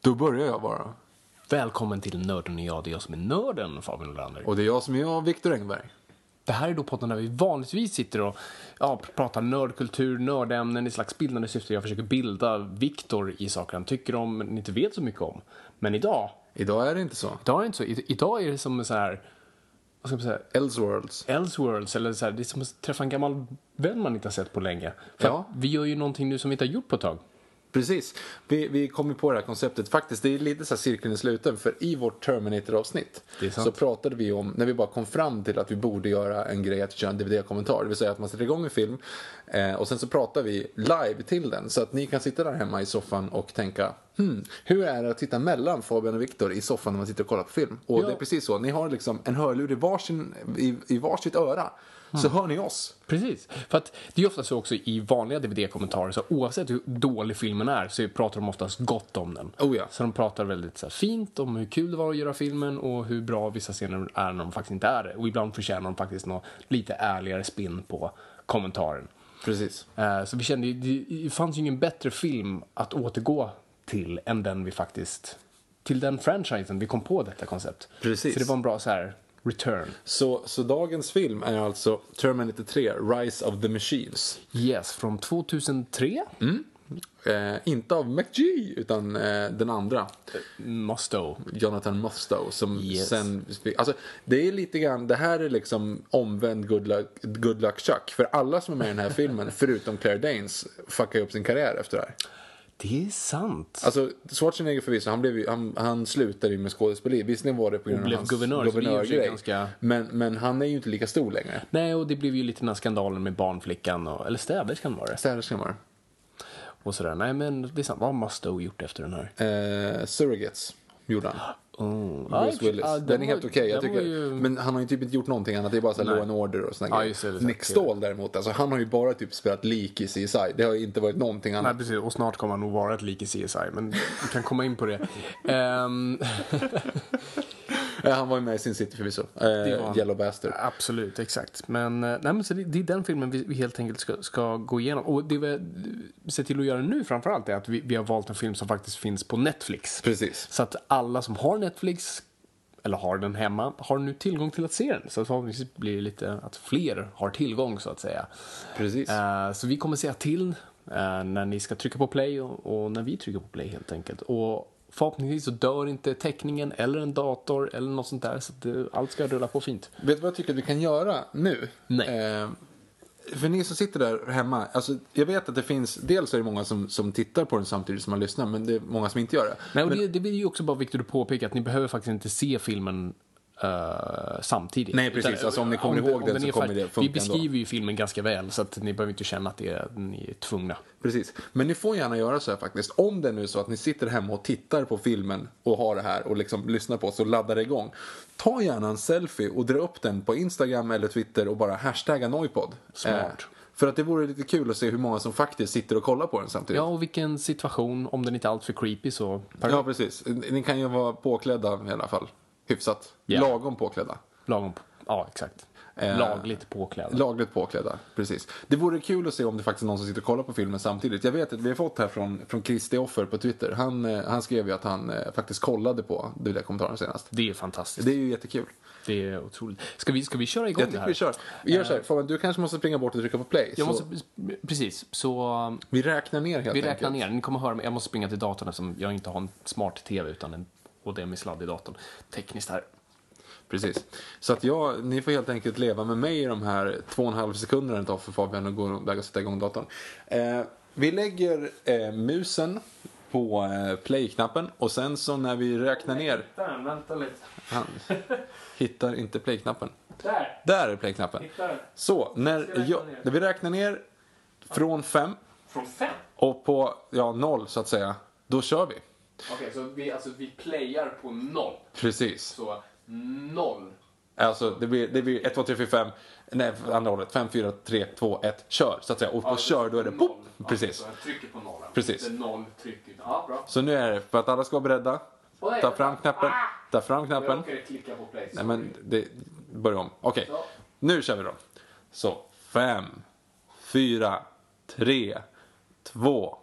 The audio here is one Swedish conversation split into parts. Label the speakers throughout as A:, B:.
A: Då börjar jag bara.
B: Välkommen till Nörden och jag, det är jag som är nörden, Fabian Olander.
A: Och det är jag som är jag, Viktor Engberg.
B: Det här är då podden där vi vanligtvis sitter och ja, pratar nördkultur, nördämnen i slags bildande syfte. Jag försöker bilda Viktor i saker han tycker om, men inte vet så mycket om. Men idag,
A: Idag är det inte så.
B: idag är det inte så. I- Idag är det som en så här, vad ska man säga,
A: Elseworlds.
B: Elseworlds, eller så här, det är som att träffa en gammal vän man inte har sett på länge. För
A: Ja.
B: att vi gör ju någonting nu som vi inte har gjort på ett tag.
A: Precis. Vi, vi kom ju på det här konceptet. Faktiskt, det är lite så här cirkeln i sluten. För i vårt Terminator-avsnitt
B: Det är sant.
A: så pratade vi om, när vi bara kom fram till att vi borde göra en grej att köra en DVD-kommentar. Det vill säga att man sätter igång en film eh, och sen så pratar vi live till den. Så att ni kan sitta där hemma i soffan och tänka, hmm, hur är det att sitta mellan Fabian och Viktor i soffan när man sitter och kollar på film? Och
B: Ja.
A: det är precis så. Ni har liksom en hörlur i, varsin, i, i varsitt öra.
B: Mm.
A: Så hör ni oss.
B: Precis. För att det är ofta så också i vanliga DVD-kommentarer, så oavsett hur dålig filmen är så pratar de oftast gott om den.
A: Oh ja.
B: Så de pratar väldigt så här, fint om hur kul det var att göra filmen och hur bra vissa scener är när de faktiskt inte är det. Och ibland förtjänar de faktiskt något lite ärligare spin på kommentaren.
A: Precis.
B: Eh, Så vi kände ju, det- det fanns ju ingen bättre film att återgå till än den vi faktiskt, till den franchisen vi kom på detta koncept.
A: Precis.
B: Så det var en bra så här return.
A: Så, så dagens film är alltså Terminator 3, Rise of the Machines.
B: Yes, från 2003.
A: Mm. Eh, inte av McGee, utan eh, den andra.
B: Musto.
A: Jonathan Mustow. Som
B: Yes.
A: sen, alltså, det är lite grann, det här är liksom omvänd good luck, good luck Chuck. För alla som är med i den här filmen, förutom Claire Danes, fuckar ju upp sin karriär efter det här.
B: Det är sant.
A: Alltså Schwarzenegger förvisso, han, blev ju, han, han slutade ju med skådespeleri. Visserligen var det på grund av
B: blev
A: hans
B: guvernör, så det är ju i och för sig
A: guvernörgrej.
B: ganska-
A: Men, men han är ju inte lika stor längre.
B: Nej, och det blev ju lite den här skandalen med barnflickan, och, eller städerskan var det.
A: Städerskan var
B: Och sådär. Nej, men det är sant. Vad har Musto gjort efter den här?
A: det. eh, Surrogates gjorde han.
B: Oh. Ja, i och
A: Bruce
B: för sig.
A: Willis.
B: Ja,
A: den är helt
B: var-
A: okej. Jag
B: den
A: tycker,
B: var ju-
A: Men han har ju typ inte gjort någonting annat. Det är bara så här Law and Order och såna
B: Ja,
A: grejer.
B: just det, det är
A: Nick
B: sant.
A: Stahl däremot, alltså, han har ju bara typ spelat lik i CSI. Det har ju inte varit någonting annat.
B: Nej, precis. Och snart kommer han nog vara ett lik i CSI, men vi kan komma in på det. Ehm,
A: Eh, Han var ju med i Sin City förvisso.
B: var han.
A: Eh, Yellow Bastard.
B: absolut, exakt. Men, eh, nej, men så det, det är den filmen vi, vi helt enkelt ska, ska gå igenom. Och det vi ser till att göra nu framför allt är att vi, vi har valt en film som faktiskt finns på Netflix.
A: Precis.
B: Så att alla som har Netflix, eller har den hemma, har nu tillgång till att se den. Så att förhoppningsvis blir det lite att fler har tillgång så att säga.
A: Precis.
B: Eh, så vi kommer säga till eh, när ni ska trycka på play och, och när vi trycker på play helt enkelt. Och förhoppningsvis så dör inte teckningen eller en dator eller något sånt där. Så att det, allt ska rulla på fint.
A: Vet du vad jag tycker att vi kan göra nu?
B: Nej.
A: Eh, för ni som sitter där hemma, alltså, jag vet att det finns, dels är det många som, som tittar på den samtidigt som man lyssnar, men det är många som inte gör det.
B: Nej, och det, det blir ju också bara viktigt att påpeka att ni behöver faktiskt inte se filmen eh, samtidigt.
A: Nej, precis. Alltså, om ni kommer
B: det-
A: ihåg den
B: är
A: så kommer
B: färdig-
A: det
B: Vi
A: funka
B: beskriver ju filmen ganska väl så att ni behöver inte känna att det är, ni är tvungna.
A: Precis. Men ni får gärna göra så här faktiskt. Om det nu är så att ni sitter hemma och tittar på filmen och har det här och liksom lyssnar på oss och laddar det igång. Ta gärna en selfie och dra upp den på Instagram eller Twitter och bara hashtagga Noipod. Eh,
B: Smart.
A: för att det vore lite kul att se hur många som faktiskt sitter och kollar på den samtidigt.
B: Ja, och vilken situation, om den inte är alltför creepy så...
A: Ja, precis. Ni kan ju vara påklädda i alla fall. hyfsat
C: Ja.
A: lagom påklädda.
C: Lagom, ja exakt.
A: Eh,
C: Lagligt påklädda.
A: Lagligt påklädda, precis. Det vore kul att se om det faktiskt är någon som sitter och kollar på filmen samtidigt. Jag vet att vi har fått här från, från Christer Offer på Twitter. Han, eh, han skrev ju att han eh, faktiskt kollade på den där kommentaren senast.
C: det är fantastiskt.
A: Det
C: Det,
A: är ju jättekul.
C: är otroligt. Ska vi, ska vi köra igång
A: Jag
C: det
A: tycker
C: här? Eh.
A: vi kör. Vi gör så här, Fabian, du kanske måste springa bort och trycka på play.
C: Jag
A: så
C: måste, precis, så um,
A: Vi räknar ner helt
C: vi räknar
A: enkelt.
C: ner. Ni kommer höra mig. Jag måste springa till datorn eftersom jag inte har en smart TV utan en HDMI-sladd i datorn. Tekniskt här.
A: Precis. Så att jag, ni får helt enkelt leva med mig i de här två och en halv sekunderna det tar för Fabian att gå iväg och sätta igång datorn. Eh, vi lägger eh, musen på eh, play-knappen och sen så när vi räknar ner...
C: Vänta, vänta lite.
A: Han hittar inte play-knappen.
C: Där!
A: Där är play-knappen. Så, när, jag, när vi räknar ner från fem
C: Från fem?
A: och på ja, noll så att säga, då kör vi.
C: Okej, så vi, alltså, vi playar på noll.
A: Precis.
C: Så noll.
A: Alltså det blir, det blir 1, 2, 3, 4, 5, nej andra hållet, 5, 4, 3, 2, 1, kör så att säga. Och på kör då är det pop. Precis.
C: jag trycker på nollan.
A: Precis. Det är
C: noll trycker. Ja, bra.
A: Så nu är det, för att alla ska vara beredda,
C: Oj.
A: ta fram knappen,
C: Ah!
A: ta fram knappen.
C: klicka på play.
A: Nej men, det, börja om. Okej,
C: Ja.
A: nu kör vi då. Så, 5, 4, 3, 2,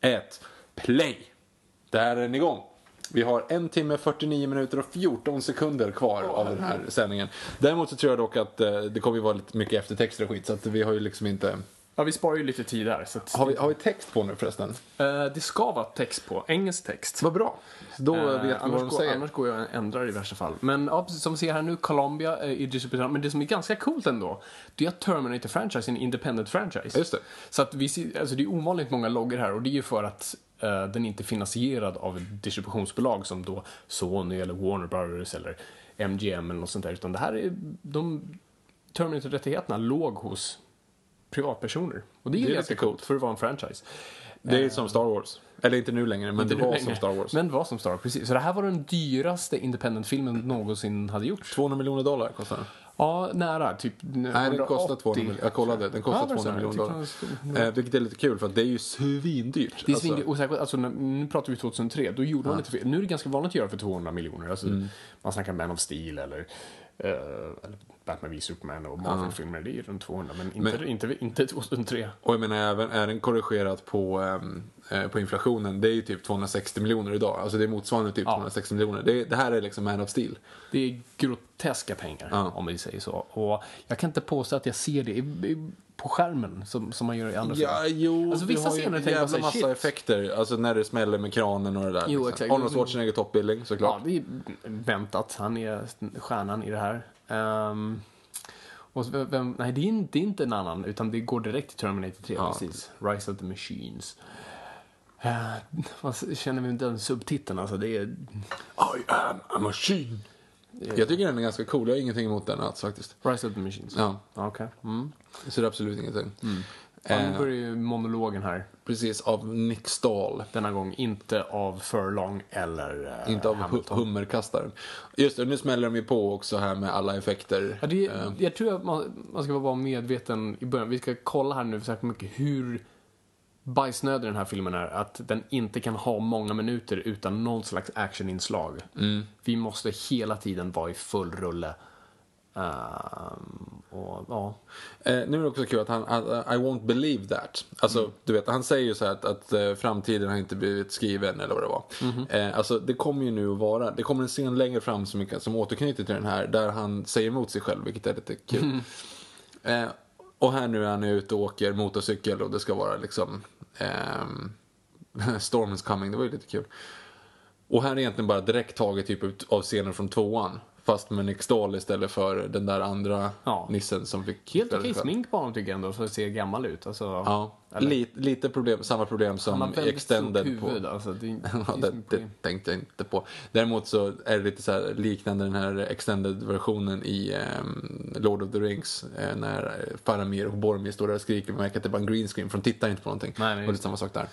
A: 1, play! Där är den igång. Vi har en timme, 49 minuter och 14 sekunder kvar av den här sändningen. Däremot så tror jag dock att eh, det kommer ju vara lite mycket eftertexter och skit, så att vi har ju liksom inte...
B: Ja, vi sparar ju lite tid där. Så att,
A: Har vi, har vi text på nu förresten?
B: Eh, det ska vara text på, engelsk text.
A: Vad bra! Då
B: Eh,
A: vet vi
B: annars,
A: vad de
B: går,
A: säger.
B: annars går jag och ändrar i värsta fall. Men ja, precis som vi ser här nu, Colombia eh, i distribution. Men det som är ganska coolt ändå, det är att Terminator-franchise är en independent franchise.
A: Just det.
B: Så att vi ser, alltså det är ovanligt många loggor här och det är ju för att eh, den inte är finansierad av ett distributionsbolag som då Sony eller Warner Brothers eller MGM eller något sånt där. Utan det här är, de Terminator-rättigheterna låg hos privatpersoner. Och det är ju
A: Det är
B: ganska
A: lite coolt.
B: coolt för att vara en franchise.
A: Det är som Star Wars. Eller inte nu längre, men det
B: nu
A: var som
B: längre.
A: Star Wars.
B: Men det var som Star Wars, precis. Så det här var den dyraste independent-filmen någonsin hade gjort.
A: 200 miljoner dollar kostar den.
B: Ja, nära. Typ
A: Nej, den kostar 200 miljoner. Jag kollade, den kostar
B: Ja, det var så
A: 200
B: här.
A: miljoner
B: Jag
A: dollar.
B: tyckte han
A: Eh, vilket är lite kul för att det är ju svindyrt.
B: Det är
A: alltså.
B: svindyrt. och särskilt, alltså, när- nu pratar vi 2003, då gjorde man lite fel. Nu är det ganska vanligt att göra för 200 miljoner. Alltså,
A: Mm.
B: Man snackar Man of Steel eller, eh, eller Batman v Superman och Marvel-filmer. Det är ju runt 200, men inte,
A: Men-
B: Inte, inte 2003.
A: Och jag menar även, är den korrigerat på, ehm, eh, på inflationen, det är ju typ 260 miljoner idag. Alltså det är motsvarande typ 260 miljoner. Det, det här är liksom Man of Steel.
B: Det är groteska pengar,
A: Ja.
B: om vi säger så. Och jag kan inte påstå att jag ser det i- i- på skärmen, som, som man gör i andra filmer.
A: jo,
B: Alltså, vissa
A: du har ju
B: scener
A: en
B: tänker man
A: jävla
B: sig,
A: massa
B: shit.
A: effekter. Alltså när det smäller med kranen och det där.
B: Jo,
A: liksom.
B: exakt.
A: Arnold Schwarzenegger toppbildning såklart.
B: Ja, det är väntat. Han är stjärnan i det här. Ehm, och så vem, nej, det är, inte, det är inte en annan, utan det går direkt till Terminator 3.
A: Ja.
B: Precis. Rise of the Machines. Eh, vad känner vi med den subtiteln? Alltså, det är...
A: I am a machine. Jag tycker den är ganska cool, jag har ingenting emot den alls faktiskt.
B: Rise of the Machines?
A: Ja.
B: Okej. Mm.
A: Så det är absolut ingenting.
B: Ja, nu
A: Eh,
B: börjar ju monologen här.
A: precis, av Nick Stahl.
B: Denna gång inte av Furlong eller eh,
A: Inte av hu-
B: Hamilton.
A: hummerkastaren. Just det, nu smäller de ju på också här med alla effekter.
B: Ja, det, jag tror att man, man ska vara medveten i början. Vi ska kolla här nu särskilt mycket hur bajsnödig den här filmen är. Att den inte kan ha många minuter utan någon slags actioninslag.
A: Mm.
B: Vi måste hela tiden vara i full rulle. Ehm, och, ja.
A: Eh, nu är det också kul att han, att, eh, I won't believe that. Alltså, du vet, han säger ju så här att, att eh, framtiden har inte blivit skriven eller vad det var. Eh, alltså, det kommer ju nu att vara, det kommer en scen längre fram som, vi kan- som återknyter till den här, där han säger emot sig själv, vilket är lite kul. Eh, och här nu är han ute och åker motorcykel och det ska vara liksom, ehm, storm is coming, det var ju lite kul. Och här är egentligen bara direkt taget typ ut av scener från tvåan. Fast med Nick Stahl istället för den där andra
B: Ja.
A: nissen som fick
B: Helt
A: spela sig
B: okej
A: själv.
B: smink på honom tycker jag ändå för att se gammal ut. Alltså,
A: Ja, lite, lite problem, samma problem
B: han har
A: som i
B: väldigt stort
A: Extended
B: huvud.
A: på.
B: Alltså, det, det,
A: Ja,
B: är
A: det,
B: som-
A: det tänkte jag inte på. Däremot så är det lite så här liknande den här Extended-versionen i ehm, Lord of the Rings. eh, när Faramir och Boromir står där och skriker. Man märker att det är bara en green screen för de tittar inte på någonting.
B: Nej, men
A: och det är
B: just
A: samma sak där.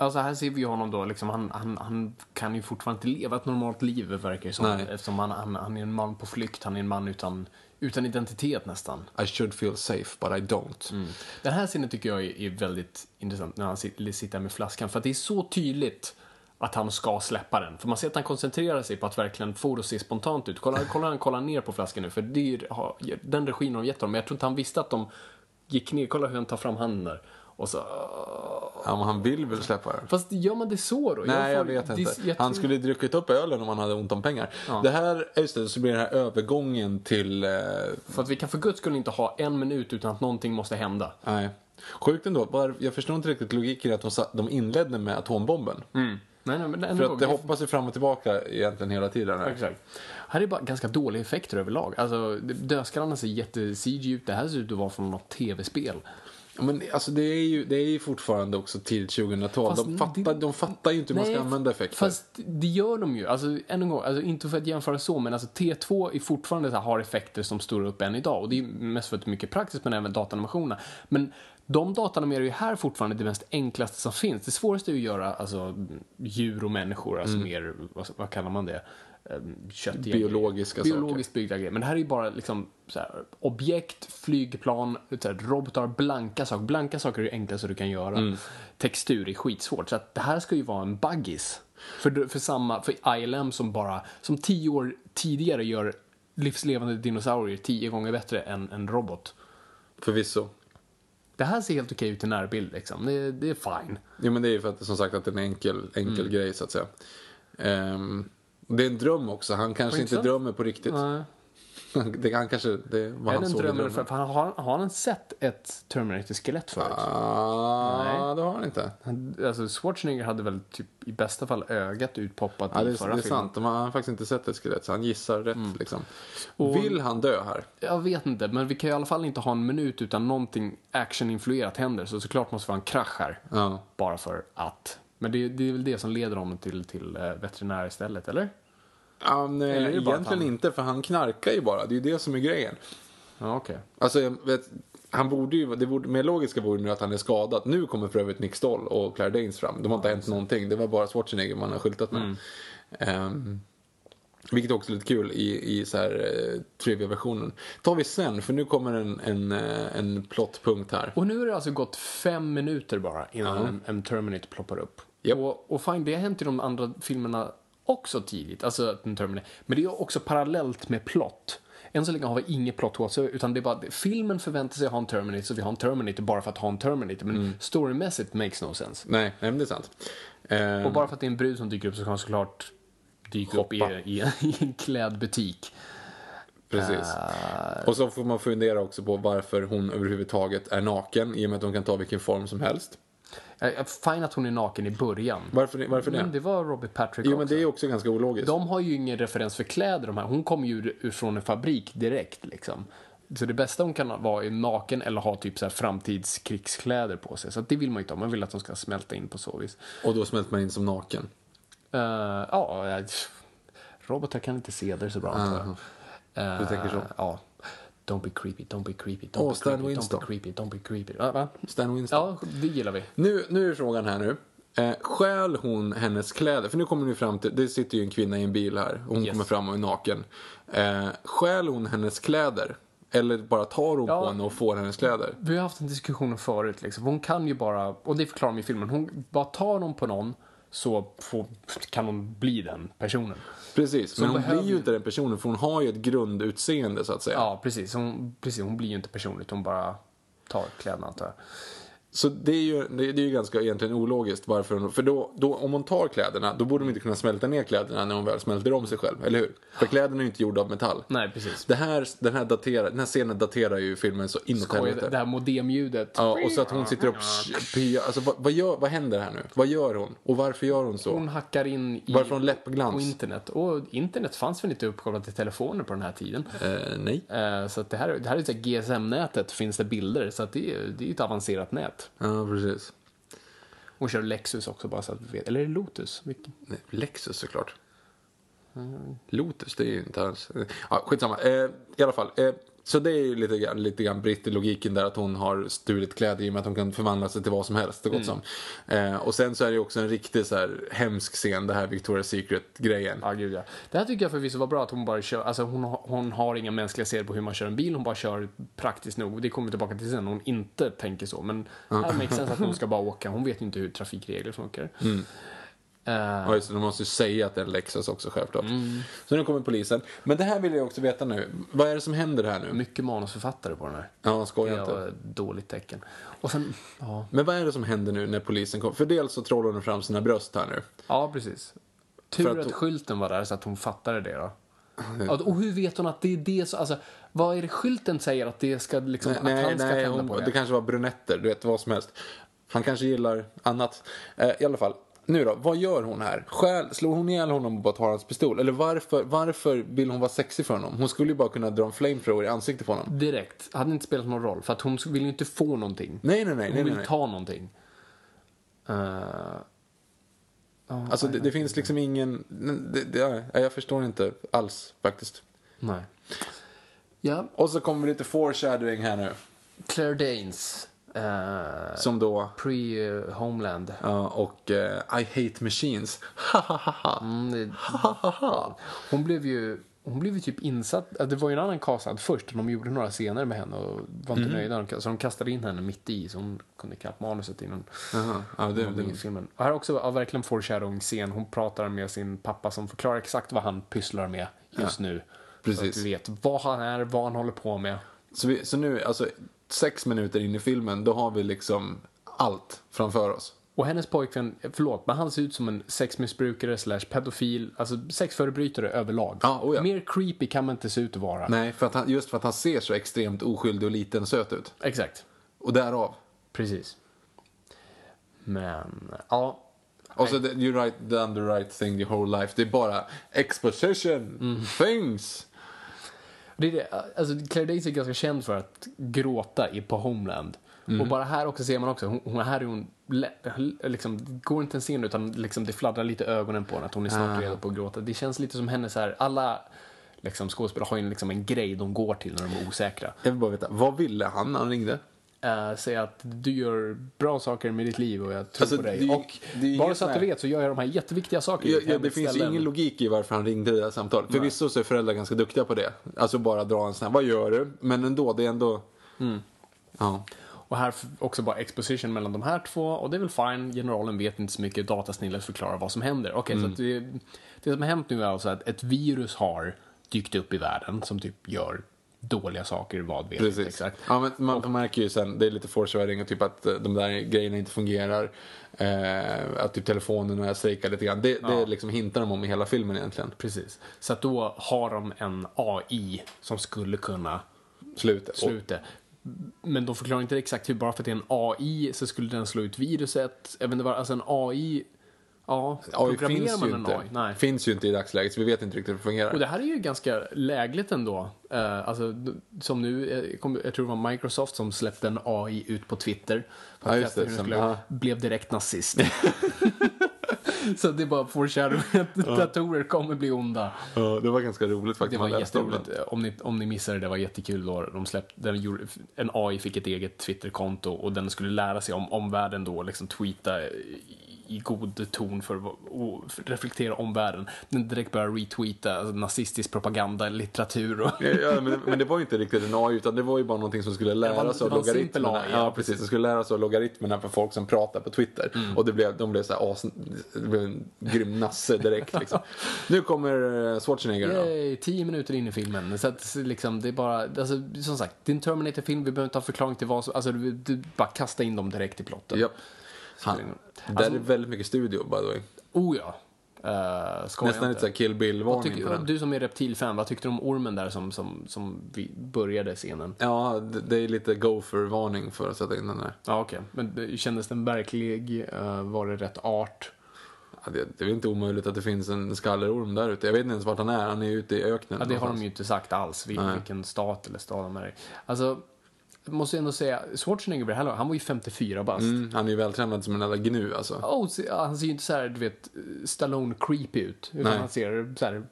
B: Alltså här ser vi ju honom då, liksom, han, han, han kan ju fortfarande inte leva ett normalt liv verkar det som.
A: Nej.
B: Eftersom han, han, han är en man på flykt, han är en man utan, utan identitet nästan.
A: I should feel safe but I don't.
B: Mm. Den här scenen tycker jag är, är väldigt intressant, när han sit- sitter med flaskan. För att det är så tydligt att han ska släppa den. För man ser att han koncentrerar sig på att verkligen få det att se spontant ut. Kolla, kolla han kollar ner på flaskan nu, för det är, ju- ha- den regin har de gett honom. Men jag tror inte han visste att de gick ner. Kolla hur han tar fram handen där. Och så...
A: Ja, men han vill väl släppa det?
B: Fast gör man det så då?
A: Nej, jag
B: får-
A: vet
B: det-
A: inte.
B: jag
A: Han
B: tror-
A: skulle ju druckit upp ölen om han hade ont om pengar. Det här, ja, just det, så blir den här övergången till... Eh,
B: För att vi kan för guds skull inte ha en minut utan att någonting måste hända.
A: nej. Sjukt ändå. Bara, jag förstår inte riktigt logiken i att de, sa- de inledde med atombomben.
B: Mm. Nej, nej, men ändå,
A: Mm. För att det
B: vi-
A: hoppas ju fram och tillbaka egentligen hela tiden. Här.
B: Exakt. Här är bara ganska dåliga effekter överlag. Alltså, det- dödskallarna ser jätte-CG ut. Det här ser ut att vara från något tv-spel.
A: Ja, Men alltså, det, är ju, det är ju fortfarande också tidigt 2012.
B: Fast
A: De fattar, de fattar ju inte hur man ska använda effekter.
B: Fast det gör de ju. Alltså, än en gång, alltså, inte för att jämföra så, men alltså, T2 är fortfarande så här, har effekter som står upp än idag. Och det är mest för att det är mycket praktiskt, men även datanimationerna. Men de datanimerar ju här fortfarande det mest enklaste som finns. Det svåraste är ju att göra alltså, djur och människor, alltså
A: Mm.
B: mer, vad, vad kallar man det? Ehm, Kött
A: Biologiska saker.
B: Biologiskt byggda grejer. Men det här är ju bara liksom så här, objekt, flygplan, så här, robotar, blanka saker. Blanka saker är det enklaste du kan göra.
A: Mm.
B: Textur är skitsvårt. Så att det här ska ju vara en buggis. För, för samma, för ILM som bara, som tio år tidigare gör livslevande dinosaurier tio gånger bättre än en robot.
A: Förvisso.
B: Det här ser helt okej ut i närbild liksom. Det, det är fine.
A: Jo men det är ju för att som sagt att det är en enkel, enkel
B: Mm.
A: grej så att säga. Ehm, det är en dröm också. Han kanske inte
B: intressant.
A: drömmer på riktigt. Det, han kanske, det var
B: Är
A: han
B: det en
A: såg i
B: dröm eller
A: drömmen.
B: för, för han, har, har han sett ett Terminator-skelett förut?
A: Ah,
B: Nej.
A: det har han inte.
B: Han- Alltså Schwarzenegger hade väl typ i bästa fall ögat utpoppat
A: Ja, det,
B: i
A: är-
B: förra
A: det är
B: filmen.
A: sant. De har, han har faktiskt inte sett ett skelett så han gissar rätt liksom. Vill han dö här?
B: Jag vet inte, men vi kan ju i alla fall inte ha en minut utan någonting actioninfluerat händer. Så såklart måste vi ha en krasch här.
A: Ja.
B: Bara för att. Men det, det är väl det som leder honom till, till eh, veterinär istället, eller?
A: Ah, nej,
B: Eller är det bara
A: egentligen
B: att han-
A: inte för han knarkar ju bara. Det är ju det som är grejen.
B: Ja, okej.
A: Alltså, jag vet, han borde ju, det borde, mer logiska vore nu att han är skadad. Nu kommer för övrigt Nick Stoll och Claire Danes fram. De har inte hänt någonting. Det var bara Schwarzenegger man har skyltat med. Ehm, vilket också är lite kul i, i så här eh, trivia-versionen. tar vi sen, för nu kommer en, en, eh, en plottpunkt här.
B: Och nu har det alltså gått fem minuter bara innan en, en Terminator ploppar upp.
A: Japp.
B: Och, och fine, det har hänt i de andra filmerna också tidigt. Alltså att en Terminator. Men det är också parallellt med plott. Än så länge har vi inget plott whatsoever, utan det är bara filmen förväntar sig att ha en Terminator så vi har en Terminator bara för att ha en Terminator. Men
A: Mm.
B: storymässigt makes no sense.
A: Nej, nej, men det är sant. Ehm,
B: Och bara för att det är en brud som dyker upp så kan hon såklart dyka upp
A: Hoppa.
B: i, i, i en klädbutik.
A: Precis.
B: Eh.
A: Och så får man fundera också på varför hon överhuvudtaget är naken i och med att hon kan ta vilken form som helst.
B: Jag- jag- Eh, Fine att hon är naken i början.
A: Varför, varför det?
B: Men det var Robert Patrick
A: Jo,
B: också.
A: men det är också ganska ologiskt.
B: De har ju ingen referens för kläder de här. Hon kommer ju ur- ur från en fabrik direkt liksom. Så det bästa hon kan vara är naken eller ha typ så här framtidskrigskläder på sig. Så att det vill man ju inte ha. Man vill att de ska smälta in på så vis.
A: Och då smälter man in som naken.
B: Eh, ja, eh, robotar kan inte se det så bra antar jag.
A: Du tänker så?
B: Eh, Ja. Don't be creepy, don't be creepy, don't,
A: Åh,
B: be,
A: Stan
B: creepy, don't
A: Winston.
B: be creepy, don't be creepy. Ja, va?
A: Stan Winston.
B: ja, det gillar vi.
A: Nu, nu är frågan här nu. Eh, stjäl hon hennes kläder? För nu kommer ni fram till, det sitter ju en kvinna i en bil här. Hon kommer fram och är naken. Eh, stjäl hon hennes kläder? Eller bara tar hon
B: Ja.
A: på henne och får hennes kläder?
B: Vi har haft en diskussion om förut. Liksom. Hon kan ju bara, och det förklarar de i filmen, hon bara tar någon på någon så får, kan hon bli den personen.
A: Precis, men
B: hon
A: hon
B: behöver
A: blir ju
B: ju-
A: inte den personen för hon har ju ett grundutseende så att säga.
B: Ja, precis. Hon, precis, hon blir ju inte person utan hon bara tar kläderna antar jag.
A: Så det är ju, det är det är ju ganska egentligen ologiskt varför hon, för då, då, om hon tar kläderna då borde de inte kunna smälta ner kläderna när hon väl smälter om sig själv, eller hur? För kläderna är ju inte gjorda av metall.
B: Nej, precis.
A: Det här, den, här daterar, den här scenen daterar ju filmen så inåt
B: Skoj, det
A: helvete.
B: här modemljudet.
A: Ja, och så att hon sitter och pyar. Alltså, vad, vad, gör, vad händer här nu? Vad gör hon? Och varför gör hon så?
B: Hon hackar in i...
A: Varför har hon läppglans?
B: På internet. Och internet fanns väl inte uppkopplat till telefoner på den här tiden.
A: Eh, nej.
B: Eh, Så att det här, det här är så här GSM-nätet, finns det bilder. Så att det, är, det är ett avancerat nät.
A: Ja, precis.
B: Hon kör Lexus också bara så att vi vet. Eller är det Lotus? Vilken?
A: Nej, Lexus såklart. Lotus, det är ju inte alls... Ja, skitsamma. Eh, I alla fall. Eh, så det är ju lite grann, lite grann britt i logiken där att hon har stulit kläder i och med att hon kan förvandla sig till vad som helst. Så gott som. Eh, och sen så är det ju också en riktig så här hemsk scen, det här Victoria's Secret-grejen.
B: Ja, gud ja. Det här tycker jag förvisso var bra att hon bara kör, alltså hon, har- hon har inga mänskliga seder på hur man kör en bil, hon bara kör praktiskt nog. Det kommer vi tillbaka till sen, hon inte
A: Mm.
B: tänker så. Men här makes sense att hon ska bara åka, hon vet ju inte hur trafikregler funkar.
A: Ja, just det, de måste ju säga att det är en Lexus också självklart. Så nu kommer polisen. Men det här vill jag också veta nu. Vad är det som händer här nu?
B: Mycket manusförfattare på den här.
A: Ja, skoja
B: Det
A: inte.
B: var ett dåligt tecken. Och sen, ja.
A: Men vad är det som händer nu när polisen kommer? För dels så trollar de fram sina bröst här nu.
B: Ja, precis.
A: För
B: Tur
A: att
B: att,
A: hon-
B: skylten var där så att hon fattade det då. Ja, Och hur vet hon att det är det som, alltså, vad är det skylten säger att det ska liksom, att
A: nej,
B: han ska
A: nej,
B: tända
A: hon,
B: på det?
A: det kanske var brunetter, du vet vad som helst. Han kanske gillar annat. Eh, I alla fall, nu då, vad gör hon här? Skäl, slår hon ihjäl honom och bara tar hans pistol? Eller varför, varför vill hon vara sexig för honom? Hon skulle ju bara kunna dra en flamethrower i ansiktet på honom.
B: Direkt. Hade inte spelat någon roll, för att hon vill ju inte få någonting.
A: Nej, nej, nej.
B: hon
A: nej,
B: vill
A: nej, nej.
B: ta någonting. Eh,
A: Alltså, det, det finns liksom ingen... Det, det, ja, jag förstår inte alls faktiskt.
B: nej. Ja,
A: Och så kommer lite foreshadowing här nu.
B: Claire Danes. eh,
A: Som då...
B: Pre-Homeland.
A: Ja, och eh, I hate machines.
B: Mm, det- hon blev ju hon blev ju typ insatt. äh, Det var ju en annan castad först. och De gjorde några scener med henne och var
A: Mm.
B: inte nöjda. De- Så de kastade in henne mitt i. Så hon kunde knappt manuset innan
A: Jaha, ja, det,
B: hon var med i
A: det,
B: filmen. Och här också ja, verkligen foreshadowing-scen. Hon pratar med sin pappa som förklarar exakt vad han pysslar med just nu.
A: precis.
B: Så att vi vet vad han är, vad han håller på med.
A: Så, vi, så nu, alltså sex minuter in i filmen, då har vi liksom allt framför oss.
B: Och hennes pojkvän, förlåt, men han ser ut som en sexmissbrukare slash pedofil, alltså sexförbrytare överlag.
A: Ja, oh ja.
B: Mer creepy kan man inte se ut att vara.
A: Nej, för att han, just för att han ser så extremt oskyldig och liten och söt ut.
B: Exakt.
A: Och därav.
B: Precis. Men, ja.
A: Och så det- you right, done the right thing your whole life. Det är bara exposition, things.
B: Det är det. Alltså, Claire Danes är ganska känd för att gråta i, på Homeland.
A: Mm.
B: Och bara här också ser man också, hon, hon här är hon, lä- liksom, det går inte en scen utan liksom, det fladdrar lite i ögonen på henne att hon är
A: Ah.
B: snart redo på att gråta. Det känns lite som hennes här, alla liksom, skådespelare har ju liksom en grej de går till när de är osäkra.
A: Jag vill bara veta, vad ville han när han ringde?
B: eh, säga att du gör bra saker med ditt liv och jag tror
A: Alltså,
B: på dig.
A: det är-
B: och
A: det är
B: bara
A: inget
B: så att
A: sån
B: du
A: här-
B: vet så gör jag de här jätteviktiga sakerna. i
A: Ja,
B: mitt
A: ja,
B: hem
A: det
B: och
A: finns ju
B: ställen.
A: ingen logik i varför han ringde det där samtalet. Förvisso så är föräldrar ganska duktiga på det. Alltså bara dra en sån här, vad gör du? Men ändå, det är ändå... Mm. Ja.
B: Och här f- också bara exposition mellan de här två och det är väl fine, generalen vet inte så mycket, datasnillet förklarar vad som händer. Okej,
A: Mm.
B: så att det, det som har hänt nu är alltså att ett virus har dykt upp i världen som typ gör dåliga saker, vad vet inte
A: Precis.
B: exakt.
A: Ja, men man man märker ju sen, det är lite foreshadowing och typ att eh, de där grejerna inte fungerar. Eh, att typ telefonerna strejkar lite grann. Det, det liksom hintar de om i hela filmen egentligen.
B: Precis. Så att då har de en AI som skulle kunna
A: Slutet. Och,
B: slutet. Men de förklarar inte exakt hur, bara för att det är en AI så skulle den slå ut viruset. Jag vet inte vad, alltså en AI, ja,
A: AI finns ju, inte,
B: Nej.
A: finns ju inte i dagsläget så vi vet inte riktigt hur det fungerar.
B: Och det här är ju ganska lägligt ändå. Eh, alltså, d- som nu, eh, kom, jag tror det var Microsoft som släppte en AI ut på Twitter. För att
A: Ja, just
B: testa
A: det,
B: hur den
A: som-
B: skulle-
A: ja.
B: Blev direkt nazist. så det är bara foreshadowing att datorer kommer bli onda.
A: Ja, det var ganska roligt
B: Det
A: faktiskt.
B: var
A: när man läste om
B: jätteroligt. Om ni, om ni missade det, det var jättekul då. De släppte, den gjorde, en AI fick ett eget Twitterkonto och den skulle lära sig om omvärlden då, liksom tweeta i- i god ton för att vara- och reflektera om världen. Den direkt började retweeta alltså, nazistisk propaganda, litteratur och...
A: det. Ja, men, men det var ju inte riktigt en AI utan det var ju bara någonting som skulle
B: var-
A: lära
B: det
A: sig av
B: var en simpel
A: logaritmerna.
B: AI, ja,
A: Ja, precis. Det skulle lära sig av logaritmerna för folk som pratar på Twitter.
B: Mm.
A: Och det blev, de blev så här as, det blev en grym nasse direkt liksom. Nu kommer eh, Schwarzenegger då.
B: Yay, tio minuter in i filmen. Så att, liksom, det är bara, alltså, som sagt, det är en Terminator-film, vi behöver inte ha förklaring till vad som, alltså, du, du bara kasta in dem direkt i plotten.
A: Japp. Han, där
B: Alltså-
A: är väldigt mycket studio by the way.
B: Oh ja. Uh, skoja
A: Nästan lite
B: inte.
A: såhär Kill
B: Vad
A: Bill-varning på
B: tycker,
A: den.
B: du som är reptilfan, vad tyckte du om ormen där som, som, som vi började scenen?
A: Ja, det det är lite gopher-varning för att sätta in den där.
B: Ja, okej. Men det- kändes den verklig? Eh, var det rätt art?
A: Ja, det, det är väl inte omöjligt att det finns en skallerorm där ute. Jag vet inte ens vart han är, han är ju ute i öknen.
B: Ja, det har de
A: någonstans.
B: ju inte sagt alls, vil- vilken stat eller stad de är i. Alltså, jag måste ändå säga, Schwarzenegger vid det här laget, han var ju 54 bast.
A: Mm, han är ju vältränad som en jävla gnu alltså.
B: Oh, se- han ser ju inte så här, du vet, Stallone-creepy ut. Utan
A: Nej.
B: han ser så här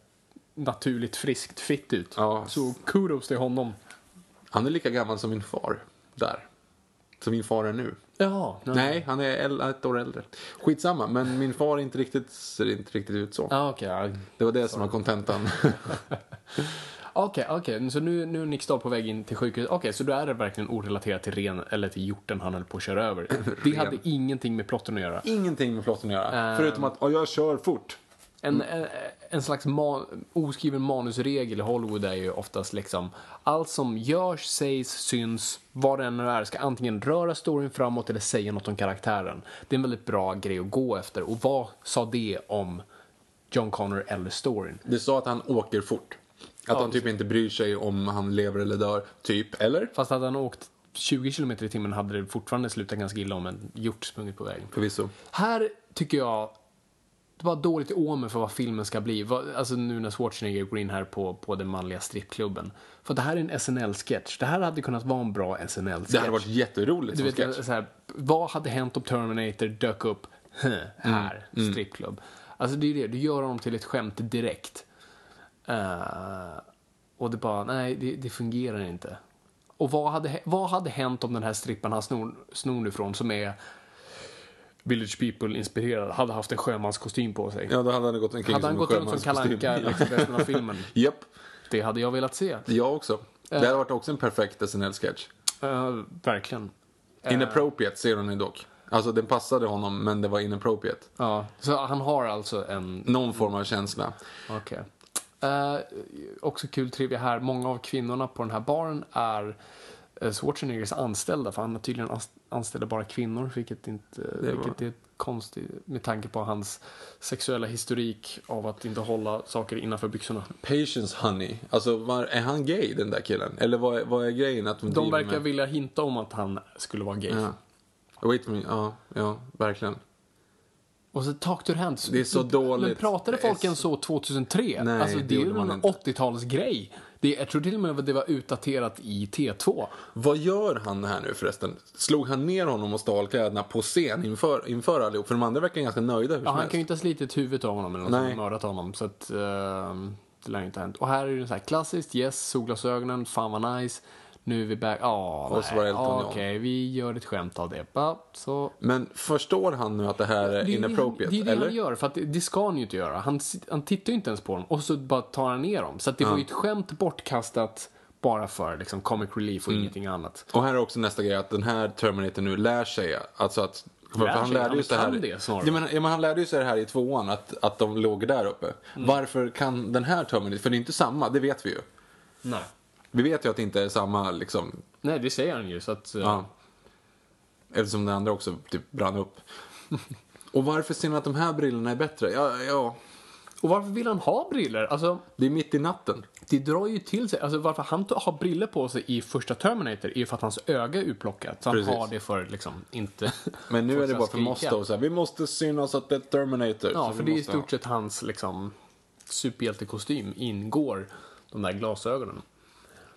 B: naturligt friskt fitt ut.
A: Ja.
B: Så kudos till honom.
A: Han är lika gammal som min far där. Som min far är nu.
B: Ja,
A: Nej, han är el- ett år äldre. Skitsamma, men min far är inte riktigt, ser inte riktigt ut så.
B: Ja, okej. ja.
A: Det var det som var kontentan.
B: Okej, okej. Så nu, nu är Nick Stahl på väg in till sjukhuset. Okej, så då är det verkligen orelaterat till ren eller till hjorten han höll på att köra över. Det hade ingenting med plotten att göra.
A: Ingenting med plotten att göra.
B: Eh.
A: Förutom att "Ja, jag kör fort.
B: En, en, en slags ma- oskriven manusregel i Hollywood är ju oftast liksom allt som görs, sägs, syns, vad det än är, ska antingen röra storyn framåt eller säga något om karaktären. Det är en väldigt bra grej att gå efter. Och vad sa det om John Connor eller storyn?
A: Det sa att han åker fort. Att han typ inte bryr sig om han lever eller dör. Typ, eller?
B: Fast hade han åkt 20 km i timmen hade det fortfarande slutat ganska illa om en hjort sprungit på vägen.
A: Förvisso.
B: Här tycker jag det var dåligt i åmen för vad filmen ska bli. Vad- Alltså nu när Schwarzenegger går in här på, på den manliga strippklubben. För det här är en SNL-sketch. Det här hade kunnat vara en bra SNL-sketch.
A: Det hade varit jätteroligt
B: Du
A: som
B: vet,
A: sketch.
B: Så här, vad hade hänt om Terminator dök upp Huh,
A: Mm.
B: här, strippklubb? Alltså det är ju det, du gör honom till ett skämt direkt. Eh, och det bara, nej det, det fungerar inte. Och vad hade, hä- vad hade hänt om den här strippan han snor, snor ifrån som är Village People-inspirerad hade haft en sjömanskostym på sig?
A: Ja, då hade han gått omkring
B: hade han
A: en
B: gått runt som Kalle
A: sjömanskostym.
B: Anka liksom, resten av filmen?
A: Japp,
B: Det hade jag velat se.
A: jag också. Det hade varit också en perfekt SNL-sketch.
B: Eh, verkligen. Eh.
A: Inappropriate ser hon ju dock. Alltså den passade honom men det var inappropriate.
B: Ja, så han har alltså en
A: Någon form av känsla.
B: Okej. Eh, också kul trivia här. Många av kvinnorna på den här baren är eh, Schwarzeneggers anställda. För han har tydligen ans- anställde bara kvinnor. Vilket, inte,
A: var-
B: vilket är konstigt med tanke på hans sexuella historik av att inte hålla saker innanför byxorna.
A: Patience honey. Alltså var, är han gay den där killen? Eller vad, är- vad är grejen att de,
B: De
A: driver
B: verkar
A: med?
B: vilja hinta om att han skulle vara gay.
A: Ja. Wait a minute. Ja, ja, verkligen.
B: Och så talk to your hands.
A: Det är så
B: Men
A: dåligt.
B: pratade folk än så 2003?
A: Nej,
B: alltså,
A: det
B: det är ju
A: gjorde man
B: en
A: inte.
B: 80-talsgrej. Det- Jag tror till och med att det var utdaterat i T2.
A: Vad gör han här nu förresten? Slog han ner honom och stal kläderna på scen inför, inför allihop? För de andra verkar ganska nöjda hur
B: Ja,
A: som
B: han
A: helst.
B: kan ju inte ha slitit huvudet av honom eller något
A: Nej.
B: sånt, mördat honom. Så att, ehm, det lär ju inte ha hänt. Och här är ju så här klassiskt, yes, solglasögonen, fan vad nice. Nu är vi back, ja,
A: Och så
B: nej,
A: var det Elton
B: ja,
A: John.
B: okej, vi gör ett skämt av det. Ba, så.
A: Men förstår han nu att det här är
B: Det är ju det han-
A: inappropriate?
B: Det är det
A: eller?
B: han gör, för att det, det ska han ju inte göra. Han, sit- han tittar ju inte ens på dem och så bara tar han ner dem. Så att det var ju ett skämt bortkastat bara för liksom, comic relief och
A: Mm.
B: ingenting annat.
A: Och här är också nästa grej att den här Terminator nu lär sig. Alltså att, för
B: Lär
A: han
B: sig?
A: lärde
B: Han
A: ju sig
B: kan
A: här,
B: det snarare.
A: Ja, men, ja, men han lärde ju sig det här i tvåan, att, att de låg där uppe.
B: Mm.
A: Varför kan den här Terminator, för det är inte samma, det vet vi ju.
B: Nej.
A: Vi vet ju att det inte är samma liksom,
B: Nej, det säger han ju. Så att, eh,
A: ja. Eftersom den andra också typ brann upp. Och varför ser ni att de här brillorna är bättre? Ja, ja,
B: Och varför vill han ha briller? Alltså,
A: det är mitt i natten.
B: Det drar ju till sig, alltså varför han to- har briller på sig i första Terminator är ju för att hans öga är utplockat. Så han
A: Precis.
B: har det för liksom, inte...
A: Men nu
B: för
A: är det
B: att
A: bara för
B: skrika.
A: måste och så här, vi måste synas att det är Terminator.
B: Ja,
A: så
B: för
A: vi
B: det är i
A: måste
B: stort sett hans liksom superhjältekostym ingår de där glasögonen.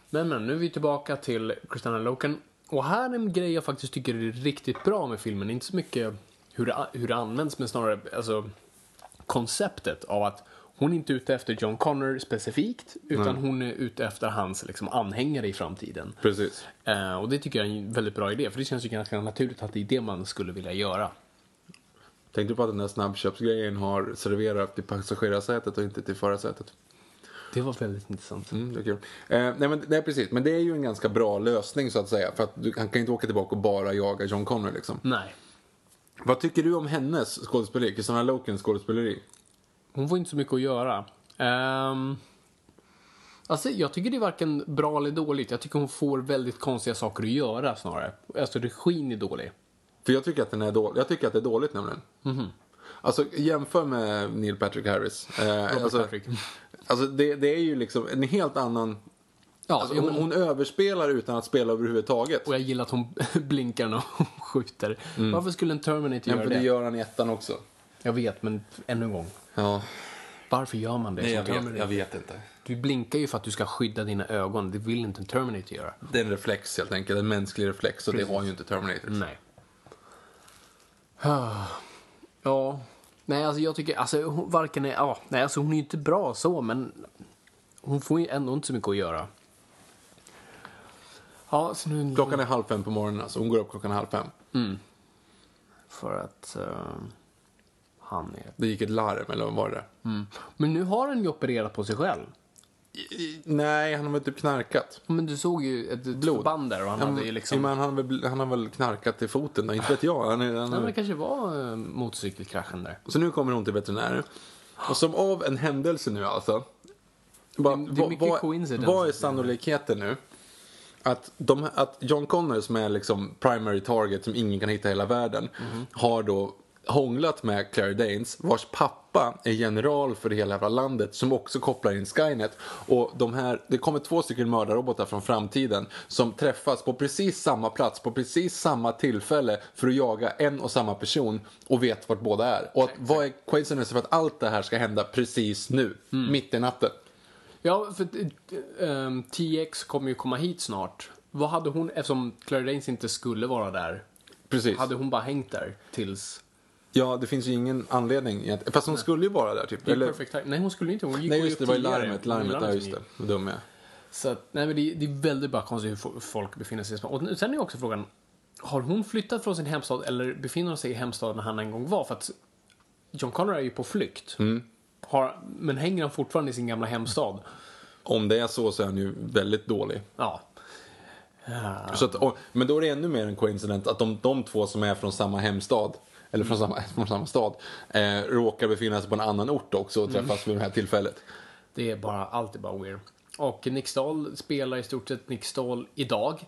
B: Men men, nu är vi tillbaka till Christina Loken. Och här är en grej jag faktiskt tycker är riktigt bra med filmen. Inte så mycket hur det, hur det används, men snarare alltså, konceptet av att hon är inte ute efter John Connor specifikt, utan hon är ute efter hans liksom, anhängare i framtiden.
A: ha. Precis.
B: Eh, och det tycker jag är en väldigt bra idé, för det känns ju ganska naturligt att det är det man skulle vilja göra.
A: Tänkte du på att den där snabbköpsgrejen har serverat till passagerarsätet och inte till förarsätet?
B: Det var väldigt intressant.
A: Mm, det är kul. Eh, nej, men, nej, precis. Men det är ju en ganska bra lösning så att säga. För att du, han kan ju inte åka tillbaka och bara jaga John Connor liksom.
B: Nej,
A: Vad tycker du om hennes skådespeleri? Kristina Lokens skådespeleri?
B: Hon får inte så mycket att göra. Ehm, alltså, jag tycker det är varken bra eller dåligt. Jag tycker hon får väldigt konstiga saker att göra snarare. Alltså regin är dålig.
A: För jag tycker att, den är dålig. Jag tycker att det är dåligt nämligen.
B: Mhm.
A: Alltså jämför med Neil Patrick Harris. Eh, alltså,
B: Patrick.
A: Alltså det, det är ju liksom en helt annan...
B: Ja,
A: Alltså,
B: jo,
A: hon,
B: men-
A: hon överspelar utan att spela överhuvudtaget.
B: Och jag gillar att hon blinkar när hon skjuter. Varför skulle en Terminator
A: Ja,
B: göra
A: Mm. för
B: det?
A: det gör han i ettan också.
B: Jag vet, men ännu en gång.
A: Ja,
B: Varför gör man det? som Terminator?
A: vet inte.
B: Du blinkar ju för att du ska skydda dina ögon. Det vill inte en Terminator göra.
A: Det är en reflex helt enkelt, en mänsklig reflex och det har ju inte Terminator.
B: Nej. Ah, Ja. Nej, alltså jag tycker, alltså hon varken är, ja, nej alltså hon är ju inte bra så, men hon får ju ändå inte så mycket att göra. Ja, så nu
A: Klockan är halv fem på morgonen alltså, hon går upp klockan halv fem.
B: för att eh, han är... Mm.
A: Det gick ett larm eller vad var det?
B: Men nu har han ju opererat på sig själv.
A: Nej, han har väl typ knarkat.
B: Men du såg ju ett
A: Blod.
B: Blod. förband där och han hade ju
A: Ja,
B: liksom...
A: men han, har väl, bl- han har väl knarkat i foten då, inte vet jag. Han är, han
B: Nej, men
A: är...
B: det kanske var eh, motorcykelkraschen där.
A: Så nu kommer hon till veterinären. Och som av en händelse nu alltså. Bara,
B: Det- det är mycket
A: vad-
B: coincidence.
A: Vad är sannolikheten nu? Att, de, att John Connor som är liksom primary target som ingen kan hitta i hela världen har då hånglat med Claire Danes vars pappa är general för hela jävla landet som också kopplar in Skynet. Och de här, det kommer två stycken mördarrobotar från framtiden som träffas på precis samma plats på precis samma tillfälle för att jaga en och samma person och vet vart båda är. Och att, vad är coincidence för att allt det här ska hända precis nu, mitt i natten?
B: Ja, för eh, ehm, TX kommer ju komma hit snart. Vad hade hon, eftersom Claire Danes inte skulle vara där,
A: Precis.
B: hade hon bara hängt där tills...
A: Ja, det finns ju ingen anledning egentligen. Fast hon skulle ju vara där typ.
B: Det är
A: Eller-
B: perfect time. Nej, hon skulle inte. Hon gick
A: Nej,
B: ju
A: just
B: upp
A: det. Det var ju
B: tidigare.
A: larmet.
B: Hon
A: Larmet, ja
B: som
A: just
B: gick.
A: det. Vad dum jag är.
B: Så att, nej men det, det är väldigt bara konstigt hur fo- folk befinner sig. Och nu- sen är ju också frågan, har hon flyttat från sin hemstad eller befinner hon sig i hemstaden han en gång var? För att John Connor är ju på flykt.
A: Mm.
B: Har, men hänger han fortfarande i sin gamla hemstad?
A: Om det är så så är han ju väldigt dålig.
B: Ja.
A: Så att, och, men då är det ännu mer en coincident att de, de två som är från samma hemstad eller från
B: Mm.
A: samma, från samma stad, eh, råkar befinna sig på en annan ort också
B: Mm.
A: och träffas vid det här tillfället.
B: Det är bara, allt är bara weird. Och Nick Stahl spelar i stort sett Nick Stahl idag.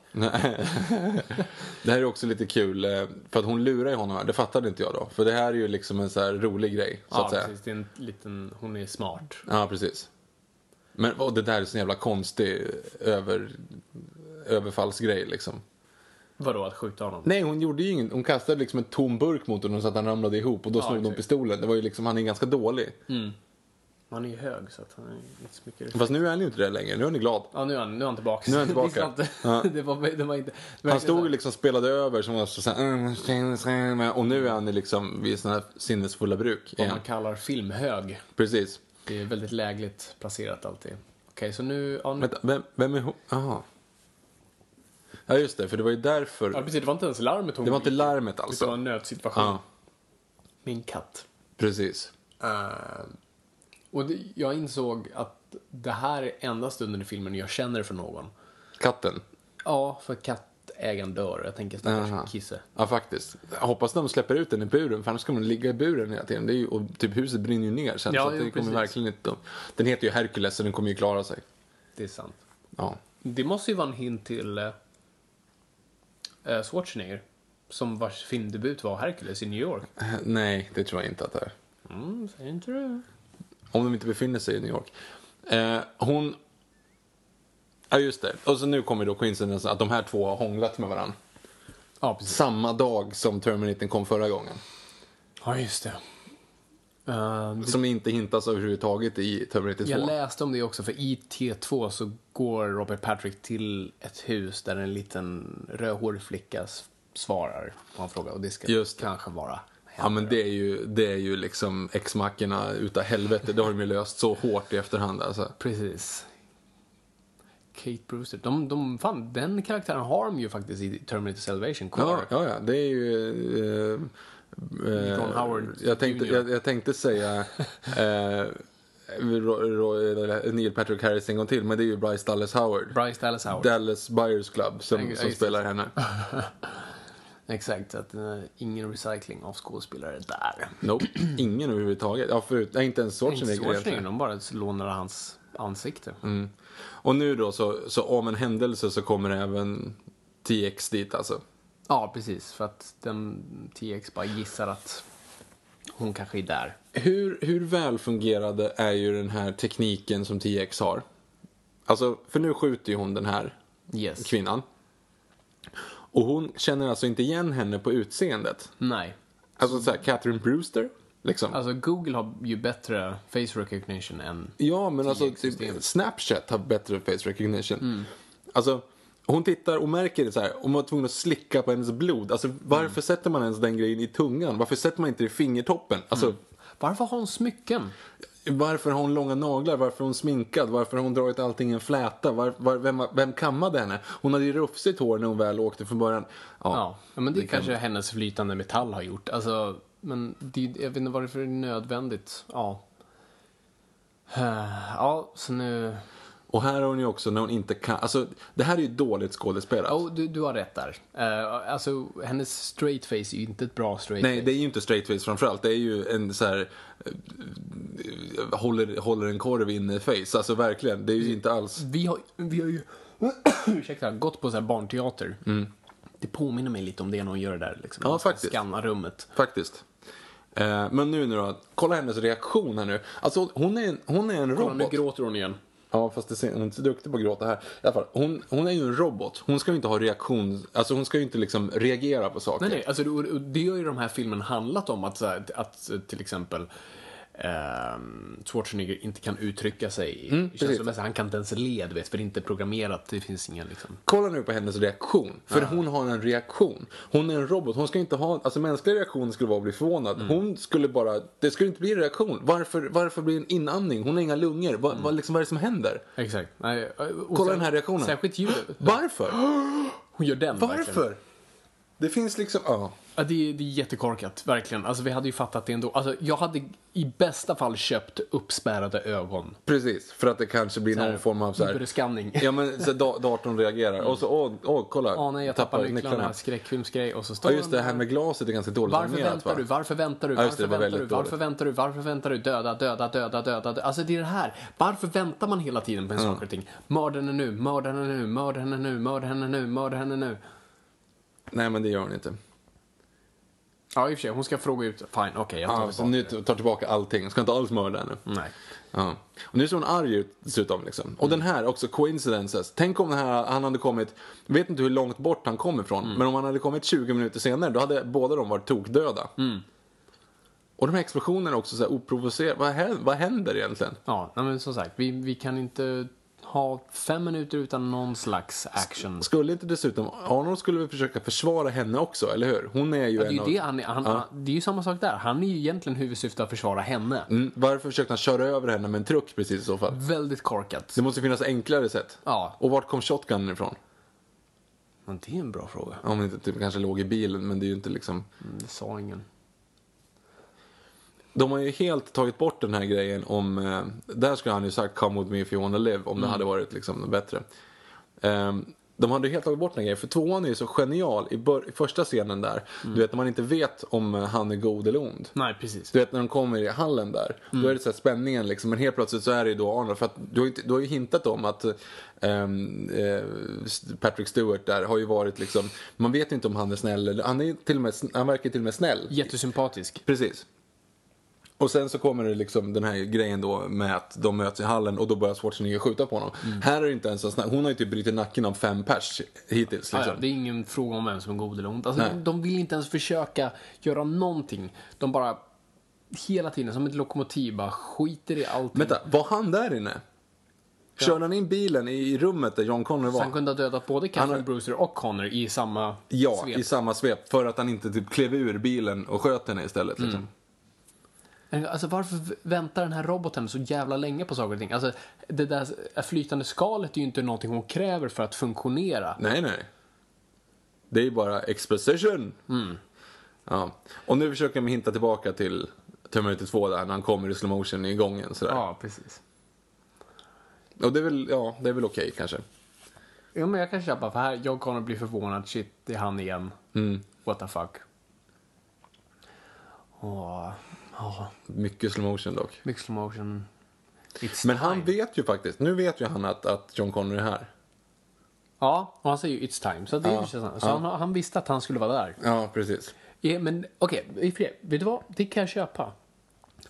A: Det här är också lite kul, eh, för att hon lurar ju honom här, det fattade inte jag då. För det här är ju liksom en så här rolig grej, så
B: ja,
A: att säga.
B: precis. Det är en liten, hon är smart.
A: Ja, precis. Men och det där är så jävla konstig över, överfallsgrej liksom.
B: Vadå, att skjuta honom?
A: Nej, hon gjorde ju inget. Hon kastade liksom en tom burk mot honom så att han ramlade ihop och då snodde hon
B: exakt.
A: pistolen. Det var ju liksom, han är ganska dålig.
B: Han är ju hög så att han är inte så mycket...
A: Fast nu är han ju inte det längre, nu är han ju glad.
B: Ja, nu är han, nu är han tillbaka.
A: Nu är han tillbaka.
B: det, inte,
A: Ja.
B: det, var, det var inte...
A: Han stod ju liksom och spelade över som var så "Mm, såhär, och nu är han ju liksom vid sina sinnesfulla bruk
B: vad
A: igen.
B: man kallar filmhög.
A: Precis.
B: Det är väldigt lägligt placerat alltid. Okej, så nu... Ja, nu
A: Vänta, vem, vem är hon? Jaha. Ja just det, för det var ju
B: ja,
A: därför.
B: precis. Det var inte ens larmet hon
A: Det var inte larmet
B: Det var
A: alltså.
B: en nödsituation.
A: Ja,
B: Min katt.
A: precis.
B: Eh, och det, jag insåg att det här är enda stunden i filmen jag känner för någon.
A: Katten.
B: Ja, för kattägaren dör. Jag tänker
A: Aha.
B: stackars Kisse.
A: Ja, faktiskt. Jag hoppas de släpper ut den i buren, för annars kommer den ligga i buren hela tiden. Det är ju, och typ huset brinner ju ner sen,
B: Ja,
A: så att
B: jo,
A: det kommer
B: precis.
A: verkligen inte... Den heter ju Hercules, så den kommer ju klara sig.
B: Det är sant.
A: Ja.
B: Det måste ju vara en hint till eh, eh, Schwarzenegger. Som vars filmdebut var Hercules i New York.
A: Eh, Nej, det tror jag inte att det är.
B: Mm, säger inte du?
A: Om de inte befinner sig i New York. Eh, hon... Ja, just det. Och så nu kommer då coincidensen att de här två har hånglat med varandra.
B: Ja, precis.
A: Samma dag som Terminator kom förra gången.
B: Ja, just det. Eh,
A: Som inte hintas överhuvudtaget i Terminator 2.
B: Jag läste om det också, för i T2 så går Robert Patrick till ett hus där en liten rödhårig flicka s- svarar på en fråga och det ska
A: Just det.
B: kanske vara
A: Ja men det är ju, det är ju liksom X-mackorna utav helvete. Det har de ju löst så hårt i efterhand alltså.
B: Precis. Kate Brewster. De, de, fan, den karaktären har de ju faktiskt i Terminator Salvation
A: Ja,
B: kvar.
A: ja, ja. det är ju... Eh, eh,
B: Ron Howard
A: jag tänkte,
B: Jr.
A: jag, jag tänkte säga eh, Ro- Ro- eller Neil Patrick Harris en gång till, men det är ju Bryce Dallas Howard.
B: Bryce Dallas Howard.
A: Dallas Buyers Club
B: Ja,
A: som,
B: just
A: som
B: det.
A: spelar henne.
B: Exakt, så att eh, ingen recycling av skådespelare där.
A: Nope, ingen överhuvudtaget. Ja, förut, nej, inte ens
B: Inte
A: Schwarzenegger
B: Schwarzenegger,
A: egentligen. Mm.
B: de bara lånar hans ansikte.
A: Och nu då, så, så om en händelse så kommer även TX dit alltså.
B: Ja, precis. För att den TX bara gissar att hon kanske är där.
A: Hur, hur väl fungerade är ju den här tekniken som TX har? Alltså, för nu skjuter ju hon den här
B: Yes.
A: kvinnan. Och hon känner alltså inte igen henne på utseendet.
B: Nej.
A: Alltså såhär, Catherine Brewster, liksom.
B: Alltså Google har ju bättre face recognition än...
A: ja, men alltså
B: TX-system.
A: typ, Snapchat har bättre face recognition.
B: Mm.
A: Alltså, hon tittar och märker det så här. och man var tvungen att slicka på hennes blod. Alltså, varför
B: Mm.
A: sätter man ens den grejen i tungan? Varför sätter man inte det i fingertoppen? Alltså,
B: Mm. Varför har hon smycken?
A: Varför har hon långa naglar? Varför är hon sminkad? Varför har hon dragit allting i en fläta? Var, var, vem, vem kammade henne? Hon hade ju rufsigt hår när hon väl åkte från början. Ja,
B: Ja, men det, kanske hennes flytande metall har gjort. Alltså, men det, jag vet inte varför det är nödvändigt. Ja. Eh, Ja, så nu...
A: Och här har hon ju också när hon inte kan, alltså det här är ju dåligt skådespelat.
B: Oh, du, du har rätt där. Eh, alltså, hennes straight face är ju inte ett bra straight
A: Nej,
B: face.
A: det är ju inte straightface framförallt. Det är ju en så här eh, eh, håller, håller en korv inne face. Alltså verkligen, det är ju inte alls.
B: Vi har, vi har ju ursäkta, gått på så här barnteater. Det påminner mig lite om det när hon gör det där. Liksom.
A: Mm. Ja,
B: Hon ska
A: faktiskt.
B: Skanna rummet.
A: Faktiskt. Eh, men nu nu då, kolla hennes reaktion här nu. Alltså hon är en, hon är en
B: Kolla, nu
A: robot.
B: gråter hon igen.
A: Ja, fast det ser, hon är inte så duktig på att gråta här. I alla fall, hon, hon är ju en robot. Hon ska ju inte ha reaktion, alltså hon ska ju inte liksom reagera på saker.
B: Nej, nej, alltså, och- och det har ju de här filmen handlat om att, så här, att eh, till exempel ehm, Schwarzenegger inte kan uttrycka sig. det känns
A: Mm, precis.
B: som att han kan inte ens le, du vet, för det är inte programmerat. Det finns ingen liksom...
A: Kolla nu på hennes reaktion. För hon har en reaktion. Hon är en robot. Hon ska inte ha... Alltså mänskliga reaktioner skulle vara att bli förvånad.
B: Mm.
A: Hon skulle bara... Det skulle inte bli en reaktion. Varför, varför blir det en inandning? Hon har inga lungor. Vad,
B: Mm.
A: vad, liksom, vad är det som händer?
B: Exakt. Nej, och
A: Kolla
B: sen-
A: den här reaktionen.
B: Särskilt ljudet.
A: Varför?
B: Hon gör den verkligen.
A: Varför? Det finns liksom... Ja.
B: Ja, det, är- det är jättekorkat, verkligen. Alltså, vi hade ju fattat det ändå. Alltså, jag hade i bästa fall köpt uppspärrade ögon.
A: Precis. För att det kanske blir
B: här,
A: någon form av så här...
B: Uberskanning.
A: Ja men så da, datorn reagerar. Och så, åh, åh kolla.
B: Åh nej, jag tappar, nycklarna. Skräckfilmsgrej. Och så står
A: Ja just det, det här
B: den
A: med glaset är ganska dåligt
B: där. varför
A: animerat,
B: väntar
A: va?
B: du? Varför väntar du?
A: Ja, just
B: Varför
A: det, det var
B: väntar du?
A: väldigt
B: Varför
A: dåligt.
B: väntar du? Varför väntar du? Döda, döda, döda, döda, döda. Alltså det är det här. Varför väntar man hela tiden på en saker och ting? Mörda henne nu, mörda henne nu, mörda henne nu, mörda henne nu, mörda henne nu.
A: Nej men det gör hon inte.
B: Ja, i och för sig, hon ska fråga ut. Fine, okej, jag tar
A: Ja, mm.
B: tillbaka
A: så nu
B: det.
A: tar tillbaka allting. Ska inte alls mörda henne.
B: Nej. Mm.
A: Ja. Och nu ser hon arg ut dessutom. Liksom. Och den här också, coincidences. Tänk om den här, han hade kommit, jag vet inte hur långt bort han kom ifrån,
B: Mm.
A: men om han hade kommit 20 minuter senare då hade båda de varit tokdöda.
B: Mm.
A: Och de här explosionerna också så här oprovocerade. Vad, hä- vad händer egentligen?
B: Ja, nej, men som sagt, vi, vi kan inte ha fem minuter utan någon slags action.
A: Skulle inte dessutom, Arnold skulle väl försöka försvara henne också, eller hur? Hon är ju
B: Det är
A: en
B: ju
A: av...
B: det, han, han, han, det är ju samma sak där. Han är ju egentligen huvudsyftet att försvara henne.
A: Mm, varför försökte han köra över henne med en truck precis i så fall?
B: Väldigt korkat.
A: Det måste finnas enklare sätt.
B: Ja.
A: Och vart kom shotgunen ifrån?
B: Men det är en bra fråga.
A: Om det inte typ, kanske låg i bilen, men det är ju inte liksom...
B: Mm, Det sa ingen.
A: De har ju helt tagit bort den här grejen om... Eh, där skulle han ju sagt “Come with me if you wanna live” om det hade varit liksom bättre. Ehm, de hade ju helt tagit bort den här grejen, för tvåan är ju så genial i, bör- i första scenen där. Du vet, när man inte vet om eh, han är god eller ond.
B: Nej, precis.
A: Du vet när de kommer i hallen där, då
B: Mm.
A: är det så här spänningen liksom. Men helt plötsligt så är det ju då Arnold. För att du har, inte, du har ju hintat om att ehm, eh, Patrick Stewart där har ju varit liksom, man vet inte om han är snäll eller, han, är ju till och med, sn- han verkar ju till och med snäll.
B: Jättesympatisk.
A: Precis. Och sen så kommer det liksom den här grejen då med att de möts i hallen och då börjar Schwarzenegger skjuta på honom.
B: Mm.
A: Här är det inte ens en snack, hon har ju typ brutit nacken av fem pers hittills.
B: Ja,
A: Liksom.
B: ja, Alltså, det är ingen fråga om vem som är god eller ont. Alltså,
A: Nej.
B: de, de vill inte ens försöka göra någonting. De bara hela tiden, som ett lokomotiv, bara skiter i allting.
A: Vänta, var han där inne? Körde han in bilen i- i rummet där John Connery
B: Så
A: var?
B: han kunde ha dödat både Catherine
A: har-
B: Brewster och Connor i samma
A: Ja,
B: svep.
A: i samma svep. För att han inte typ klev ur bilen och sköt henne istället. Liksom.
B: Mm. Men Alltså varför v- väntar den här roboten så jävla länge på saker och ting? Alltså det där s- flytande skalet är ju inte någonting hon kräver för att funktionera.
A: Nej, nej. Det är ju bara exposition.
B: Mm.
A: Ja. Och nu försöker de hinta tillbaka till Terminator 2 där när han kommer i slow motion i gången. Sådär.
B: Ja, precis.
A: Och det är väl, ja, det är väl okej kanske.
B: Jo men jag kan köpa för här, jag kommer bli förvånad, shit det är han igen.
A: Mm.
B: What the fuck. Åh, åh,
A: Mycket slow motion dock.
B: mycket slow motion. It's
A: Men han
B: time.
A: vet ju faktiskt, nu vet ju han att, att John Connery är här.
B: Ja, och han säger ju it's time. Så, det är ju så så han, han visste att han skulle vara där.
A: Ja, precis.
B: Ja, men okej, i och för sig, vet du vad? Det kan jag köpa.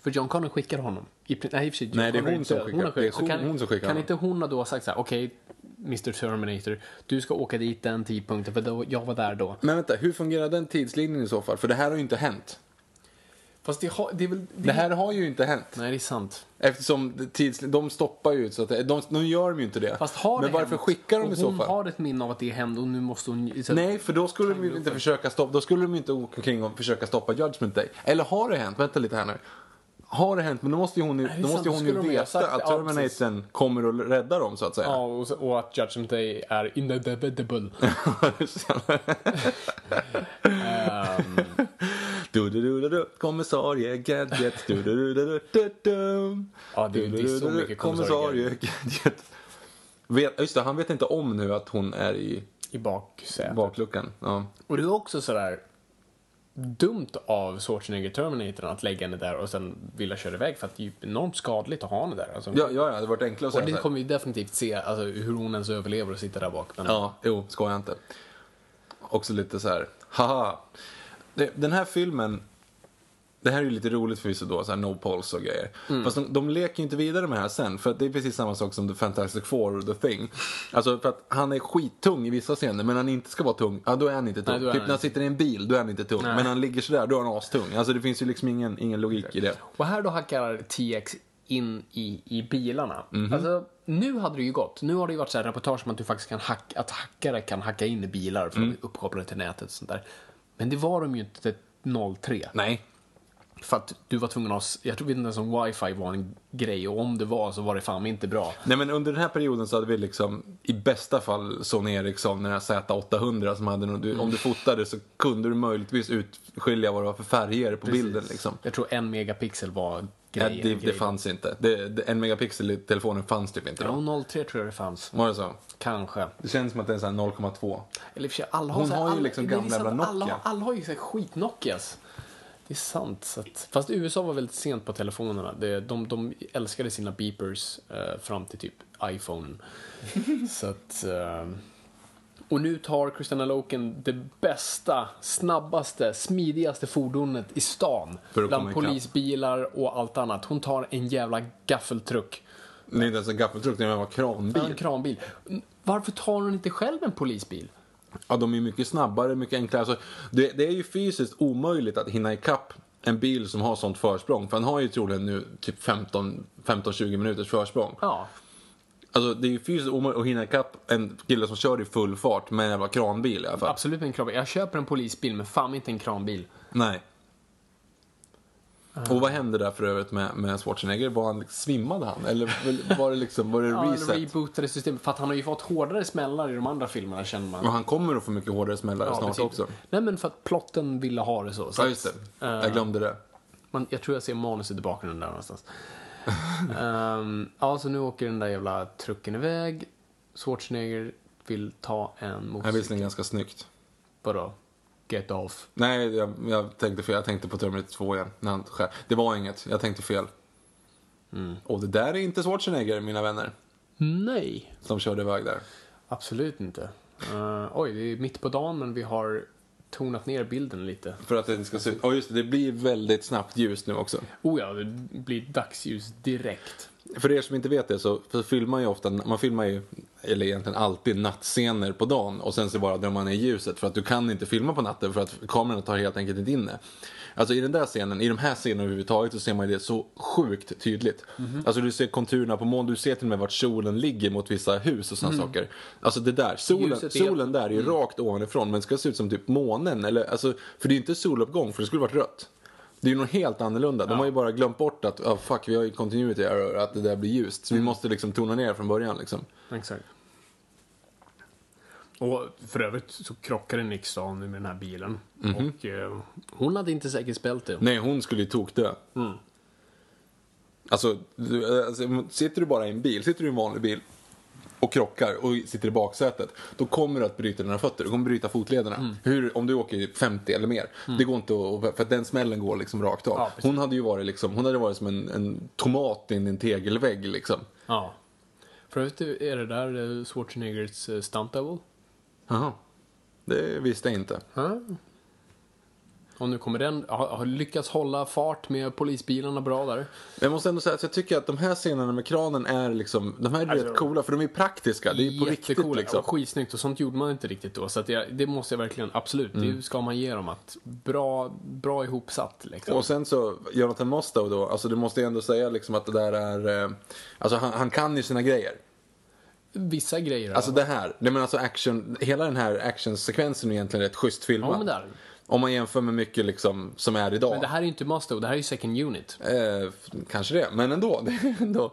B: För John Connor skickar honom. I, prin- nej, i och för sig, John
A: Nej, det är
B: Connor
A: hon som
B: död.
A: skickar-
B: har skickat-
A: det är
B: så kan,
A: hon som skickar
B: Kan
A: honom.
B: inte hon ha då sagt så här, okej, Mr Terminator, du ska åka dit den tidpunkten för då, jag var där då.
A: Men vänta, hur fungerar den tidslinjen i så fall? För det här har ju inte hänt.
B: Fast det, har, det är väl... Det,
A: Det här har ju inte hänt.
B: Nej, det är sant.
A: Eftersom det- tids, de stoppar ju ut så att det- de, de gör de ju inte det.
B: Fast har
A: Men
B: det
A: varför
B: hänt,
A: skickar de
B: och
A: i så
B: Hon
A: fall?
B: har ett minne av att det typ hände och nu måste hon... Så,
A: Nej, för då skulle de ju inte försöka stoppa, då skulle de ju inte åka omkring och försöka stoppa Judgment Day. Eller har det hänt? Vänta lite här nu. Har det hänt? Men då måste ju hon, ju-
B: det är
A: då måste
B: sant,
A: ju
B: då
A: hon ju
B: skulle de ju ha
A: veta
B: sagt
A: att
B: det. Ja, precis.
A: Terminatorn kommer och rädda dem så att säga.
B: Ja, och, så- och att Judgment Day är inevitable. ehm,
A: Du, du, du, du, du, kommissarie Gadget. Du, du, du, du, du, du, du.
B: Ja, det- det är så mycket kommissarie
A: Gadget. Vet, just det, han vet inte om nu att hon är i
B: i baksätet.
A: bakluckan. Ja.
B: Och det är också sådär dumt av Schwarzenegger Terminator att lägga henne där och sen vilja köra iväg för att det är ju enormt skadligt att ha henne där. Alltså,
A: Ja, ja, ja, det hade varit enklare att
B: och
A: säga
B: det
A: så här.
B: kommer vi definitivt se, alltså, hur hon ens överlever och sitter där bak. Men,
A: Ja, jo, skoja inte. Också lite så här, haha. Det- Den här filmen, det här är ju lite roligt förvisso då, så här no pulse och grejer.
B: Mm.
A: Fast de, de leker ju inte vidare med det här sen, för att det är precis samma sak som The Fantastic Four och The Thing. Alltså för att han är skittung i vissa scener, men han inte ska vara tung, ja då är han inte tung.
B: Nej, då är
A: typ
B: han
A: när han
B: inte.
A: sitter i en bil, då är han inte tung. Men när han ligger sådär, då är han astung. Alltså det finns ju liksom ingen, ingen logik i det.
B: Och här då hackar TX in i, i bilarna.
A: Mhm.
B: Alltså, nu hade det ju gått. Nu har det ju varit så här reportage om att du faktiskt kan hacka, att hackare kan hacka in i bilar
A: Mm.
B: för de är uppkopplade till nätet och sånt där. Men det var de ju inte 03.
A: Nej.
B: För att du var tvungen att ha, s- jag tror inte ens om wifi var en grej och om det var så var det fan inte bra.
A: Nej men under den här perioden så hade vi liksom i bästa fall Sony Ericsson, den här Z800 som hade någon,
B: Mm.
A: du, om du fotade så kunde du möjligtvis utskilja vad det var för färger på bilden liksom.
B: Jag tror en megapixel var
A: Ja,
B: grejen.
A: det, det fanns inte. Det, det, en megapixel i telefonen fanns typ inte då.
B: Ja, 03 tror jag det fanns.
A: Var det så?
B: Kanske.
A: Det känns som att det är så här 0,2.
B: Eller i och för sig, alla har
A: Hon
B: så här-
A: har ju
B: alla-
A: liksom
B: det är
A: gamla
B: sant,
A: jävla
B: Alla,
A: Nokia.
B: alla har ju så här skit-Nokias. Det är sant. Så att, fast USA var väldigt sent på telefonerna. Det, de, de älskade sina beepers eh, fram till typ iPhone. så att... Eh, och nu tar Christina Loken det bästa, snabbaste, smidigaste fordonet i stan.
A: För att komma
B: Bland
A: ikapp.
B: polisbilar och allt annat. Hon tar en jävla gaffeltruck.
A: Det är inte ens en gaffeltruck, det är en
B: Ja, En
A: kranbil.
B: kranbil. Varför tar hon inte själv en polisbil?
A: Ja, de är mycket snabbare, mycket enklare. Alltså, det, det är ju fysiskt omöjligt att hinna ikapp en bil som har sånt försprång. För han har ju troligen nu typ 15 15-20 minuters försprång.
B: Ja.
A: Alltså det är ju fysiskt omöjligt att hinna ikapp en kille som kör i full fart med en jävla kranbil i alla fall.
B: Absolut en kranbil. Jag köper en polisbil, men fan inte en kranbil.
A: Nej. Och vad hände där för övrigt med, med Schwarzenegger? Var han, liksom, svimmade han? Eller var det liksom, var det
B: Ja,
A: reset?
B: eller rebootade systemet. För att han har ju fått hårdare smällar i de andra filmerna, känner man.
A: och han kommer att få mycket hårdare smällar snart
B: precis.
A: också.
B: Nej, men för att plotten ville ha det så. så
A: Ja,
B: att,
A: just det.
B: eh,
A: Jag glömde det.
B: man, jag tror jag ser manuset i bakgrunden där någonstans. Ehm, ja, så nu åker den där jävla trucken iväg. Schwarzenegger vill ta en
A: Det är
B: motorcykel.
A: visserligen ganska snyggt.
B: Vadå? Get off.
A: Nej, jag, jag tänkte fel. Jag tänkte på Terminator 2 igen. När han skär. Det var inget. Jag tänkte fel.
B: Mm.
A: Och det där är inte Schwarzenegger, mina vänner.
B: Nej.
A: Som körde iväg där.
B: Absolut inte. Eh, oj, det är mitt på dagen, men vi har tonat ner bilden lite.
A: För att det ska se ut... Ja, just det. Det blir väldigt snabbt ljus nu också.
B: Oh ja, det blir dagsljus direkt.
A: För er som inte vet det så, så filmar ju ofta, man filmar ju, eller egentligen alltid nattscener på dagen och sen så bara drar man ner ljuset för att du kan inte filma på natten för att kamerorna tar helt enkelt inte in det. Alltså i den där scenen, i de här scenerna överhuvudtaget så ser man ju det så sjukt tydligt.
B: Mhm.
A: Alltså du ser konturerna på moln, du ser till och med vart solen ligger mot vissa hus och sådana saker. Alltså det där, solen,
B: Mhm. Ljuset är-
A: solen där är ju rakt ovanifrån men det ska se ut som typ månen eller, alltså, för det är ju inte soluppgång för det skulle varit rött. Det är ju något helt annorlunda. De har ju bara glömt bort att ah fuck, vi har ju continuity error, att det där blir ljust. Så vi måste liksom tona ner från början liksom.
B: Exakt. Och för övrigt så krockade Nick Stahl nu med den här bilen. Och eh, hon hade inte säkerhetsbälte.
A: Mhm. Nej, hon skulle ju tokdö. Mm. Alltså, du, alltså, sitter du bara i en bil, sitter du i en vanlig bil och krockar och sitter i baksätet, då kommer du att bryta dina fötter, du kommer bryta fotlederna.
B: Mm.
A: Hur, om du åker i 50 eller mer, det går inte att, för att den smällen går liksom rakt av.
B: Ja, precis.
A: hon hade ju varit liksom, hon hade varit som en, en tomat in i en tegelvägg liksom.
B: Ja. För övrigt är det där eh, Schwarzeneggers eh, stunt double.
A: Jaha, det visste jag inte.
B: Och nu kommer den, har, har lyckats hålla fart med polisbilarna bra där.
A: Men jag måste ändå säga att jag tycker att de här scenerna med kranen är liksom, de här är
B: Alltså,
A: rätt coola för de är praktiska. Det är på riktigt
B: Jättecoola
A: liksom.
B: och skitsnyggt och sånt gjorde man inte riktigt då. Så att det, det måste jag verkligen, absolut,
A: Mm.
B: det ska man ge dem att bra, bra ihopsatt liksom.
A: Och sen så, Jonathan Mostow då, alltså du måste ju ändå säga liksom att det där är, eh, alltså han, han kan ju sina grejer.
B: Vissa grejer.
A: Alltså det här, nej men alltså action, hela den här actionsekvensen är egentligen rätt schysst
B: Ja,
A: filmad.
B: men där.
A: Om man jämför med mycket liksom som är idag.
B: Men det här är ju inte Musto, det här är ju second unit.
A: Eh, f- kanske det, men ändå. Det är ändå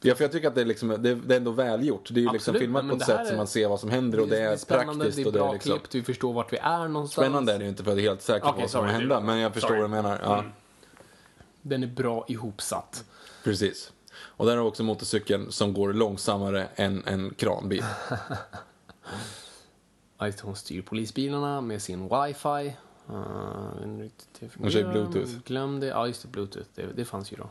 A: ja, för jag tycker att det är, liksom, det, är- det är ändå välgjort. Det är ju liksom
B: Absolut,
A: filmat
B: men
A: på ett
B: det
A: sätt
B: här
A: som
B: är-
A: man ser vad som händer och det är, praktiskt.
B: det är
A: och det
B: bra
A: är liksom...
B: klippt, vi förstår vart vi är någonstans.
A: Spännande är det ju inte för jag är helt säker på
B: Okej,
A: vad som kommer
B: sorry, Mm.
A: hända.
B: du-
A: Men jag förstår
B: sorry.
A: vad du menar. Ja,
B: Den är bra ihopsatt.
A: Precis. Och där har vi också motorcykeln som går långsammare än en kranbil.
B: Att hon styr polisbilarna med sin wifi. Uh, vet inte riktigt hur det
A: Och så är det
B: fungerar,
A: Bluetooth.
B: men Glöm det. Ja, just det. Bluetooth. Det, det fanns ju då.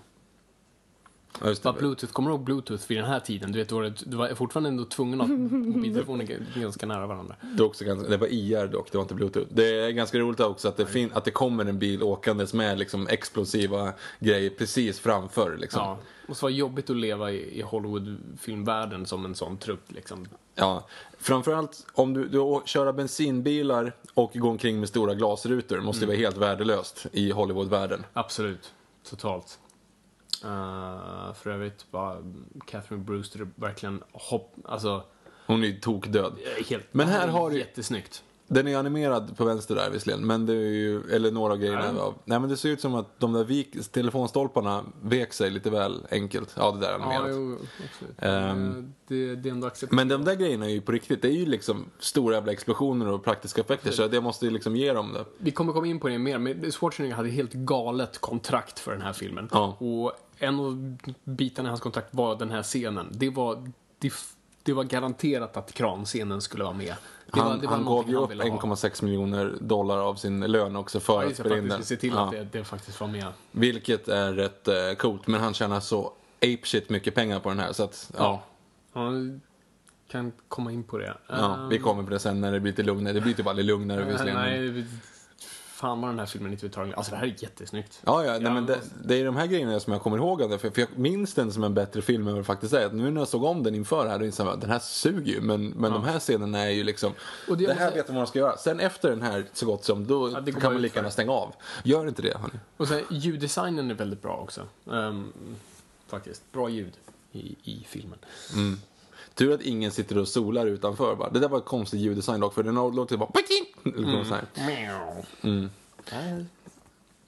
A: Ja, just
B: Bara
A: det.
B: Bluetooth. Kommer du ihåg Bluetooth vid den här tiden? Du vet, du var, du var fortfarande ändå tvungen att ha mobiltelefoner g- ganska nära varandra.
A: Det, är också ganska, det var IR dock, det var inte Bluetooth. Det är ganska roligt också att det, fin- att det kommer en bil åkandes med liksom explosiva grejer precis framför. Liksom.
B: Ja. Och så var det jobbigt att leva i, i Hollywood-filmvärlden som en sån trupp liksom.
A: Ja, framförallt om du, du å- köra bensinbilar och gå omkring med stora glasrutor
B: Mm.
A: måste ju vara helt värdelöst i Hollywoodvärlden.
B: Absolut. Totalt. Eh, för övrigt var Catherine Brewster verkligen hopp... Alltså,
A: Hon är ju tokdöd.
B: eh, helt...
A: Men här har du-
B: Jättesnyggt.
A: Den är animerad på vänster där visserligen, men det är ju, eller några av grejerna.
B: Ja.
A: Ja. Nej men det ser ut som att de där vik- telefonstolparna vek sig lite väl enkelt. Ja, det där är
B: Ja,
A: animerat.
B: jo, absolut.
A: Ehm.
B: Eh, det, det är ändå accepterat.
A: men de där grejerna är ju på riktigt. Det är ju liksom stora jävla explosioner och praktiska effekter, så det måste ju liksom ge dem det.
B: Vi kommer komma in på det mer, men Schwarzenegger hade helt galet kontrakt för den här filmen.
A: Ja.
B: Och en av bitarna i hans kontrakt var den här scenen. Det var, det, f- det var garanterat att kranscenen skulle vara med. Det
A: Han,
B: var, det var
A: han gav
B: någonting
A: ju upp
B: ville ha.
A: 1,6 miljoner dollar av sin lön också för
B: Ja,
A: att
B: just det, för
A: spela
B: att
A: in
B: vi
A: den.
B: skulle se till
A: Ja.
B: att det, det faktiskt var med.
A: Vilket är rätt eh, coolt, men han tjänar så apeshit mycket pengar på den här så att, ja.
B: Ja, kan komma in på det.
A: ja vi kommer på det sen när det blir lite lugnare. Det blir typ aldrig lugnare visserligen. men-
B: Eh, Nej, vi- fan vad den här filmen inte vill ta Alltså det här är jättesnyggt.
A: Ja, ja, nej, men det, det är de här grejerna som jag kommer ihåg av det, för, för jag minns den som en bättre film än vad det faktiskt är. Att Nu när jag såg om den inför här, då insåg jag att den här suger ju, men, men de här scenerna är ju liksom,
B: Och
A: det,
B: det jag
A: här
B: måste-
A: vet de vad de ska göra. Sen efter den här, så gott som, då
B: Ja, det går
A: kan
B: bara
A: man lika
B: utför.
A: gärna stänga av. Gör inte det, hörni.
B: Och sen ljuddesignen är väldigt bra också. Ehm, faktiskt. Bra ljud i, i filmen.
A: Mm. Tur att ingen sitter och solar utanför bara. Det där var ett konstigt ljuddesign dock, för den låter bara...
B: Mm.
A: Liksom så här.
B: Meow.
A: Mm.
B: Det här-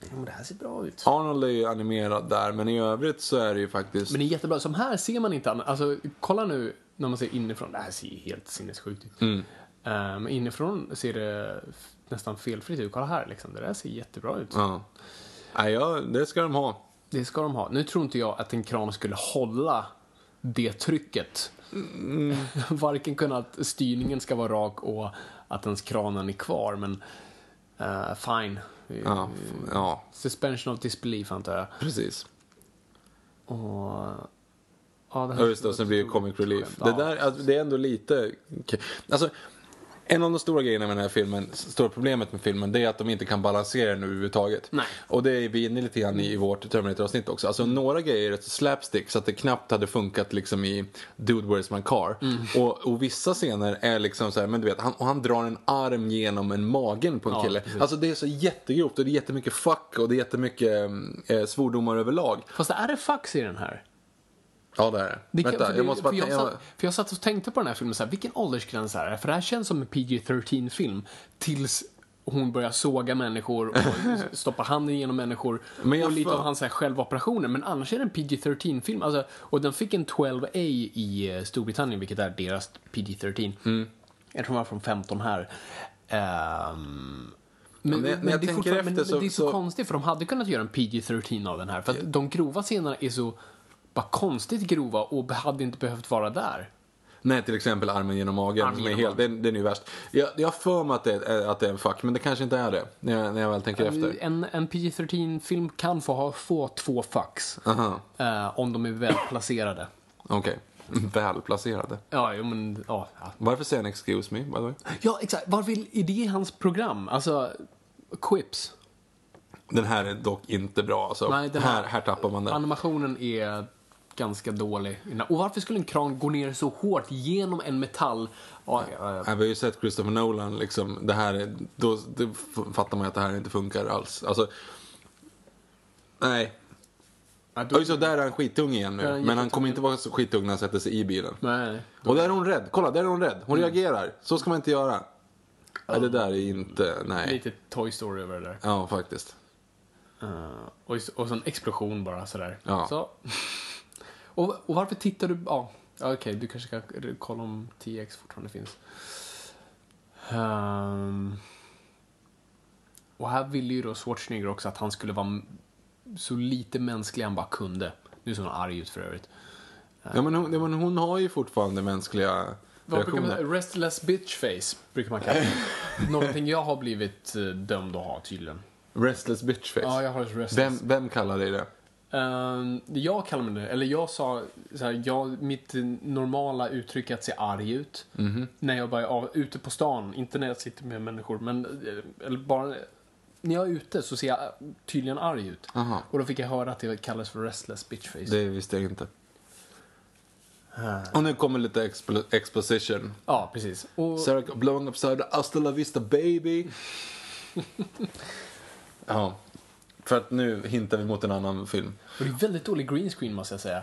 B: ja, men Det här ser bra ut.
A: Arnold är ju animerad där, men i övrigt så är det ju faktiskt...
B: Men det är jättebra. Som här ser man inte annat. Alltså, kolla nu när man ser inifrån. Det här ser ju helt sinnessjukt ut.
A: Mm.
B: Ehm, inifrån ser det f- nästan felfritt ut. Kolla här liksom. Det där ser jättebra ut.
A: Ja. Nej, ja, det ska de ha.
B: Det ska de ha. Nu tror inte jag att en kran skulle hålla det trycket. Varken kunna att styrningen ska vara rak och att ens kranen är kvar, men eh, fine.
A: Ja, f- ja
B: Suspension of disbelief antar jag.
A: precis.
B: Och... Ja, det
A: Ja, just det, och sen blir det comic relief.
B: Ja.
A: Det där, alltså, det är ändå lite... Alltså, en av de stora grejerna med den här filmen, stora problemet med filmen, det är att de inte kan balansera den överhuvudtaget.
B: Nej. Mm.
A: Och det är vi inne lite grann i i vårt Terminator-avsnitt också. Alltså några grejer är så slapstick så att det knappt hade funkat liksom i Dude Where's My Car.
B: Mm.
A: Och, och vissa scener är liksom så här, men du vet, han, och han drar en arm genom en magen på en
B: Ja,
A: kille.
B: precis.
A: Alltså det är så jättegrovt och det är jättemycket fuck och det är jättemycket mm, eh, svordomar överlag.
B: Fast är det fax i den här?
A: Ja det är det.
B: Det kan-
A: Vänta,
B: för det-
A: jag måste bara
B: för jag,
A: tänka-
B: satt, för jag satt och tänkte på den här filmen så här, vilken åldersgräns är det? För det här känns som en PG-13-film tills hon börjar såga människor och stoppa handen genom människor
A: Men jag
B: och lite
A: för-
B: av hans så här självoperationer. Men annars är det en PG-13-film. Alltså, och den fick en 12A i eh, Storbritannien, vilket är deras PG-13.
A: Mm.
B: Jag tror den var från 15 här. Ehm, men,
A: när jag
B: men, det
A: tänker
B: är fortfarande- men,
A: efter så-
B: men det är så,
A: så-
B: konstigt för de hade kunnat göra en PG-13 av den här för att de grova scenerna är så bara konstigt grova och hade inte behövt vara där.
A: Nej, till exempel armen genom magen.
B: Armen
A: som är
B: genom
A: helt, den, den är ju värst. Jag, jag har för mig att det, är, att det är en fuck, men det kanske inte är det. När jag, när jag väl tänker efter.
B: Äh, En, en PG-13-film kan få, ha, få två fax
A: Aha,
B: eh, om de är väl placerade.
A: okej. Välplacerade.
B: Ja, jo, men ja. ja.
A: Varför säger han excuse me, by the way?
B: Ja, exakt. Varför är det hans program? Alltså, quips.
A: Den här är dock inte bra alltså.
B: Nej, den
A: här,
B: här-
A: här tappar man den.
B: Animationen är ganska dålig. Och varför skulle en kran gå ner så hårt genom en metall? Ja, ja, ja.
A: Ja, Äh, vi har ju sett Christopher Nolan, liksom, det här, är- då, då f- fattar man ju att det här inte funkar alls. Alltså, nej.
B: Ja,
A: Och
B: då-
A: så där är han skitung igen nu.
B: Där är han
A: men han
B: jättetung.
A: kommer inte vara så skitung när han sätter sig i bilen.
B: Nej. Mm.
A: Och där är hon rädd. Kolla, där är hon rädd. Hon reagerar. Så ska man inte göra. Nej, det där är inte... Nej.
B: Lite Toy Story över det där.
A: Ja, faktiskt.
B: Eh, och, s- och så en explosion bara sådär.
A: Ah. Ja.
B: Så. Och, och varför tittar du... Ja, ja, okej, du kanske ska r- kolla om 10x fortfarande finns. Ehm. och här ville ju då Schwarzenegger också att han skulle vara m- så lite mänsklig han bara kunde. Nu ser hon arg ut för övrigt.
A: Ja, men hon, ja, men hon har ju fortfarande mänskliga
B: Vad brukar man,
A: reaktioner.
B: restless bitch face brukar man kalla det. Någonting jag har blivit eh, dömd att ha tydligen.
A: Restless bitch face.
B: Ja, jag har ett restless.
A: vem, vem kallar dig det?
B: Ehm, jag kallar mig det, eller jag sa så här, jag, mitt normala uttryck är att se arg ut.
A: Mhm.
B: När jag bara är av, ute på stan, inte när jag sitter med människor, men eh, eller bara när jag är ute så ser jag tydligen arg ut.
A: Aha.
B: Och då fick jag höra att det kallas för restless bitch face.
A: Det visste jag inte. Och nu kommer lite expo- exposition.
B: Ja, precis. Och,
A: Sarah blowing upside hasta la vista baby. ja, för att nu hintar vi mot en annan film.
B: och det är väldigt dålig green screen måste jag säga.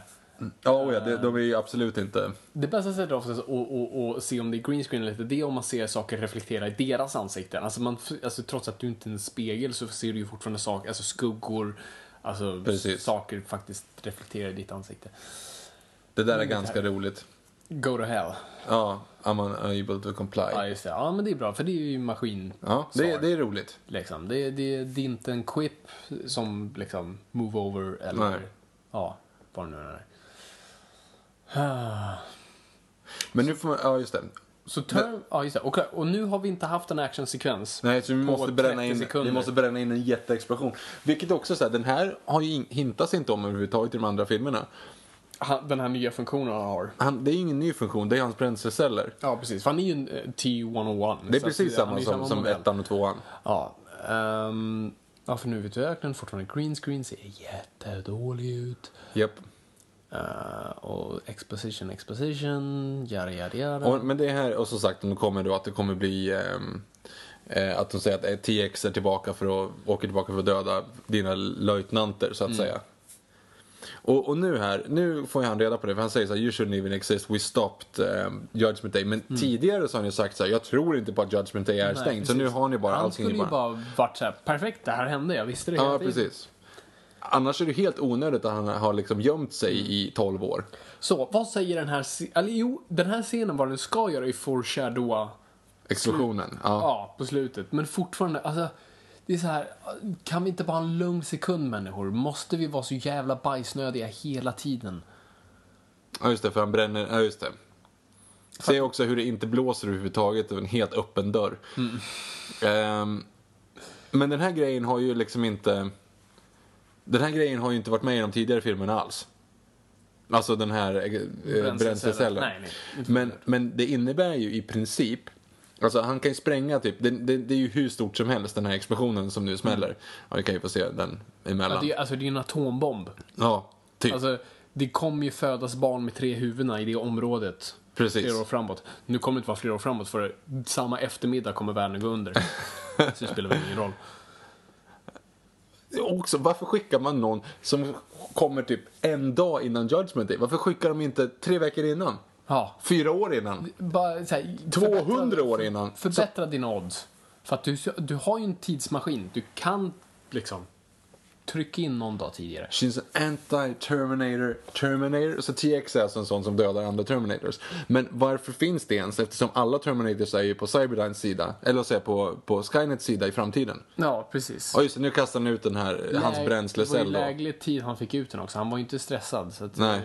A: Ja, oh, ja det, de är ju absolut inte...
B: Det bästa sättet oftast att och, och, och se om det är green screen eller inte, det är om man ser saker reflektera i deras ansikten. Alltså, man, alltså trots att du inte är en spegel så ser du ju fortfarande saker, alltså skuggor, alltså
A: Precis.
B: saker faktiskt reflekterar i ditt ansikte.
A: Det där är ganska roligt.
B: Go to hell.
A: Ja, I'm unable to
B: Ja,
A: comply.
B: just det. Ja, men det är bra, för det är ju maskin.
A: Ja, det, det är roligt.
B: Liksom. Det, det, det är inte en quip som liksom move over eller...
A: Nej.
B: Ja, vad det nu är.
A: Men nu får man... Ja, just det.
B: Så turn, ja, just det. Och, och nu har vi inte haft en actionsekvens.
A: Nej, så vi
B: på
A: måste, bränna
B: 30
A: in, vi
B: sekunder.
A: måste bränna in en jätteexplosion. Vilket också så här, den här har ju in, hintas inte om överhuvudtaget i de andra filmerna.
B: Han- Den här nya funktionen han har.
A: Han, det är ju ingen ny funktion, det är hans bränsleceller.
B: Ja, precis. För han är ju en eh, T101.
A: Det är
B: så
A: precis
B: att, han är
A: samma
B: ju
A: som, som
B: modell.
A: ettan och tvåan.
B: Ja. ehm, ja, för nu vet vi öknen. Fortfarande green screen. Ser jättedålig ut.
A: Japp.
B: Eh, och exposition, exposition. Yada, yada, yada.
A: Och, men det här, och som sagt, de kommer då att det kommer bli ehm, eh, att de säger att eh, TX är tillbaka för att, åker tillbaka för att döda dina löjtnanter,
B: Mm.
A: så att säga. Och, och nu här, nu får han reda på det, för han säger så här, you shouldn't even exist, we stopped ehm, Judgment Day. Men tidigare så har han ju sagt så här, jag tror inte på att Judgment Day är
B: Mm. Nej,
A: stängd, så nu
B: precis.
A: har ni bara
B: Han
A: allting
B: skulle
A: i
B: ju
A: bara.
B: bara varit såhär, perfekt det här hände, jag visste det
A: Ja,
B: hela tiden."
A: precis. Annars är det helt onödigt att han har liksom gömt sig
B: Mm.
A: i 12 år.
B: Så, vad säger den här, sc- eller jo, den här scenen vad den ska göra i foreshadowa
A: Explosionen. Ja.
B: Ja, på slutet. Men fortfarande, alltså. Det är så här, kan vi inte bara ha en lugn sekund människor? Måste vi vara så jävla bajsnödiga hela tiden?
A: ja, just det, för han bränner. Ja, just det. Se också hur det inte blåser överhuvudtaget över en helt öppen dörr.
B: Mm.
A: Ehm, men den här grejen har ju liksom inte... Den här grejen har ju inte varit med i de tidigare filmerna alls. Alltså den här eh,
B: Bränslecellen.
A: bränslecellen.
B: Nej, nej, inte
A: men, men det innebär ju i princip, alltså han kan ju spränga typ, det, det, det är ju hur stort som helst den här explosionen som nu smäller. Ja, vi kan ju få se den emellan.
B: Att Mm. det, alltså det är en atombomb.
A: Ja, typ.
B: Alltså, det kommer ju födas barn med tre huvuden i det området.
A: Precis.
B: Flera år framåt. Nu kommer det inte vara flera år framåt för samma eftermiddag kommer världen gå under. Så det spelar väl ingen roll.
A: Också, varför skickar man någon som kommer typ en dag innan Judgment Day? Varför skickar de inte tre veckor innan?
B: Ja.
A: Fyra år innan?
B: Bara, så här,
A: 200 år innan?
B: Förbättra dina odds. För att du, du har ju en tidsmaskin. Du kan liksom trycka in någon dag tidigare.
A: She's an anti-Terminator Terminator. Så TX är alltså en sån som dödar andra Terminators. Men varför finns det ens? Eftersom alla Terminators är ju på Cyberdynes sida. Eller vad säger jag, på, på Skynets sida i framtiden.
B: Ja, precis.
A: Ja just det, nu kastar han ut den här, hans
B: Läg-
A: bränslecell
B: Det var ju
A: då.
B: läglig tid han fick ut den också. Han var ju inte stressad. Så att
A: Nej.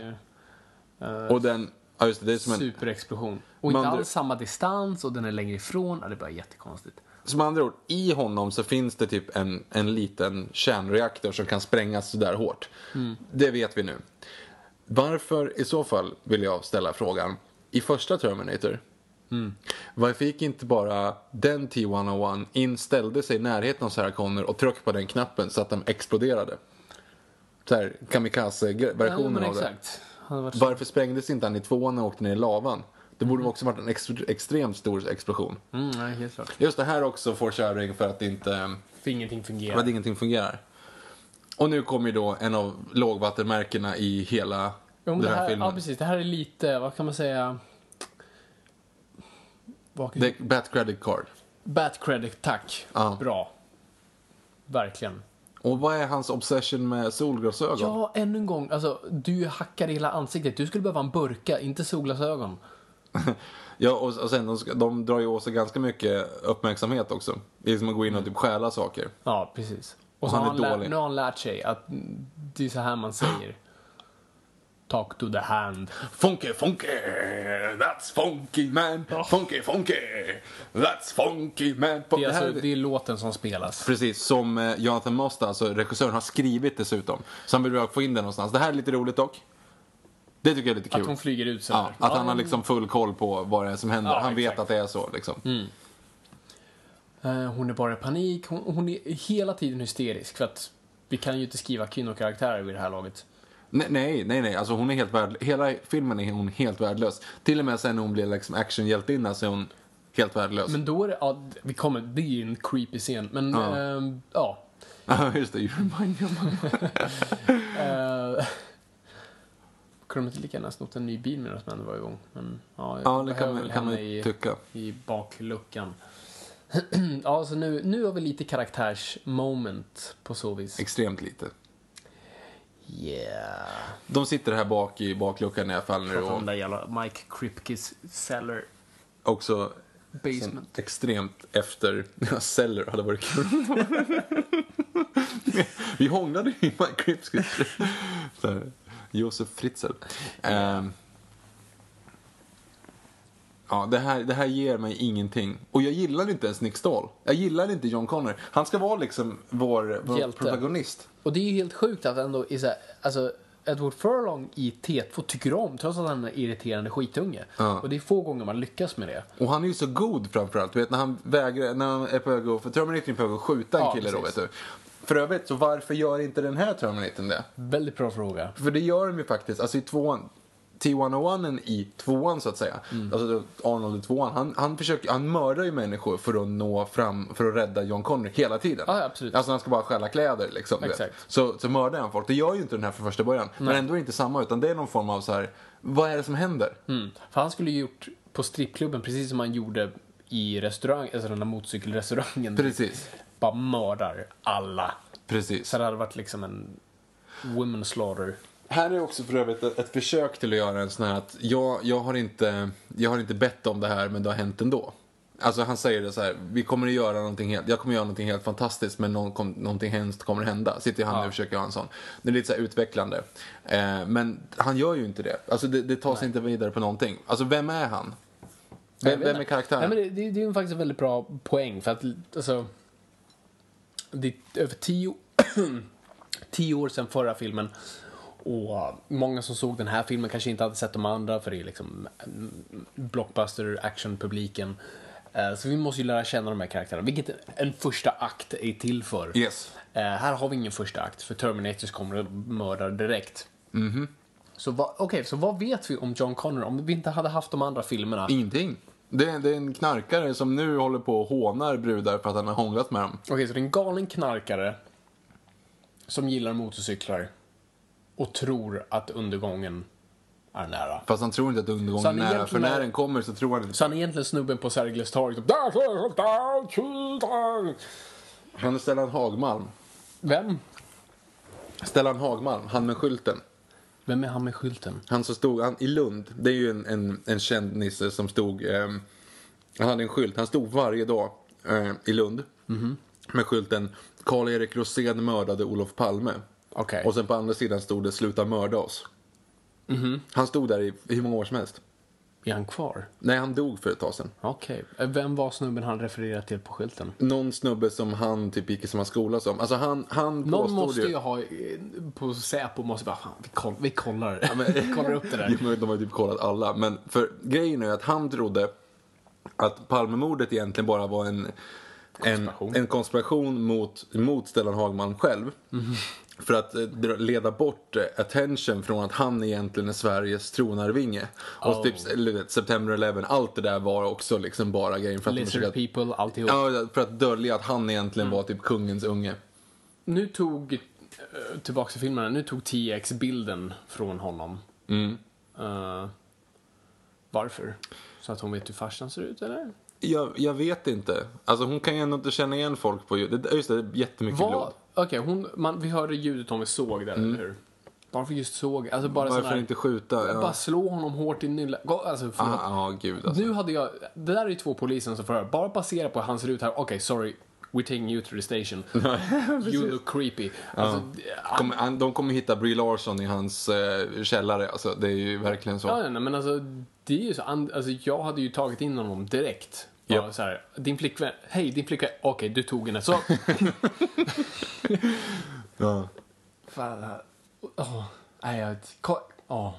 B: Det är ju
A: Och den, ja just det, det är som en...
B: superexplosion. Och
A: Man
B: inte
A: undrar-
B: alls samma distans och den är längre ifrån. Ja, det är bara jättekonstigt.
A: Som andra ord, i honom så finns det typ en, en liten kärnreaktor som kan sprängas sådär hårt.
B: Mm.
A: Det vet vi nu. Varför, i så fall, vill jag ställa frågan, i första Terminator,
B: Mm.
A: varför gick inte bara den T-101 in, ställde sig i närheten av Sarah Connor och tryckte på den knappen så att de exploderade? Så här,
B: Ja,
A: kamikaze-versionen
B: men
A: av det.
B: exakt. Han hade varit...
A: Varför sprängdes inte han i tvåan och åkte ner i lavan? Det borde också varit en ex- extremt stor explosion.
B: mm, nej, helt klart.
A: Just det här också foreshadowing för att inte
B: För ingenting fungerar.
A: för att ingenting fungerar. Och nu kommer ju då en av lågvattenmärkena i hela
B: Jo, men
A: den
B: det
A: här,
B: här,
A: filmen.
B: ja, precis. Det här är lite, vad kan man säga? Vad-
A: Det är Bat Credit Card.
B: Bat credit, tack.
A: Ja.
B: Bra. Verkligen.
A: Och vad är hans obsession med solglasögon?
B: Ja, ännu en gång. Alltså, du hackar i hela ansiktet. Du skulle behöva en burka, inte solglasögon.
A: Ja, och, och sen de, ska- de drar ju åt sig ganska mycket uppmärksamhet också. Det är som att gå in och typ stjäla saker.
B: Ja, precis. Och
A: Och
B: så
A: han
B: han
A: är
B: har han lä-
A: dålig.
B: nu har han lärt sig att mm, det är så här man säger. Talk to the hand.
A: Funky, funky, that's funky man. Funky, funky, that's funky man.
B: Det är, alltså,
A: här-
B: det är låten som spelas.
A: Precis, som eh, Jonathan Mosta, alltså regissören, har skrivit dessutom. Så han vill bara få in den någonstans. Det här är lite roligt dock. Det tycker jag är lite kul.
B: Att hon flyger ut
A: ja,
B: sådär.
A: att han har liksom full koll på vad det är som händer.
B: Ja,
A: han vet
B: exakt. Mm.
A: att det är så liksom.
B: Eh, Hon är bara i panik. Hon, hon är hela tiden hysterisk. För att vi kan ju inte skriva kvinnokaraktärer vid det här laget.
A: Nej, nej, nej, nej. Alltså hon är helt värd... Hela filmen är hon helt värdelös. Till och med sen när hon blir liksom actionhjältinna så är hon helt värdelös.
B: Men då är det, ja, vi kommer, det är ju en creepy scen. Men
A: Ja.
B: ehm, ja.
A: Ja, just det. You remind me of my...
B: Eh, Kunde de inte lika gärna snott en ny bil medan man var igång? Men, ja,
A: Ja,
B: jag
A: det
B: behöver
A: kan man,
B: väl
A: kan man
B: henne
A: ju
B: i,
A: tycka.
B: i bakluckan. ja, så nu, nu har vi lite karaktärsmoment på så vis.
A: Extremt lite.
B: Yeah.
A: De sitter här bak i bakluckan i alla fall nu
B: Pratar om
A: och
B: den där jävla Mike Kripkes cellar
A: också
B: basement.
A: Sen Extremt efter Seller hade varit kul. Vi hånglade ju i My Crips Så här, Josef Fritzl. Ehm. ja, det här, det här ger mig ingenting. Och jag gillar inte ens Nick Stahl. Jag gillar inte John Connor. Han ska vara liksom vår, vår
B: Hjälte.
A: protagonist.
B: Och det är ju helt sjukt att ändå är så här, alltså Edward Furlong i T2 tycker om trots att han är en irriterande skitunge.
A: Ja.
B: Och det är få gånger man lyckas med det.
A: Och han är ju så god framförallt. Du vet när han vägrar, när han är på väg att, för Terminator är på väg att skjuta en
B: Ja,
A: kille då vet
B: precis.
A: du. För övrigt, så varför gör inte den här Terminatorn det?
B: Väldigt bra fråga.
A: För det gör de ju faktiskt, alltså i tvåan. T101 i tvåan så att säga.
B: Mm.
A: Alltså då Arnold i tvåan. Han, han, försöker, han mördar ju människor för att nå fram, för att rädda John Connery hela tiden.
B: Ja, ja, absolut.
A: Alltså han ska bara stjäla kläder liksom. du vet.
B: Exakt.
A: Så, så mördar han folk. Det gör ju inte den här från första början. Men ändå är det inte samma utan det är någon form av så här. vad är det som händer?
B: Mm. För han skulle ju gjort på strippklubben precis som han gjorde i restaurang, alltså den där motorcykelrestaurangen.
A: Precis.
B: Bara mördar alla.
A: Precis.
B: Så det hade varit liksom en women slaughter.
A: Här är också för övrigt ett, ett försök till att göra en sån här att jag, jag, har inte, jag har inte bett om det här men det har hänt ändå. Alltså han säger det så här, vi kommer att göra någonting helt, jag kommer att göra någonting helt fantastiskt men någon, kom, någonting hemskt kommer att hända. Sitter han och försöker göra en sån. Det är lite så här utvecklande. Eh, men han gör ju inte det. Alltså det, det tar sig inte vidare på någonting. Alltså vem är han? Vem, vem är
B: Nej,
A: karaktären?
B: men det, det, det är ju faktiskt en väldigt bra poäng för att alltså, det är över tio, tio år sedan förra filmen och många som såg den här filmen kanske inte hade sett de andra för det är liksom mm, blockbuster actionpubliken. Eh, Så vi måste ju lära känna de här karaktärerna, vilket en första akt är till för.
A: Yes.
B: Eh, här har vi ingen första akt, för Terminators kommer och mördar direkt.
A: Mhm.
B: Så, vad- okej, så vad vet vi om John Connor om vi inte hade haft de andra filmerna?
A: Ingenting. Det, är- det är en knarkare som nu håller på och hånar brudar för att han har hånglat med dem.
B: Okej, så det är en galen knarkare som gillar motorcyklar och tror att undergången är nära.
A: Fast han tror inte att
B: Så han
A: undergången
B: är
A: är nära, för
B: egentligen-
A: när den kommer så tror han inte
B: Så han är egentligen snubben på Sergels torg. typ, "Där står jag, där, tjutar."
A: Han är Stellan Hagmalm.
B: Vem?
A: Stellan Hagmalm, han med skylten.
B: Vem är han med skylten?
A: Han som stod han, i Lund, det är ju en, en, en känd nisse som stod, ehm, han hade en skylt, han stod varje dag eh, i Lund
B: Mhm.
A: med skylten Karl-Erik Rosén mördade Olof Palme.
B: Okej.
A: Och sen på andra sidan stod det Sluta mörda oss.
B: Mhm.
A: Han stod där i hur många år som helst.
B: Är han kvar?
A: Nej, han dog för ett tag sedan.
B: Okej. Eh, Vem var snubben han refererar till på skylten?
A: Någon snubbe som han typ gick i samma skola som. Alltså han, han
B: Någon
A: påstod
B: måste ju ha, eh, på Säpo måste bara, fan vi, koll, vi kollar, vi kollar upp det
A: Jo,
B: där.
A: men de har ju typ kollat alla. Men för grejen är ju att han trodde att Palmemordet egentligen bara var en konspiration, en, en konspiration mot, mot Stellan Hagman själv.
B: Mhm.
A: För att eh, dra- leda bort eh, attention från att han egentligen är Sveriges tronarvinge. Och typ
B: Oh.
A: eller, du vet, September 11, allt det där var också liksom bara grejen för att, de
B: Lizard
A: försökte-
B: people, Mm. alltihop.
A: ja, för att dölja att han egentligen var typ kungens unge.
B: Nu tog, eh, tillbaka till filmerna, nu tog TX bilden från honom.
A: Mm.
B: Eh, varför? Så att hon vet hur farsan ser ut eller?
A: Jag, jag vet inte. Alltså hon kan ju ändå inte känna igen folk på ljud. det- Just det, det är jättemycket blod.
B: Vad? Okej, hon, man, vi hörde ljudet om vi såg där, eller hur? Varför just såg, alltså bara sån
A: Mm. Varför
B: här,
A: inte skjuta? Ja.
B: Bara slå honom hårt i nyllen. Gå- Alltså förlåt.
A: Ah, ah, gud, alltså.
B: Nu hade jag, det där är ju två polisen som får höra. Bara basera på hur han ser ut här, okej sorry, We're taking you to the station. you look creepy. Alltså, ja.
A: Kommer- han- de kommer hitta Brie Larson i hans eh, källare. Alltså, det är ju verkligen så.
B: Ja, ja, nej, men alltså, det är ju så. And, alltså, jag hade ju tagit in honom direkt. Bara
A: Ja.
B: så här, din flickvän, hej din flickvän, okej du tog henne. Så,
A: Ja.
B: fan, äh, åh, nej jag, ko- åh.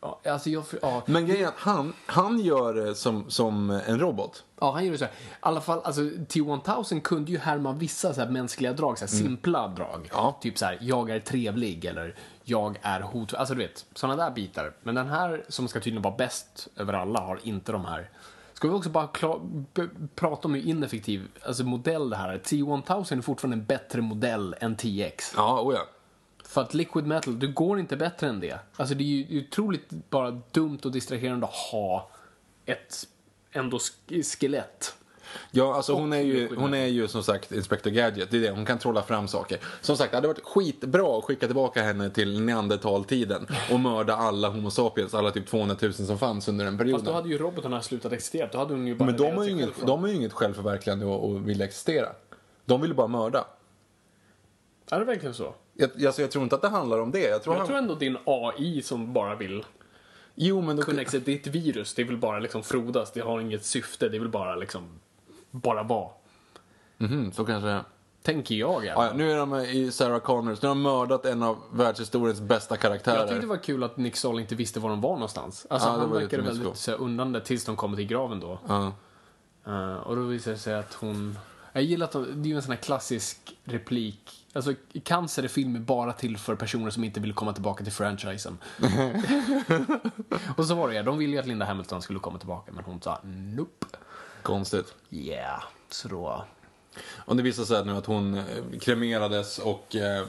B: Ja, Alltså jag, ja.
A: Men grejen är att han, han gör det som, som eh, en robot.
B: Ja, han gjorde så här. I alla fall, alltså, T-1000 kunde ju härma vissa så här mänskliga drag, så här simpla drag.
A: Ja.
B: Typ så här, jag är trevlig eller jag är hotfull. Alltså du vet, sådana där bitar. Men den här som ska tydligen vara bäst över alla har inte de här. Ska vi också bara kla- b- prata om hur ineffektiv alltså, modell det här är. T-1000 är fortfarande en bättre modell än TX.
A: Ja, oh ja.
B: För att liquid metal, du går inte bättre än det. Alltså det är ju det är ju otroligt bara dumt och distraherande att ha ett ändå sk- skelett.
A: Ja, alltså
B: Och
A: hon är, ju,
B: Liquid
A: hon är ju som sagt Inspector Gadget. Det är det, hon kan trolla fram saker. Som sagt, det hade varit skitbra att skicka tillbaka henne till neandertaltiden och mörda alla Homo sapiens, alla typ 200 000 som fanns under den perioden.
B: Fast då hade ju robotarna slutat existera. Då hade hon ju bara
A: Men de
B: levererat
A: har, ju
B: sig
A: inget,
B: själv
A: de har ju inget självförverkligande och, och vill existera. De vill ju bara mörda.
B: Är det verkligen så?
A: Jag, alltså, jag tror inte att det handlar om det. Jag tror
B: Jag
A: han...
B: tror ändå din AI som bara vill
A: Jo, men då...
B: kunna existera. Ditt virus, det vill bara liksom frodas. Det har inget syfte. Det vill bara liksom, bara vara.
A: Mhm, så kanske det är.
B: Tänker jag.
A: Ah, ja,
B: Ja,
A: nu är de i Sarah Connors. Nu har de mördat en av världshistoriens bästa
B: jag tyckte det
A: karaktärer.
B: var kul att Nick Saul inte visste var de var någonstans. Alltså
A: Ja, det
B: han
A: var
B: verkade
A: lite mysko.
B: väldigt så här, undrande tills de kommer till graven då.
A: Ja.
B: Eh, och då visar det sig att hon... Jag gillar att de- det är ju en sån här klassisk replik. Alltså cancer i film är bara till för personer som inte vill komma tillbaka till franchisen. och så var det ja, de ville ju att Linda Hamilton skulle komma tillbaka men hon sa nope.
A: Konstigt.
B: Yeah. Så då...
A: Och det visar sig att nu att hon eh, kremerades och, eh,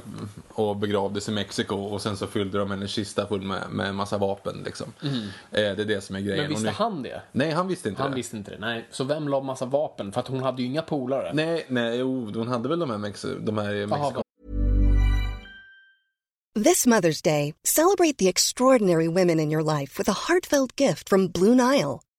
A: och begravdes i Mexiko och sen så fyllde de hennes kista full med, med en massa vapen liksom. Eh, det är det som är grejen.
B: Mhm. Men visste
A: Och nu...
B: han det?
A: Nej, han visste inte
B: Han
A: det.
B: visste inte det, nej. Så vem la massa vapen? För att hon hade ju inga polare.
A: Nej, nej, jo, hon hade väl de här, Mex... de här i Mexiko.
D: This Mother's Day, celebrate the extraordinary women in your life with a heartfelt gift from Blue Nile.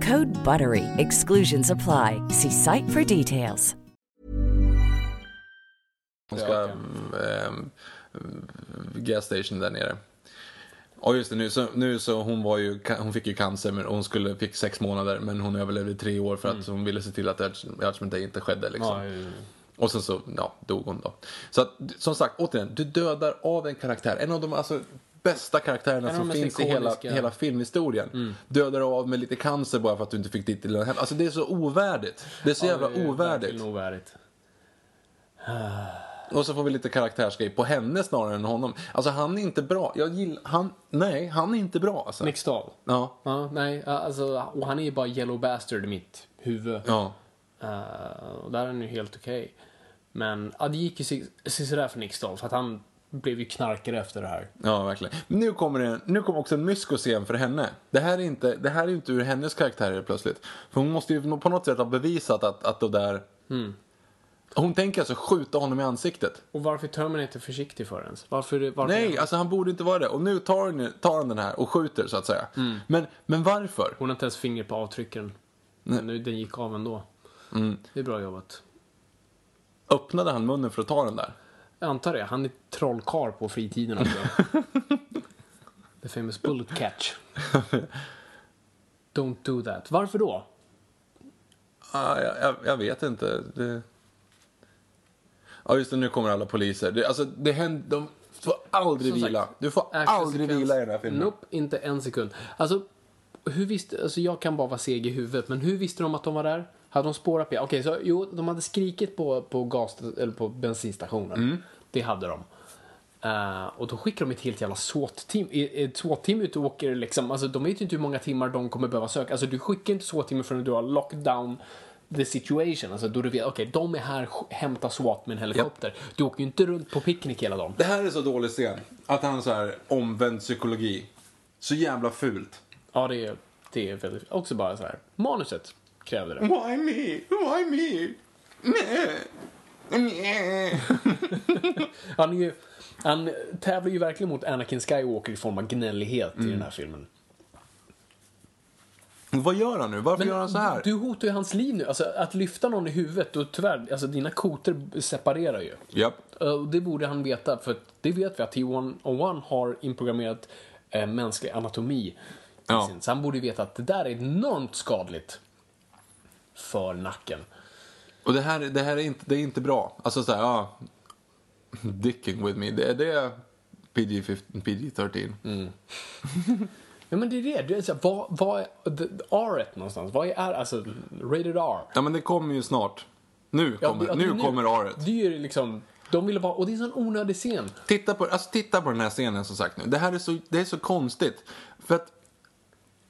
E: Code BUTTERY. Exclusions apply. See site for details.
A: Hon ska...
B: eh,
A: ehm, gas station där nere. Och just det, nu så, nu så hon, var ju, ca- hon fick ju cancer men hon skulle, fick sex månader men hon överlevde i tre år för att
B: Mm.
A: hon ville se till att Judge- Judgment Day inte skedde. Liksom. Och sen så ja, dog hon då. Så att, som sagt, återigen, du dödar av en karaktär. En av de alltså, bästa karaktärerna
B: En av
A: som
B: de mest
A: finns i hela,
B: ikoniska. Mm.
A: hela filmhistorien. Dödar av med lite cancer bara för att du inte fick ditt lilla hem. Alltså det är så ovärdigt. Det är så jävla
B: det är
A: ovärdigt.
B: verkligen ovärdigt.
A: Och så får vi lite karaktärsgrej på henne snarare än honom. Alltså han är inte bra. Jag gillar, han, nej, han är inte bra alltså.
B: Nick Stahl.
A: Ja.
B: Ja, nej, alltså, och han är ju bara yellow bastard i mitt huvud.
A: Ja.
B: Eh, och där är han ju helt okej. Men ja, det gick ju si- sisådär för Nick Stahl, för att han blev ju knarkare efter det här.
A: Ja, verkligen. Nu kommer, det, nu kommer också en myskoscen för henne. Det här är inte, det här är inte ur hennes karaktär helt plötsligt. För hon måste ju på något sätt ha bevisat att, att det där... Hon tänker alltså skjuta honom i ansiktet.
B: Och varför är Terminator försiktig för ens? Varför, varför
A: Nej, alltså han borde inte vara det. Och nu tar han, tar han den här och skjuter så att säga. Men, men varför?
B: Hon har inte ens finger på avtryckaren. Men nu, den gick av ändå.
A: Mm.
B: Det är bra jobbat.
A: Öppnade han munnen för att ta den där?
B: Jag antar det. Han är trollkar på fritiden också. The famous bullet catch. Don't do that. Varför då?
A: Ah, jag, jag, jag vet inte. Det... Ja, just det, nu kommer alla poliser. Det, alltså, det händer, de får aldrig
B: Som sagt,
A: vila. Du får aldrig
B: actionsekvens.
A: vila i den här filmen.
B: Nope, inte en sekund. Alltså, hur visste, alltså jag kan bara vara seg i huvudet, men hur visste de att de var där? Hade de spårat P? Okej, så jo, de hade skrikit på, på, gas, eller på bensinstationen.
A: Mm.
B: Det hade de. Eh, och då skickar de ett helt jävla SWAT-team. E- Ett SWAT-team ut och åker liksom, alltså de vet ju inte hur många timmar de kommer behöva söka. Alltså du skickar inte SWAT-teamet förrän du har lockdown the situation. Alltså då du vet, okej, de är här, hämta SWAT med en helikopter. Du åker ju inte runt på picknick hela dagen.
A: Det här är så dålig scen. Att han så här omvänd psykologi. Så jävla fult.
B: Ja, det är, det är väldigt... Också bara så här. Manuset krävde det.
A: Why me? Why me? Nej. Nej.
B: Han, är ju, han tävlar ju verkligen mot Anakin Skywalker i form av gnällighet i den här filmen.
A: Vad gör han nu? Varför gör han så här?
B: Du hotar ju hans liv nu. Alltså, att lyfta någon i huvudet, då tyvärr, alltså dina koter separerar ju.
A: Japp.
B: Och det borde han veta, för att det vet vi att T101 har inprogrammerat eh, mänsklig anatomi. i
A: Ja.
B: sin- Så han borde ju veta att det där är enormt skadligt för nacken.
A: Och det här, det här är, inte, det är inte bra. Alltså så här, ja. Dicking with me. Det, det är PG-15, PG-13.
B: Ja men det är det. det är så här, vad, vad är R någonstans? Vad är R? Alltså, rated R.
A: Ja men det kommer ju snart. Nu
B: Ja,
A: kommer,
B: det-
A: nu
B: det-
A: kommer aret.
B: Det är ju liksom, de ville vara, och det är en sån onödig scen.
A: Titta på, alltså, titta på den här scenen som sagt nu. Det här är så, det är så konstigt. För att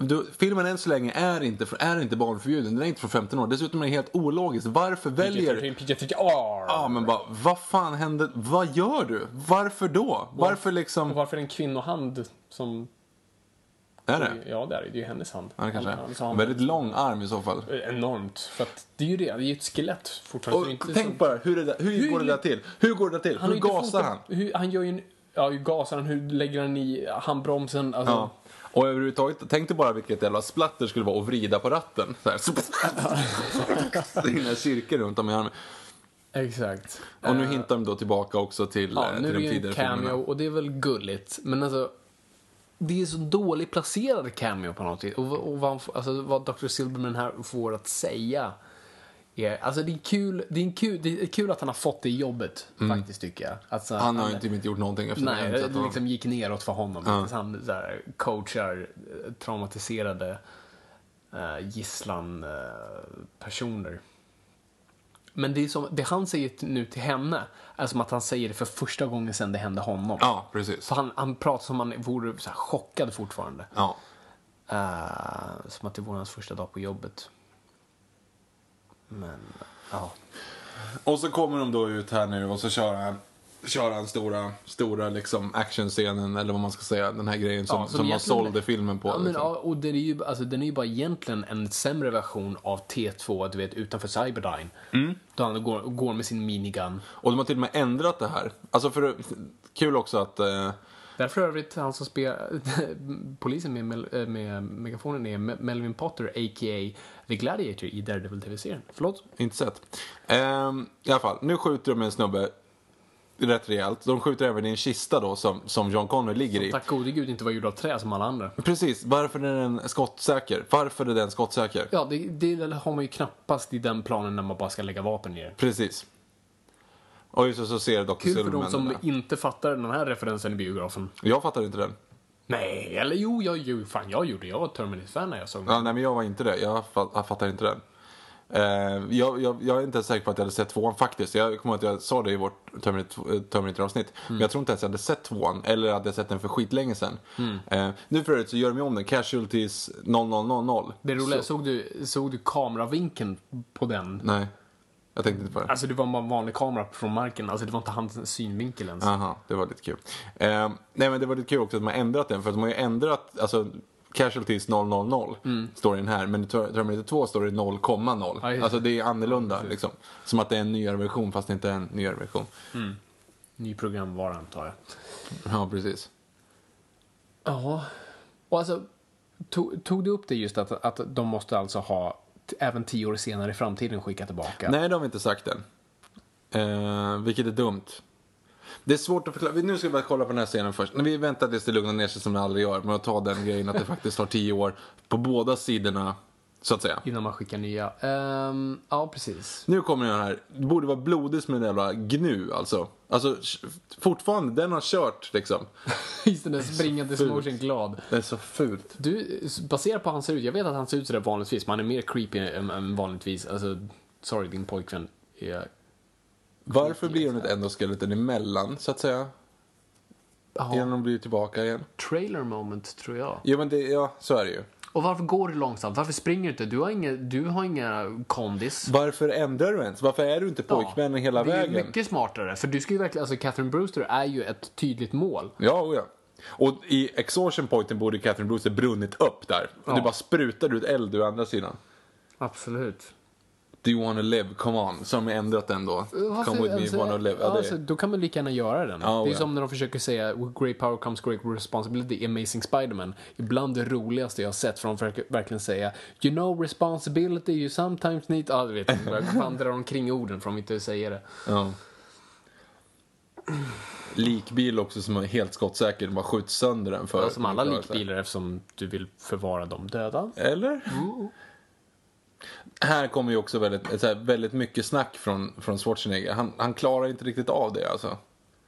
A: du, filmen än så länge är inte, fr- är inte barnförbjuden. Den är inte från 15 år. Dessutom är det helt ologiskt. Varför väljer...
B: PG-13, R.
A: Ja men bara, vad fan hände? Vad gör du? Varför då? Varför
B: Och
A: liksom...
B: varför är det en kvinnohand som,
A: Är det?
B: ja det är det, det är ju hennes hand.
A: Ja, det kanske
B: Han- han-
A: är.
B: så han-
A: Väldigt lång arm i så fall.
B: Enormt, för att det är ju det, det är ju ett skelett fortfarande.
A: Och
B: Det är ju inte
A: tänk
B: som-
A: bara, hur, är det, hur,
B: Hur-
A: går det där till? Hur går det där till?
B: har
A: Hur
B: ju inte
A: gasar han?
B: foten- Hur, han gör ju en, ja hur gasar han, hur lägger han i handbromsen, alltså.
A: Ja. Och överhuvudtaget, tänk dig bara vilket jävla splatter skulle vara att vrida på ratten. Så här. Det är den här cirkeln runt om i armen.
B: Exakt.
A: Och nu hintar de då tillbaka också till,
B: Eh. Ja,
A: eh, till
B: nu är det
A: de
B: ju
A: tidigare
B: en cameo
A: filmerna.
B: och det är väl gulligt. Men alltså, det är så dåligt placerad cameo på något sätt. Och, vad- och vad, han får- alltså, vad Dr. Silberman här får att säga. Är, alltså det är, kul, det, är en kul, det är kul att han har fått det jobbet faktiskt tycker jag. Alltså,
A: Mm. Han har ju inte inte gjort någonting efter
B: Nej,
A: det.
B: det liksom gick neråt för honom. Så Han så här, coachar eh, traumatiserade eh, gisslan-personer. Men det, är som, det han säger t- nu till henne är som att han säger det för första gången sedan det hände honom.
A: Ja, precis.
B: Så han, han pratar som om han vore så här chockad fortfarande.
A: Ja.
B: Eh, som att det vore hans första dag på jobbet. Men, ja.
A: Och så kommer de då ut här nu och så kör han, kör han stora, stora liksom actionscenen, eller vad man ska säga, den här grejen som,
B: Ja,
A: som, man
B: som egentligen-
A: sålde filmen på.
B: Ja, men,
A: liksom.
B: ja, och den är, ju, alltså, den är ju bara egentligen en sämre version av T2, du vet, utanför Cyberdyne.
A: Mm.
B: Då han går, går med sin minigun.
A: Och de har till och med ändrat det här. Alltså för, kul också att... Eh,
B: Där för övrigt, han som spelar polisen med, mel- eh, med megafonen är Me- Melvin Potter, a.k.a. The Gladiator i Daredevil TV-serien. Förlåt?
A: Inte sett. Ehm, I alla fall, nu skjuter de en snubbe rätt rejält. De skjuter även i en kista då som, som John Connor ligger i.
B: Tack gode gud inte var gjord av trä som alla andra.
A: Precis, varför är den skottsäker? Varför är den skottsäker?
B: Ja, det, det har man ju knappast i den planen när man bara ska lägga vapen i det.
A: Precis. Och just det, så ser Dr.
B: Kul för de
A: Silverman
B: som
A: den där.
B: inte fattar den här referensen i biografen.
A: Jag fattar inte den.
B: Nej, eller jo, jag, jo, fan jag gjorde det. Jag var Terminator-fan när jag såg den.
A: Ja, nej, men jag var inte det. Jag, fa- jag fattar inte den. Ehm, jag, jag, jag är inte ens säker på att jag hade sett tvåan faktiskt. Jag kommer ihåg att jag sa det i vårt Terminator- eh, Terminator-avsnitt.
B: Mm.
A: Men jag tror inte ens jag hade sett tvåan. Eller hade sett den för skitlänge sedan.
B: Mm.
A: Ehm, nu för övrigt så gör de ju om den. Casualties 0000.
B: Det roliga, är, såg, du, såg du kameravinkeln på den?
A: Nej, jag tänkte inte på det.
B: Alltså det var bara en vanlig kamera från marken, alltså det var inte hans synvinkel ens.
A: Aha, det var lite kul. Ehm, nej men det var lite kul också att de har ändrat den. För att de har ju ändrat, alltså Casualties 000 står den här, men i Ter- Terminator 2 står det 0,0.
B: Ja, just det.
A: alltså det är annorlunda liksom. Som att det är en nyare version fast det inte är en nyare version.
B: Ny programvara antar jag.
A: Ja, precis.
B: Ja. Och alltså, tog, tog du upp det just att, att de måste alltså ha t- även tio år senare i framtiden skicka tillbaka?
A: Nej, det har vi inte sagt än. Eh, vilket är dumt. Det är svårt att förklara. Vi- Nu ska vi bara kolla på den här scenen först. När vi väntar tills det lugnar ner sig som det aldrig gör. Men att ta den grejen att det faktiskt tar tio år på båda sidorna, så att säga.
B: Innan man skickar nya. Ehm, ja, precis.
A: Nu kommer den här. Det borde vara blodigt som en jävla gnu alltså. Alltså sh- fortfarande, den har kört liksom.
B: Just den där springande smotion glad.
A: Det är så fult.
B: Du, s- baserat på hur han ser ut, jag vet att han ser ut sådär vanligtvis, man är mer creepy än, än vanligtvis. Alltså, sorry din pojkvän är...
A: Varför blir hon ett endoskeleton emellan så att säga? Innan hon blir tillbaka igen.
B: Trailer moment, tror jag.
A: Jo men det, ja så är det ju.
B: Och varför går du långsamt? Varför springer du inte? Du har inga, du har inga kondis.
A: Varför ändrar du ens? Varför är du inte pojkvännen hela
B: det är ju
A: vägen?
B: mycket smartare, för du ska ju verkligen, alltså Catherine Brewster är ju ett tydligt mål.
A: Ja, oh ja. Och i exhaustion pointen borde Catherine Brewster brunnit upp där. Och det bara sprutar ut eld ur andra sidan.
B: Absolut.
A: Do you wanna live? Come on. Så har de ändrat den då. Come with me, wanna live. Ja, det
B: Eh, alltså, då kan man lika gärna göra den.
A: Ja,
B: det är
A: ja.
B: som när de försöker säga With great power comes great responsibility i Amazing Spider-Man. Ibland det roligaste jag har sett, för de försöker verkligen säga You know responsibility you sometimes need... Ja, du vet, de börjar vandra omkring orden för de inte säger det.
A: Ja. Likbil också som är helt skottsäker. De bara skjuter sönder den för...
B: Ja, som alla
A: för att klara sig.
B: likbilar eftersom du vill förvara de döda.
A: Eller?
B: Mm.
A: Här kommer ju också väldigt, så här, väldigt mycket snack från, från Schwarzenegger. Han, han klarar inte riktigt av det alltså.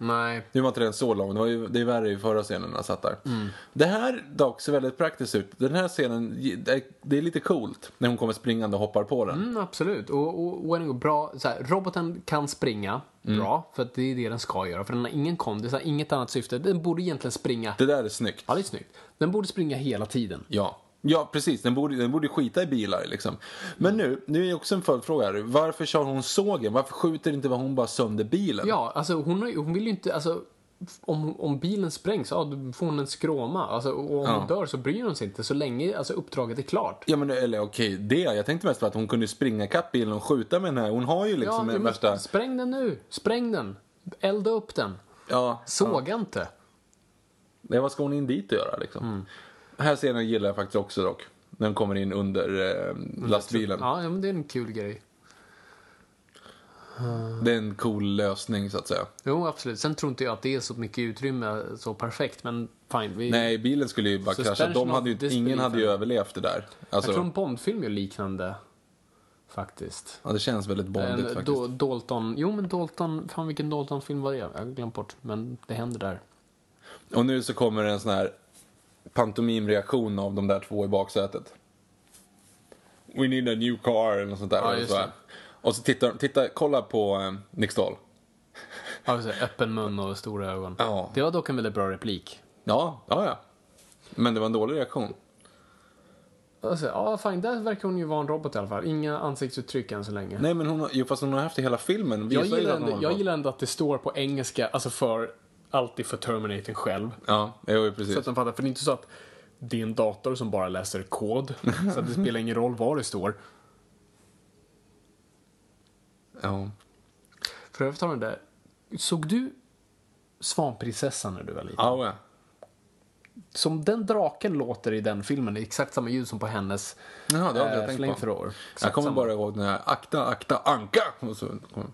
B: Nej.
A: Nu var inte den så lång, det, var ju, det är värre i förra scenen när jag satt där.
B: Mm.
A: Det här dock ser väldigt praktiskt ut. Den här scenen, det är, det är lite coolt när hon kommer springande och hoppar på den.
B: Mm, absolut. Och, och, och en gång, bra, så här, roboten kan springa
A: Mm.
B: bra, för att det är det den ska göra. För den har ingen kondis, har inget annat syfte. Den borde egentligen springa.
A: Det där är snyggt.
B: Ja, det är snyggt. Den borde springa hela tiden.
A: Ja. Ja, precis. Den borde, den borde skita i bilar liksom. Men nu, nu är ju också en följdfråga här. Varför kör hon sågen? Varför skjuter inte hon bara sönder bilen?
B: Ja, alltså hon, har, ju- hon vill ju inte, alltså om, om bilen sprängs, ja då får hon en skråma. Alltså, och om hon dör så bryr hon sig inte så länge alltså, uppdraget är klart.
A: Ja, men eller okej, det. Jag tänkte mest på att hon kunde springa kapp bilen och skjuta med den här. Hon har ju liksom
B: ja,
A: den
B: men
A: värsta...
B: Spräng den nu! Spräng den! Elda upp den!
A: Ja,
B: Såga inte!
A: Nej, vad ska hon in dit och göra liksom?
B: Mm.
A: Här scenen gillar jag faktiskt också dock. När hon kommer in under eh, lastbilen.
B: Ja, ja, men det är en kul grej.
A: Det är en cool lösning så att säga.
B: Jo, absolut. Sen tror inte jag att det är så mycket utrymme så perfekt, men fine. Vi,
A: Nej, bilen skulle ju bara krascha.
B: Suspension
A: De hade ju,
B: of
A: inte- ingen hade ju
B: disbelief.
A: överlevt det där. Alltså,
B: Jag tror en Bondfilm gör liknande, faktiskt.
A: ja, det känns väldigt bondigt
B: en,
A: faktiskt.
B: då, Dalton, jo men Dalton, fan vilken Dalton-film var det? Jag har glömt bort, men det händer där.
A: Och nu så kommer en sån här pantomimreaktion av de där två i baksätet. We need a new car eller något sånt där.
B: Ja,
A: och,
B: just
A: så här.
B: det.
A: och så tittar titta, kolla på eh, Nick Stahl.
B: Ja, så här, öppen mun och stora ögon.
A: Ja.
B: Det var dock en väldigt bra replik.
A: Ja, ja, ja. Men det var en dålig reaktion.
B: Alltså, ja, fine, där verkar hon ju vara en robot i alla fall. Inga ansiktsuttryck än så länge.
A: Nej, men hon har, jo, fast hon har haft det hela filmen.
B: jag,
A: Visar ju
B: gillar
A: att hon
B: ändå,
A: har
B: jag
A: fått-
B: gillar ändå att det står på engelska, alltså för, alltid för Terminator själv.
A: Ja, jo, precis.
B: Så att de fattar, för det är inte så att det är en dator som bara läser kod. så att det spelar ingen roll var det står.
A: Ja.
B: För övrigt har den där, såg du Svanprinsessan när du var liten?
A: Ja, ja.
B: Som den draken låter i den filmen, det är exakt samma ljud som på hennes
A: Jaha, det har jag
B: eh,
A: tänkt på.
B: flamethrower.
A: Jag
B: Exakt
A: kommer
B: samma.
A: bara ihåg den här akta, akta, anka. Och så kom.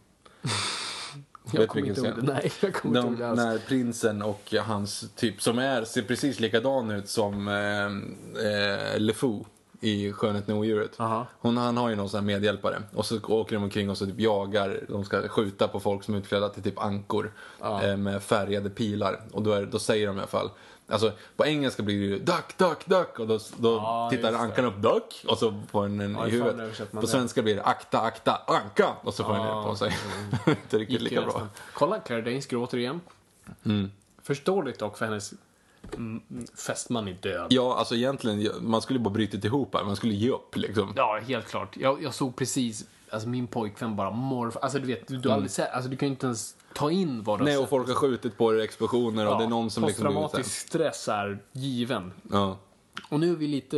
B: Jag
A: vet
B: kommer inte
A: vilken
B: ihåg det.
A: scen.
B: Nej, jag kommer inte
A: De,
B: ihåg det alls.
A: när prinsen och hans typ, som är, ser precis likadan ut som eh, eh, LeFou i Skönheten och odjuret.
B: Aha.
A: Hon, han har ju någon sån här medhjälpare. Och så åker de omkring och så typ jagar, de ska skjuta på folk som är utklädda till typ ankor. Eh, med färgade pilar. Och då, är, då säger de i alla fall, alltså på engelska blir det ju duck, duck, duck. Och då, då
B: Ja,
A: tittar
B: just det.
A: ankan upp duck och så får den en
B: Ja,
A: i
B: ifall
A: huvudet.
B: översätter man
A: På
B: det.
A: svenska blir det akta, akta, anka. Och så får den
B: Ja,
A: det på sig. Inte riktigt
B: Gick
A: lika
B: ju
A: bra.
B: nästan. Kolla, Claire Danes gråter igen. Mm. Förståeligt dock, för hennes mm, fästman är död.
A: Ja, alltså egentligen, man skulle bara brutit ihop här. Man skulle ge upp liksom.
B: Ja, helt klart. Jag, jag såg precis, alltså min pojkvän bara morf... Alltså du vet, du, du har aldrig sett, alltså du kan ju inte ens ta in vad du
A: Nej,
B: har
A: och
B: sett.
A: liksom folk har skjutit på det, explosioner och det är någon som liksom...
B: Posttraumatisk stress är given.
A: Ja.
B: Och nu är vi lite,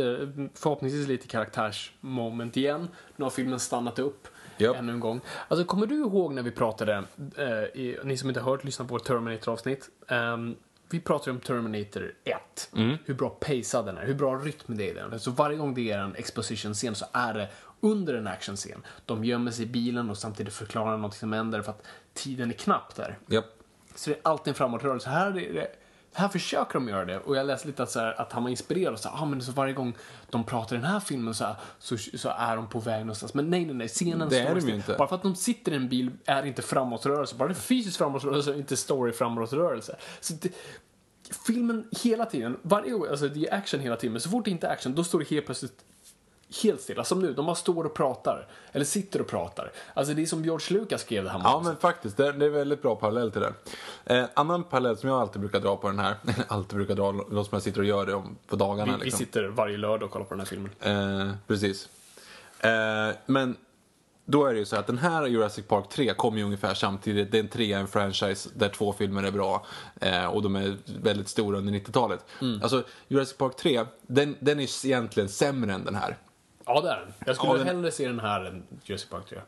B: förhoppningsvis lite karaktärsmoment igen. Nu har filmen stannat upp
A: Japp.
B: ännu en gång. Alltså kommer du ihåg när vi pratade, eh, i, ni som inte har hört, lyssna på vårt Terminator-avsnitt. Ehm, vi pratade om Terminator 1. Hur bra pacad den är, hur bra rytm det är i den. Så varje gång det är en exposition-scen så är det under en action-scen. De gömmer sig i bilen och samtidigt förklarar något som händer för att tiden är knapp där.
A: Japp.
B: Så det är alltid en framåtrörelse. Här, är det, här försöker de göra det. Och jag läste lite att, så här, att han var inspirerad. Och så, här, ah, men så varje gång de pratar i den här filmen så, här, så, så är de på väg någonstans. Men nej, nej, nej. Scenen
A: Det är
B: står
A: de ju
B: still.
A: inte.
B: Bara för att de sitter i en bil är inte framåtrörelse. Bara det är fysisk framåtrörelse är inte story framåtrörelse. Så det, filmen hela tiden, varje gång, alltså det är action hela tiden. Men så fort det inte är action, då står det helt plötsligt helt stilla. Som nu, de bara står och pratar. Eller sitter och pratar. Alltså det är som George Lucas skrev det här
A: Ja,
B: manuset.
A: men faktiskt. Det är, det är väldigt bra parallell till det. Eh, annan parallell som jag alltid brukar dra på den här, eller alltid brukar dra, låter som jag sitter och gör det om på dagarna.
B: vi, vi
A: liksom.
B: sitter varje lördag och kollar på den här filmen.
A: Eh, precis. Eh, men då är det ju så att den här Jurassic Park 3 kom ju ungefär samtidigt. Det är en trea, en franchise där två filmer är bra eh, och de är väldigt stora under 90-talet.
B: Mm.
A: Alltså Jurassic Park 3, den, den är egentligen sämre än den här.
B: Ja, det är den. Jag skulle
A: Ja, den-
B: hellre se den här än Jurassic Park 3.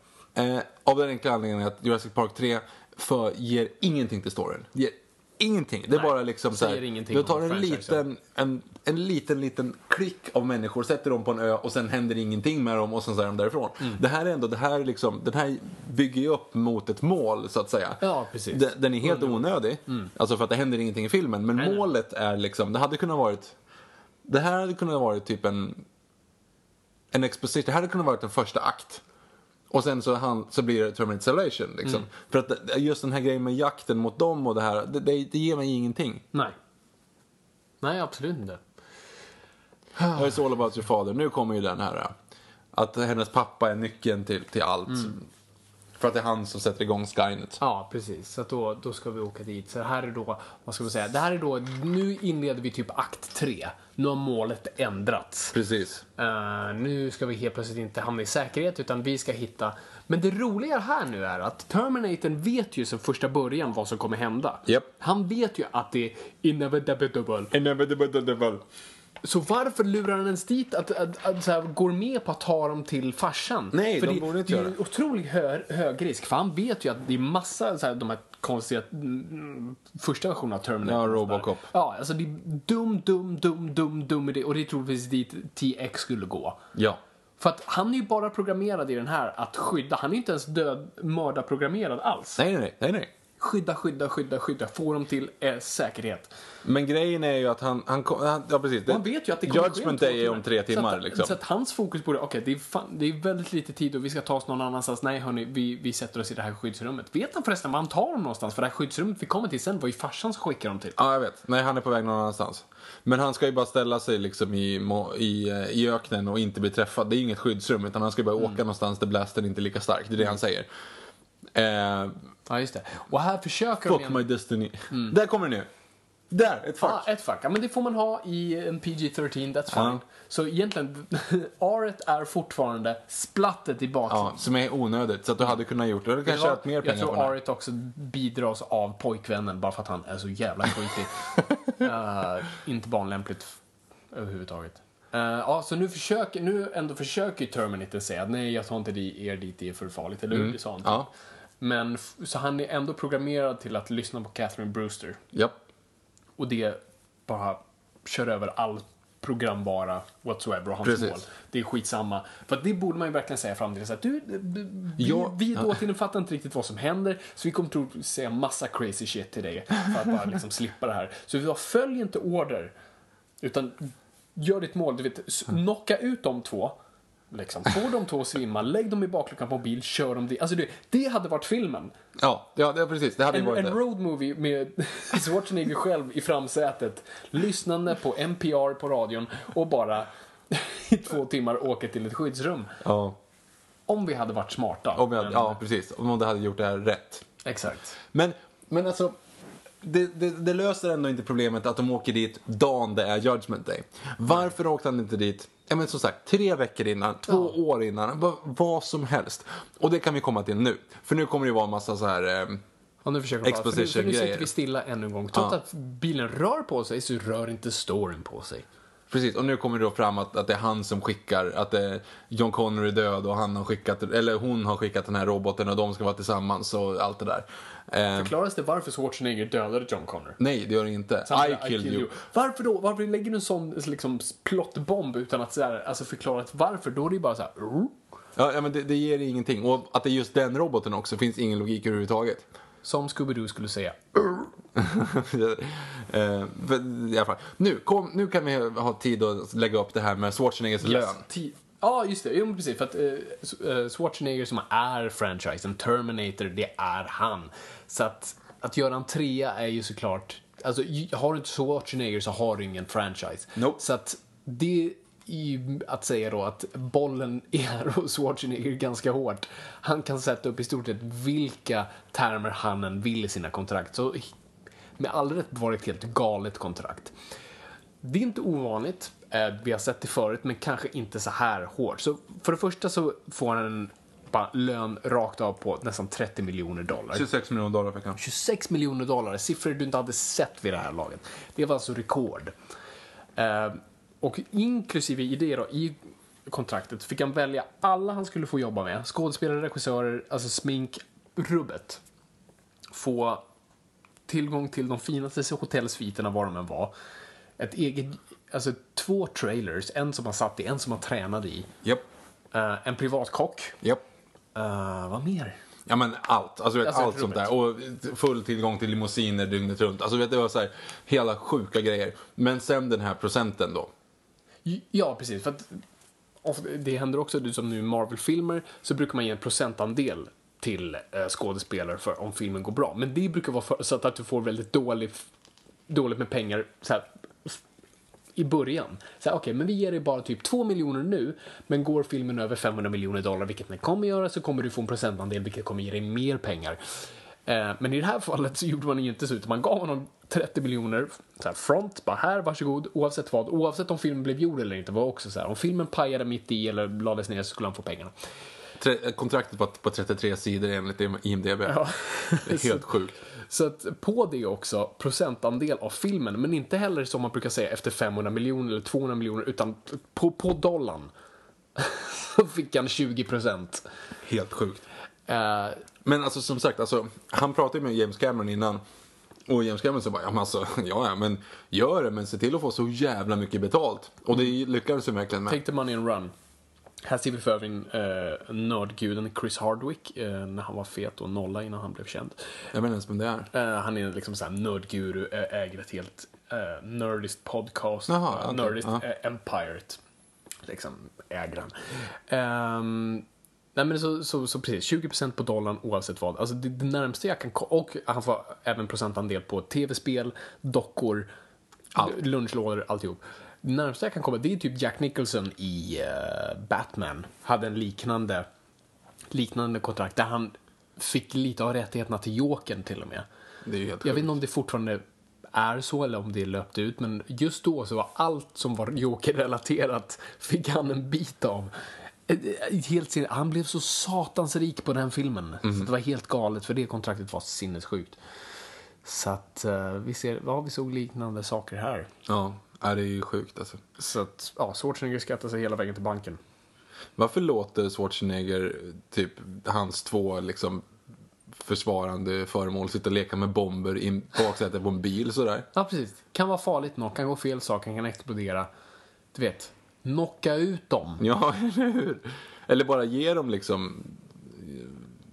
A: Eh, av den enkla anledningen att Jurassic Park 3 för, ger ingenting till storyn. Ger ingenting. Det är
B: Nej,
A: bara liksom så
B: säger
A: här,
B: ingenting
A: du tar
B: om
A: en
B: franchisen.
A: liten, en, en liten, liten klick av människor, sätter dem på en ö och sen händer ingenting med dem och sen så är de därifrån.
B: Mm.
A: Det här är ändå, det här är liksom, den här bygger ju upp mot ett mål så att säga.
B: Ja, precis. Mm.
A: Den, den är helt onödig, alltså för att det händer ingenting i filmen. Men målet är liksom, det hade kunnat varit, det här hade kunnat varit typ en, en exposition, det här hade kunnat varit en första akt. Och sen så, han, så blir det Terminator Salvation. Liksom.
B: Mm.
A: För att det- just den här grejen med jakten mot dem och det här, det, det, det ger mig ingenting.
B: Nej. Nej, absolut inte.
A: Ah. It's all about your father. Nu kommer ju den här. äh, Att hennes pappa är nyckeln till, till allt. För att det är han som sätter igång Skynet.
B: Mm. Ja, precis. Så att då, då ska vi åka dit. Så här är då, vad ska man säga, det här är då, nu inleder vi typ akt 3. Nu har målet ändrats.
A: Precis.
B: Eh, nu ska vi helt plötsligt inte hamna i säkerhet utan vi ska hitta... Men det roliga här nu är att Terminatorn vet ju sedan första början vad som kommer hända.
A: Japp.
B: Han vet ju att det är inevitable.
A: Inevitable.
B: Så varför lurar han ens dit att, att, att så här, går med på att ta dem till farsan?
A: Nej,
B: för
A: de
B: det,
A: borde inte
B: det. är
A: göra
B: ju otrolig hö, hög risk. För han vet ju att det är massa så här, de här konstiga mm, första versionerna av Terminator.
A: Ja,
B: och sådär.
A: Robocop.
B: Ja, alltså det är dum, dum, dum, dum, dum idé. Och det är troligtvis dit TX skulle gå.
A: Ja.
B: För att han är ju bara programmerad i den här att skydda. Han är ju inte ens död, mördarprogrammerad alls.
A: Nej, nej, nej, nej.
B: Skydda, skydda, skydda, skydda. Få dem till eh, säkerhet.
A: Men grejen är ju att han, han, kom- han ja precis.
B: Man vet ju att det kommer ske om
A: Judgment
B: två
A: Day är om tre timmar
B: Så att,
A: liksom.
B: Så att hans fokus borde, okej det, är fan- det är väldigt lite tid och vi ska ta oss någon annanstans. Nej hörni, vi, vi sätter oss i det här skyddsrummet. Vet han förresten var han tar dem någonstans? För det här skyddsrummet vi kommer till sen var ju farsan som skickade dem till.
A: Ja, jag vet. Nej, han är på väg någon annanstans. Men han ska ju bara ställa sig liksom i, mo- i, eh, i öknen och inte bli träffad. Det är ju inget skyddsrum, utan han ska ju bara
B: Mm.
A: åka någonstans där blastern inte är lika stark. Det är det han säger. Eh,
B: Ja just det. Och här försöker de
A: fuck
B: igen- Mm.
A: my destiny. Där kommer det nu. Där, ett fuck.
B: Ah, ett fack. Ja, men det får man ha i en PG-13, that's fine.
A: Ja.
B: Så egentligen, r är fortfarande splattet i baksidan.
A: ja, som är onödigt, så att du hade kunnat gjort det. Du kanske haft mer pengar
B: jag tror
A: på den här.
B: Arit också bidras av pojkvännen bara för att han är så jävla skitig. Eh, inte barnlämpligt f- överhuvudtaget. Eh, ja, så nu försöker, nu ändå försöker ju Terminator säga att nej, jag tar inte di- er dit, det är för farligt. Eller hur? Det sa han.
A: Mm.
B: typ.
A: Ja.
B: Men, f- så han är ändå programmerad till att lyssna på Catherine Brewster.
A: Japp.
B: Och det bara kör över all programvara whatsoever och hans
A: Precis.
B: mål. Det är skitsamma. För att det borde man ju verkligen säga fram till. Så att du, eh, b- b-
A: Ja.
B: Vi i dåtiden fattar inte riktigt vad som händer så vi kommer troligtvis säga massa crazy shit till dig för att bara liksom slippa det här. Så vi bara, följ inte order utan gör ditt mål. Du vet, s- knocka ut de två. Liksom. Få de två att svimma, lägg dem i bakluckan på en bil, kör dem dit. Alltså det, det hade varit filmen.
A: Ja, ja, det, precis. Det hade ju
B: En,
A: varit
B: en
A: det.
B: road movie med Schwarzenegger själv i framsätet, lyssnande på NPR på radion och bara i två timmar åker till ett skyddsrum.
A: Ja,
B: Om vi hade varit smarta.
A: om jag,
B: Men-
A: ja, precis. Om du hade gjort det här rätt.
B: Exakt.
A: Men, men alltså, det, det, det löser ändå inte problemet att de åker dit dagen det är Judgment Day. Varför åkte han inte dit, ja men som sagt, tre veckor innan, två år innan, vad, vad som helst. Och det kan vi komma till nu. För nu kommer det ju vara en massa så här... Eh,
B: Och nu försöker vi bara, för nu, för nu
A: Exposition-grejer.
B: sitter vi stilla ännu en gång. Trots att bilen rör på sig så rör inte storyn på sig.
A: Precis, och nu kommer det då fram att, att det är han som skickar, att eh, John Connor är död och han har skickat, eller hon har skickat den här roboten och de ska vara tillsammans och allt det där. Eh,
B: Förklaras det varför Schwarzenegger dödade John Connor?
A: nej, det gör det inte.
B: Så han
A: I
B: säger,
A: killed you.
B: Varför då? Varför lägger du en sån liksom, plottbomb utan att så här, alltså, förklara ett varför? Då är det ju bara så här...
A: Ja, ja, men det, det ger ingenting. Och att det är just den roboten också finns ingen logik överhuvudtaget.
B: Som Scooby-Doo skulle säga.
A: Eh, för- I alla fall. Nu, kom, nu kan vi ha tid att lägga upp det här med Schwarzeneggers lön.
B: Ti- Ja, just det. Jo, men precis. För att eh, S- eh, Schwarzenegger som är franchisen, Terminator, det är han. Så att, att göra en trea är ju såklart... Alltså, ju- har du inte Schwarzenegger så har du ingen franchise.
A: Nope.
B: Så att det är ju att säga då att bollen är hos Schwarzenegger ganska hårt. Han kan sätta upp i stort sett vilka termer han än vill i sina kontrakt. Så med all rätt var det ett helt galet kontrakt. Det är inte ovanligt. Eh, vi har sett det förut, men kanske inte så här hårt. Så för det första så får han en bara lön rakt av på nästan 30 miljoner dollar.
A: 26 miljoner dollar per kamp.
B: 26 miljoner dollar, siffror du inte hade sett vid det här laget. Det var alltså rekord. Eh, och inklusive i det då, i kontraktet fick han välja alla han skulle få jobba med. Skådespelare, regissörer, alltså smink, rubbet. Få tillgång till de finaste hotellsviterna var de än var. Ett eget, alltså två trailers, en som han satt i, en som han tränade i.
A: Japp,
B: Eh, en privatkock.
A: japp.
B: Eh, vad mer?
A: Ja men allt, alltså, du vet,
B: Alltså,
A: allt sånt där. Och full tillgång till limousiner dygnet runt. Alltså du vet, det var så här, hela sjuka grejer. Men sen den här procenten då.
B: Ja, precis. För att ofta- det händer också, du som nu i Marvel-filmer, så brukar man ge en procentandel till eh, skådespelare för om filmen går bra. Men det brukar vara för, så att, att du får väldigt dålig, f- dåligt med pengar så här, f- i början. Så här, Okej, men vi ger dig bara typ 2 miljoner nu, men går filmen över 500 miljoner dollar, vilket den kommer göra, så kommer du få en procentandel, vilket kommer ge dig mer pengar. Eh, Men i det här fallet så gjorde man ju inte så, utan man gav honom 30 miljoner så här front, bara här, varsågod, oavsett vad. Oavsett om filmen blev gjord eller inte, var också så här, om filmen pajade mitt i eller lades ner så skulle han få pengarna.
A: Tre, eh, kontraktet var på 33 sidor enligt IMDB. Det är helt sjukt.
B: Så att på det också procentandel av filmen, men inte heller som man brukar säga efter 500 miljoner eller 200 miljoner, utan på, på dollarn så fick han 20 procent.
A: Helt sjukt. Men alltså som sagt, alltså, han pratade ju med James Cameron innan. Och James Cameron så bara, ja men alltså, ja, ja men gör det men se till att få så jävla mycket betalt. Och det lyckades ju verkligen med.
B: Take the money and run. Här ser vi för övrigt eh, nördguden Chris Hardwick, eh, när han var fet och nolla innan han blev känd.
A: Jag vet inte ens vem det är.
B: Eh, han är liksom såhär nördguru, eh, äger ett helt eh, nerdist podcast,
A: Jaha,
B: eh,
A: okej,
B: nerdist
A: ja.
B: eh, empiret. Liksom äger han. Ehm, nej men så, så, så precis, 20% på dollarn oavsett vad. Alltså det, det närmaste jag kan ko- och han får även procentandel på tv-spel, dockor, Allt. lunchlådor, alltihop. Det närmaste jag kan komma, det är typ Jack Nicholson i eh, Batman. Hade en liknande liknande kontrakt där han fick lite av rättigheterna till Jokern till och med.
A: Det är ju helt
B: Jag vet
A: sjukt.
B: inte om det fortfarande är så eller om det löpte ut men just då så var allt som var Joker-relaterat fick han en bit av. Eh, eh, Helt sin... Han blev så satans rik på den filmen. Så det var helt galet för det kontraktet var sinnessjukt. Så att eh, vi, ser, ja, vi såg liknande saker här.
A: Ja, ja, det är ju sjukt alltså.
B: Så att ja, Schwarzenegger skattar sig hela vägen till banken.
A: Varför låter Schwarzenegger typ hans två liksom försvarande föremål sitta och leka med bomber i baksätet på en bil sådär?
B: Ja, precis. Kan vara farligt, något kan gå fel sak, kan explodera. Du vet, knocka ut dem.
A: Ja, eller hur? Eller bara ge dem liksom eh,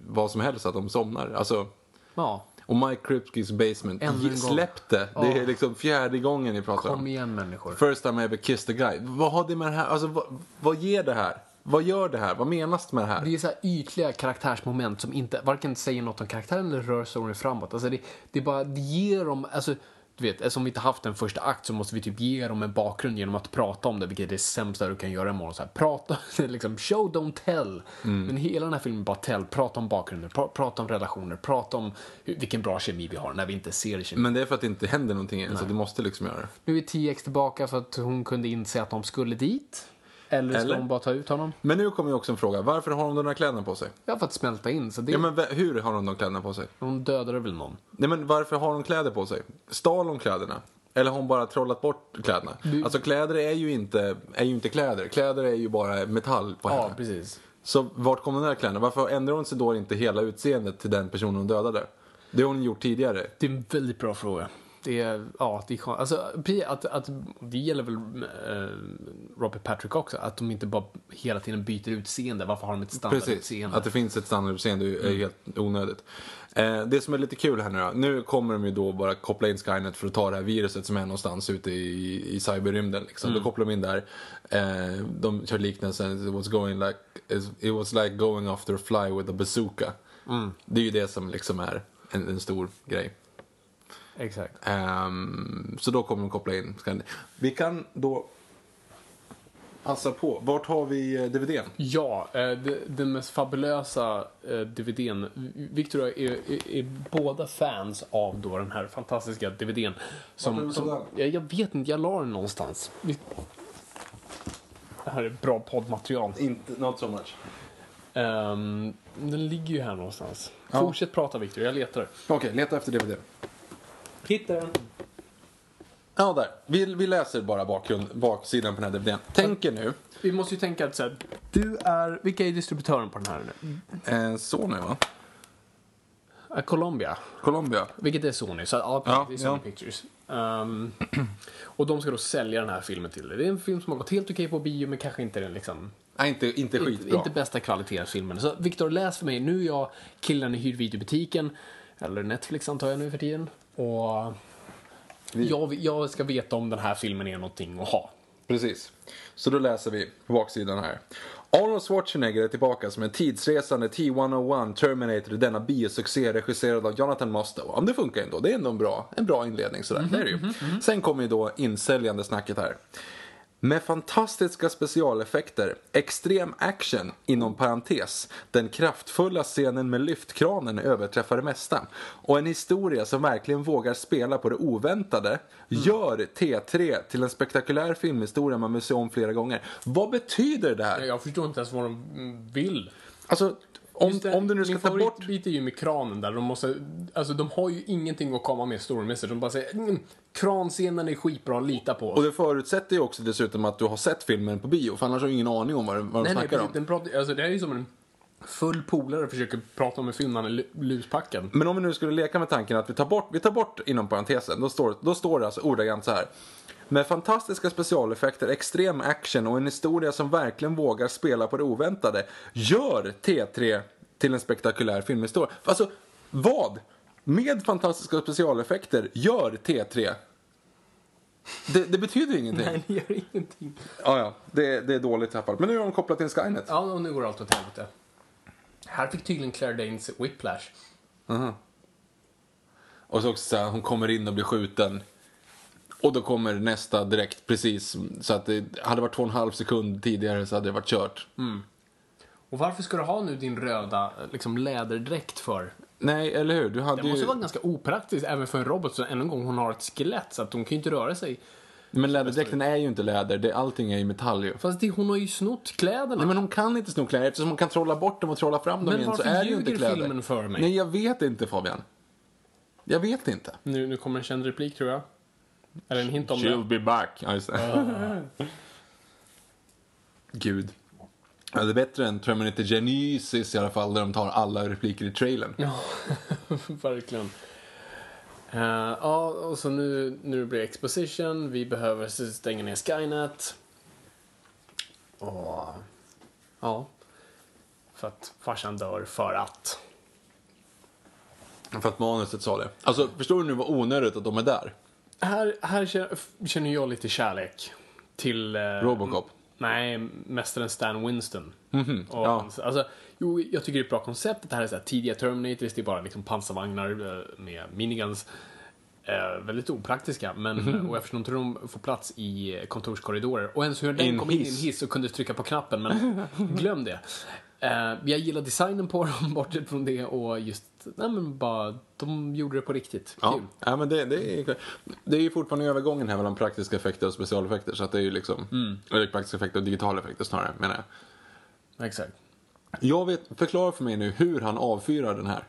A: vad som helst så att de somnar. Alltså,
B: Ja,
A: och Mike Kripkes basement,
B: Ännu en gång.
A: ge- släpp det!
B: Ja.
A: Det är liksom fjärde gången ni pratar
B: kom
A: om.
B: igen människor.
A: First time I ever kissed a guy. Vad har det med det här, alltså vad, vad ger det här? Vad gör det här? Vad menas med det här?
B: Det är så här ytliga karaktärsmoment som inte, varken säger något om karaktären eller rör storyn framåt. Alltså det, det är bara, det ger dem, alltså du vet, eftersom vi inte haft en första akt så måste vi typ ge dem en bakgrund genom att prata om det, vilket är det sämsta du kan göra i morgon. Så här, prata, liksom show, don't tell.
A: Mm.
B: Men hela den här filmen är bara tell, prata om bakgrunden, pra, prata om relationer, prata om hur, vilken bra kemi vi har när vi inte ser kemi.
A: Men det är för att det inte händer någonting än, så du måste liksom göra det.
B: Nu är TX tillbaka för att hon kunde inse att de skulle dit. Eller ska
A: Eller?
B: hon bara ta ut honom?
A: Men nu kommer ju också en fråga. Varför har de de där kläderna på sig?
B: Ja, för att smälta in. Så det,
A: Ja, men vä- hur har de de kläderna på sig?
B: Hon dödade väl någon?
A: Nej, men varför har de kläder på sig? Stal de kläderna? Eller har hon bara trollat bort kläderna? Alltså kläder är ju, inte, är ju inte kläder. Kläder är ju bara metall på henne.
B: Ja, precis.
A: Så vart kommer de här kläderna? Varför ändrar hon sig då inte hela utseendet till den personen hon dödade? Det har hon gjort tidigare.
B: Det är en väldigt bra fråga. Det är, ja, det är kon- alltså, pre- att, att, det gäller väl eh, Robert Patrick också, att de inte bara hela tiden byter utseende. Varför har de ett
A: Precis,
B: standardutseende?
A: att det finns ett standardutseende är ju är ju helt onödigt. Eh, det som är lite kul här nu då, nu kommer de ju då bara koppla in Skynet för att ta det här viruset som är någonstans ute i, i cyberrymden. Liksom. Då kopplar de in där, eh, de kör liknelsen, it was, going like, it was like going after a fly with a bazooka. Det är ju det som liksom är en, en stor grej.
B: Exakt.
A: Ehm, så då kommer de koppla in Skynet. Vi kan då passa på, vart har vi eh, DVDn?
B: Ja, eh, det- den mest fabulösa eh, DVDn. Victor och jag är, är, är båda fans av då den här fantastiska
A: Vart
B: DVDn.
A: har du
B: Som, som,
A: tagit
B: jag, jag vet inte, jag la den någonstans. Vi- Det här är bra poddmaterial.
A: Inte, not so much.
B: Ehm, den ligger ju här någonstans. Fortsätt prata Victor, jag letar.
A: Okej, leta efter DVD. Hitta den. Ja, där. Vi, vi läser bara bakgrund, baksidan på den här DVDn. Tänk er nu,
B: Vi måste ju tänka att så här, du är, vilka är distributören på den här nu?
A: eh, Sony va?
B: Eh, Colombia,
A: Colombia.
B: vilket är Sony. Så ja, precis,
A: Ja,
B: det
A: ja.
B: är Sony Pictures. Ehm, och de ska då sälja den här filmen till dig. Det är en film som har gått helt okej på bio, men kanske inte den liksom
A: Nej, inte, inte
B: Inte,
A: skitbra.
B: inte bästa kvalitetsfilmen. Så Viktor, läs för mig. Nu är jag killen i hyrvideobutiken, eller Netflix antar jag nu för tiden. Och jag, jag ska veta om den här filmen är någonting att ha.
A: Precis. Så då läser vi på baksidan här. Arnold Schwarzenegger är tillbaka som en tidsresande T-101 Terminator i denna biosuccé regisserad av Jonathan Mostow. Ja, men det funkar ändå. Det är ändå en bra, en bra inledning sådär. det är det ju. Sen kommer ju då insäljande snacket här. Med fantastiska specialeffekter, extrem action, inom parentes, den kraftfulla scenen med lyftkranen överträffar det mesta och en historia som verkligen vågar spela på det oväntade gör T3 till en spektakulär filmhistoria man vill se om flera gånger. Vad betyder det här?
B: Jag förstår inte ens vad de mm, vill.
A: Alltså, om,
B: Just det,
A: om du nu ska
B: min
A: ta bort...
B: favoritbit är ju med kranen där. De, måste, alltså, de har ju ingenting att komma med storymässigt. De bara säger mm, kranscenen är skitbra, lita på
A: Och
B: oss.
A: det förutsätter ju också dessutom att du har sett filmen på bio, för annars har du ingen aning om vad, de- vad de
B: Nej, nej,
A: snackar om.
B: precis. den pratar, alltså, det här är ju som en full polare försöker prata om en film när han är lu- luspackad.
A: Men om vi nu skulle leka med tanken att vi tar bort, vi tar bort inom parentesen, då står, då står det alltså ordagrant så här. Med fantastiska specialeffekter, extrem action och en historia som verkligen vågar spela på det oväntade gör T3 till en spektakulär filmhistoria. Alltså, vad? Med fantastiska specialeffekter gör T3? Det, det betyder ingenting.
B: Nej, det gör ingenting.
A: Ja, ja, det, det är dåligt tappat. Men nu har de kopplat in Skynet.
B: Ja, och nu går allt åt helvete. Här fick tydligen Claire Danes whiplash.
A: Och så också så här, hon kommer in och blir skjuten. Och då kommer nästa direkt precis. Så att det hade varit två och en halv sekund tidigare så hade det varit kört. Mm.
B: Och varför ska du ha nu din röda liksom, läderdräkt för?
A: Nej, eller hur? Du hade
B: Det måste
A: ju...
B: vara ganska opraktiskt även för en robot så än en gång hon har ett skelett så att hon kan ju inte röra sig.
A: Men läderdräkten är ju inte läder. Det, allting är ju metall ju.
B: Fast det, hon har ju snott kläderna.
A: Nej, men hon kan inte sno kläder eftersom hon kan trolla bort dem och trolla fram dem
B: Men
A: igen så
B: varför
A: är det ju inte
B: ljuger
A: kläder.
B: filmen för mig?
A: Nej, jag vet inte Fabian. Jag vet inte.
B: nu, nu kommer en känd replik tror jag. Eller en hint om det.
A: be back. Ja, just det. Gud. Ja, det är bättre än Terminator Genesis i alla fall där de tar alla repliker i trailern.
B: Ja, verkligen. Eh, ja, och så nu, nu blir det exposition. Vi behöver stänga ner Skynet. Och... Ja. För att farsan dör för att.
A: För att manuset sa det. Alltså, förstår du nu vad onödigt att de är där?
B: Här, här känner- f- känner jag lite kärlek till... eh,
A: Robocop.
B: Nej, mästaren Stan Winston. och,
A: Mhm, ja.
B: hans- alltså, jo, jag tycker det är ett bra koncept. Det här är så här, tidiga Terminators, det är bara liksom pansarvagnar eh, med miniguns. Eh, väldigt opraktiska, men
A: Mhm.
B: och jag förstår inte hur de får plats i eh, kontorskorridorer. Och ens hur den
A: I en
B: kom in i en
A: hiss.
B: hiss och kunde trycka på knappen, men glöm det. Eh, jag gillar designen på dem, bortsett från det, och just, nej men bara, de gjorde det på riktigt.
A: Ja,
B: Kul.
A: ja men det, det, är, det är ju fortfarande övergången här mellan praktiska effekter och specialeffekter. Så att det är ju liksom,
B: Mm.
A: eller praktiska effekter och digitala effekter snarare, menar jag.
B: Exakt.
A: Jag vet, förklara för mig nu hur han avfyrar den här.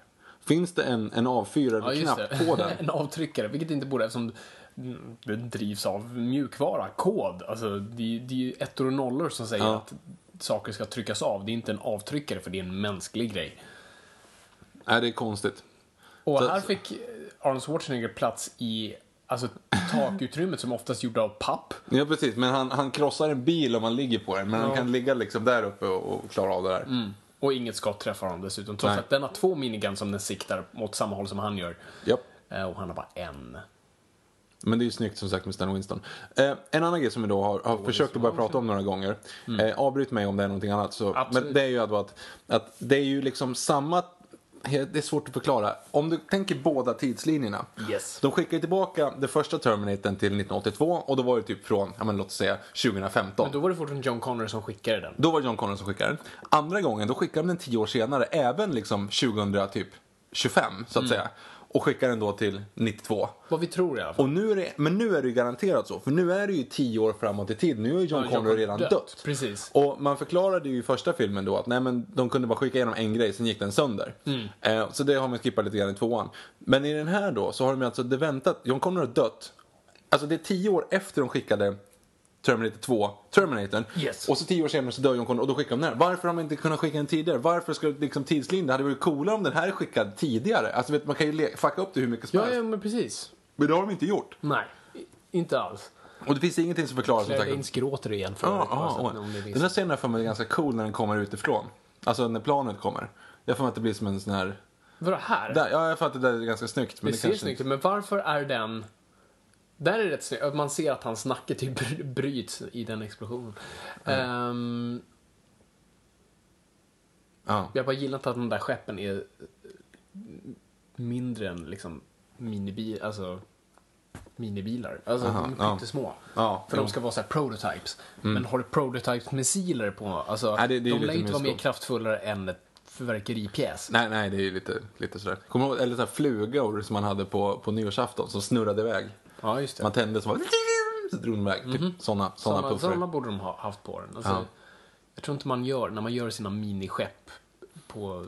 A: Finns det en, en avfyrad
B: Ja, just
A: knapp
B: det.
A: på den?
B: en avtryckare, vilket inte borde eftersom det drivs av mjukvara, kod. Alltså, det, är- det är ju ettor och nollor som säger
A: Ja.
B: att saker ska tryckas av. Det är inte en avtryckare för det är en mänsklig grej.
A: Nej, det är konstigt.
B: Och
A: Så-
B: här fick Arnold Schwarzenegger plats i alltså, takutrymmet som oftast gjorda av papp.
A: Ja, precis. Men han, han krossar en bil om han ligger på den. Men han kan ligga liksom där uppe och, och klara av det där.
B: Och inget skott träffar honom dessutom. Trots
A: Nej.
B: att den har två miniguns som den siktar mot samma håll som han gör.
A: Japp.
B: Eh, Och han har bara en.
A: Men det är ju snyggt som sagt med Stan Winston. Eh, en annan grej som vi då har, har försökt att börja prata om några gånger. Eh, avbryt mig om det är någonting annat. Så,
B: Mm. Absolut.
A: men det är ju att, att, att det är ju liksom samma... Det är svårt att förklara. Om du tänker båda tidslinjerna.
B: Yes.
A: De skickar ju tillbaka den första Terminatorn till 1982 och då var det typ från, ja men låt säga 2015.
B: Men då var det fortfarande John Connor som skickade den.
A: Då var det John Connor som skickade den. Andra gången, då skickade de den tio år senare, även liksom 2000, typ 25 så att säga. Och skickade den då till 92.
B: Vad vi tror i alla fall.
A: Och nu är det, men nu är det ju garanterat så, för nu är det ju tio år framåt i tid. Nu är ju John
B: Ja,
A: Connor redan dött.
B: Precis.
A: Och man förklarade ju i första filmen då att nej men de kunde bara skicka igenom en grej, sen gick den sönder.
B: Mm.
A: Eh, så det har man skippat lite grann i tvåan. Men i den här då så har de ju alltså det väntat, John Connor har dött. Alltså det är tio år efter de skickade Terminator 2, Terminatorn.
B: Yes.
A: Och så tio år senare så dör John Connor och då skickar de den här. Varför har man inte kunnat skicka den tidigare? Varför ska liksom tidslinjen, det hade varit coolare om den här är skickad tidigare. Alltså vet, du, man kan ju le- fucka upp det hur mycket som
B: Ja,
A: helst.
B: ja, men precis.
A: Men det har de inte gjort.
B: Nej, i- inte alls.
A: Och det finns ingenting som förklarar som
B: Claire
A: sagt. att-
B: Danes gråter igen för
A: Ja,
B: övrigt, bara
A: ja,
B: så att
A: ja.
B: om det finns-
A: Den där scenen har jag för mig är ganska cool när den kommer utifrån. Alltså när planet kommer. Jag har för mig att det blir som en sån här...
B: Vadå här?
A: Där, ja, jag fattar att det där är ganska snyggt. Men
B: det
A: det,
B: ser
A: kanske
B: snyggt
A: inte...
B: ut, men varför är den... Där är det rätt snyggt. Man ser att hans nacke typ bry- bryts i den explosionen. Ehm,
A: Ja.
B: jag bara gillar inte att de där skeppen är eh, mindre än liksom minibil, alltså minibilar. Alltså de är
A: ja.
B: pyttesmå.
A: Ja,
B: för
A: jo. Mm.
B: de ska vara så här prototypes. Men har du prototypes missiler på, alltså
A: Nej, det- det är
B: de
A: lite
B: lär inte vara
A: mysko.
B: mer kraftfullare än ett fyrverkeripjäs.
A: Nej, nej, det är ju lite, lite sådär. Kommer du ihåg, eller sådär flugor som man hade på, på nyårsafton som snurrade iväg.
B: Ja, just det.
A: Man tände så bara... Så drog de iväg.
B: Mhm.
A: Typ sådana, sådana
B: Sådana, sådana
A: puffrar.
B: borde de ha haft på den. Alltså,
A: Ja.
B: Jag tror inte man gör, när man gör sina miniskepp på...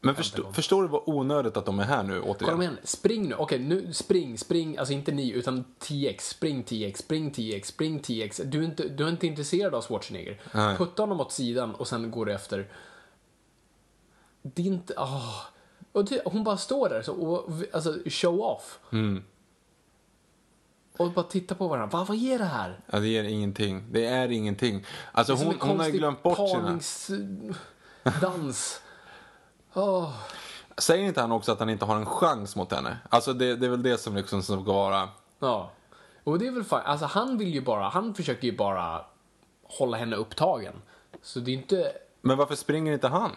A: Men förstår, förstår du vad onödigt att de är här nu återigen?
B: Kom igen, spring nu. Okej, nu spring, spring. Alltså inte ni, utan TX. Spring TX, spring TX, spring TX. Du är inte, du är inte intresserad av Schwarzenegger.
A: Nej.
B: Putta honom åt sidan och sen går du efter. Det är inte... ah. Och det, hon bara står där så, och vi- alltså, show off.
A: Mm.
B: Och bara titta på varandra. Va, vad är det här?
A: Ja, det ger ingenting. Det är ingenting. Alltså
B: Som
A: hon,
B: en
A: hon har ju
B: konstig
A: glömt bort sina...
B: parningsdans. Åh,
A: Säger inte han också att han inte har en chans mot henne? Alltså det, det är väl det som liksom som ska vara...
B: Ja. Och det är väl fan, alltså han vill ju bara, han försöker ju bara hålla henne upptagen. Så det är inte,
A: Men varför springer inte han?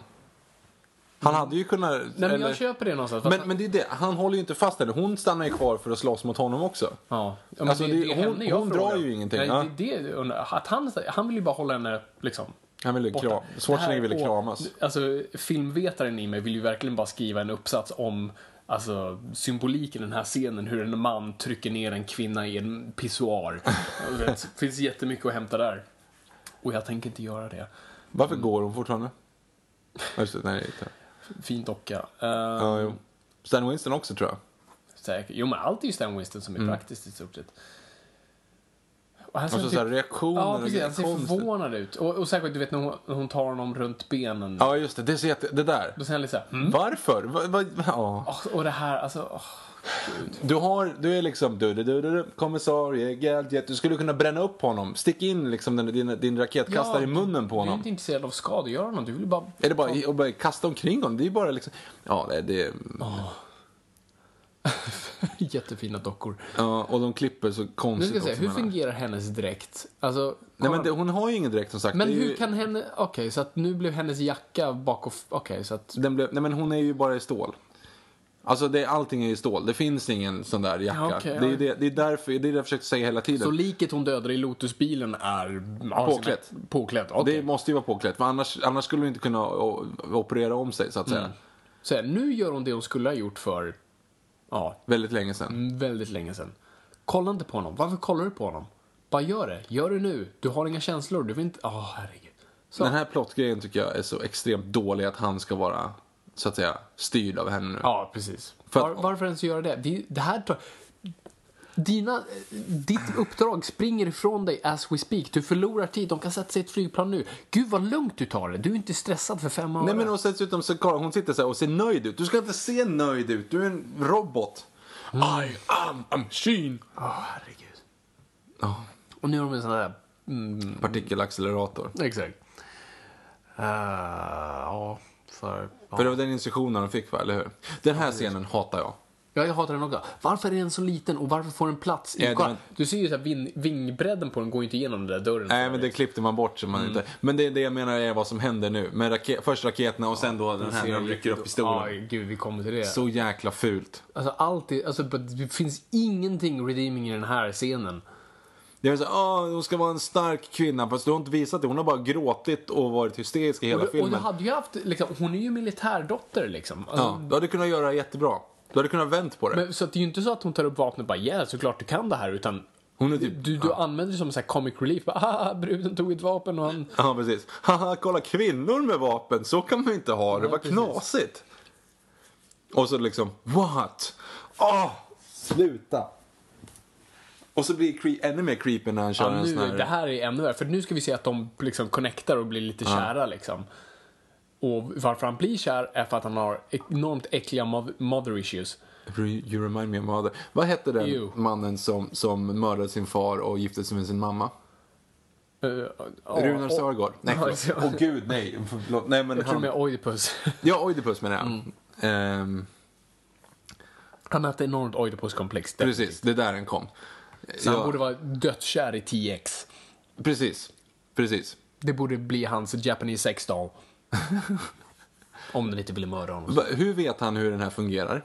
A: Han hade ju kunnat...
B: nej men
A: eller-
B: jag köper det någonstans. fast
A: men, men det är det, han håller ju inte fast henne. Hon stannar ju kvar för att slåss mot honom också.
B: Ja. Ja, men
A: Alltså, det-
B: är
A: hon-
B: henne jag
A: hon
B: frågar.
A: drar ju ingenting,
B: Nej,
A: ja.
B: det, är det, jag undrar. att han, han vill ju bara hålla henne liksom.
A: Han ville
B: borta.
A: kram, Schwarzenegger
B: Det här-
A: ville
B: och-
A: kramas.
B: Alltså, filmvetaren i mig vill ju verkligen bara skriva en uppsats om alltså, symboliken i den här scenen. Hur en man trycker ner en kvinna i en pissoar. Jag vet, Det finns jättemycket att hämta där. Och jag tänker inte göra det.
A: Varför
B: Mm.
A: går hon fortfarande? Ja, Just det, nej, inte.
B: Fin docka. Eh,
A: Ja,
B: Um.
A: jo. Stan Winston också tror jag.
B: Säkert. Jo, men allt är ju Stan Winston som är
A: Mm.
B: praktiskt i stort sett. Och han ser
A: Och så, Alltså,
B: typ-
A: så här, reaktioner
B: Ja, precis.
A: grejer.
B: Han ser
A: Konstigt.
B: förvånad ut. Och, och särskilt, du vet, när hon, hon tar honom runt benen.
A: Ja, just det. Det, är så jätte, det där.
B: Då säger han lite såhär, mm.
A: Varför? Va, va, ja.
B: Åh, Och det här, alltså. åh.
A: Du, har, du är liksom du, du, du, du, du, kommissarie Gadget. Du skulle kunna bränna upp honom. Stick in liksom den, din, din raketkastare i munnen på
B: Du är
A: honom.
B: inte intresserad av skadegörarna, du vill ju bara...
A: Är det bara och bara kasta omkring honom? Det är ju bara liksom... Ja, det, det
B: Jättefina dockor.
A: ja, Och de klipper så
B: Nu
A: konstigt
B: ska jag säga,
A: också,
B: hur
A: menar jag.
B: fungerar hennes dräkt? Alltså,
A: Nej,
B: kolla.
A: men det, hon har ju ingen dräkt som sagt.
B: men
A: Det är
B: hur
A: ju,
B: kan henne... Okej, så att nu blev hennes jacka bak och... f- Okej, så att...
A: den blev, nej, men hon är ju bara i stål. Alltså det, allting är i stål. Det finns ingen sån där jacka.
B: Ja, okej,
A: det, är
B: ja.
A: ju det, det är därför, det är det jag försökt säga hela tiden.
B: Så liket hon dödade i Lotusbilen är... har sina-
A: Påklätt.
B: Påklätt, okej.
A: Det måste ju vara påklätt, för annars, annars skulle hon inte kunna o- operera om sig så att säga.
B: Mm. Så här, nu gör hon det hon skulle ha gjort för... Ja,
A: Väldigt länge sedan.
B: väldigt länge sedan. Kolla inte på honom. Varför kollar du på honom? Bara gör det. Gör det nu. Du har inga känslor. Du vill inte... Åh, herregud. Så.
A: Den här plottgrejen tycker jag är så extremt dålig att han ska vara så att säga, styrd av henne nu.
B: Ja, precis.
A: För
B: Var,
A: att-
B: varför ens göra det? Vi, det här tar... Dina, ditt uppdrag springer ifrån dig as we speak. Du förlorar tid. De kan sätta sig i ett flygplan nu. Gud vad lugnt du tar det. Du är inte stressad för fem år.
A: Nej men och dessutom så Karl, hon sitter så här och ser nöjd ut. Du ska inte se nöjd ut, du är en robot.
B: Mm.
A: I am a machine.
B: herregud.
A: Ja,
B: Och nu har de en sån där...
A: Mm. partikelaccelerator.
B: Exakt. Eh, ja, för... Ja.
A: För det var den instruktionen de fick va, eller hur? Den här scenen hatar jag.
B: Ja, jag hatar den också. Varför är den så liten och varför får den plats?
A: Ja,
B: I, kolla,
A: men-
B: Du ser ju så här, vin, vingbredden på den går ju inte igenom den där dörren.
A: Nej men det klippte man bort så man
B: Mm.
A: inte... Men det är det jag menar är vad som händer nu. Med rake... först raketerna och sen då den här när de rycker upp pistolen.
B: Ja, gud, vi kommer till det.
A: Så jäkla fult.
B: Alltså, allt är, alltså, det finns ingenting redeeming i den här scenen.
A: Det är så åh, hon ska vara en stark kvinna. Fast du har inte visat det. Hon har bara gråtit och varit hysterisk i hela
B: Och, och
A: filmen.
B: du hade ju haft, liksom, hon är ju militärdotter liksom. Alltså,
A: Ja, du hade kunnat göra jättebra. Du hade kunnat vänt på det.
B: men, så att det är ju inte så att hon tar upp vapnet och bara ja, såklart du kan det här. Utan
A: Hon är typ-
B: du, du använder det som så här comic relief. Bara, "Haha, bruden tog ett vapen och han...
A: Ja, precis. Haha, kolla kvinnor med vapen. Så kan man ju inte ha det. Vad knasigt. Och så liksom, what? Åh! Sluta. Och så blir det ännu mer creepy när han kör
B: Ja,
A: en sån
B: nu,
A: här...
B: det här är ännu värre, för nu ska vi se att de liksom connectar och blir lite kära liksom. Och varför han blir kär är för att han har enormt äckliga mother- mother issues.
A: You remind me of mother. Vad hette den
B: Ew.
A: mannen som, som mördade sin far och gifte sig med sin mamma?
B: Uh,
A: Runar Sörgård? Nej,
B: Ja,
A: förlåt. Åh gud, nej. Förlåt. nej men
B: Jag tror
A: han...
B: med Mm. Oidipus.
A: Ja, Oidipus menar jag. Ehm,
B: Han har haft enormt Oidipus-komplex. definitivt.
A: precis, det är där den kom.
B: Så han
A: Ja,
B: borde vara dödskär i TX.
A: Precis, precis.
B: Det borde bli hans Japanese sex doll. Om den inte ville mörda honom.
A: Va- Hur vet han hur den här fungerar?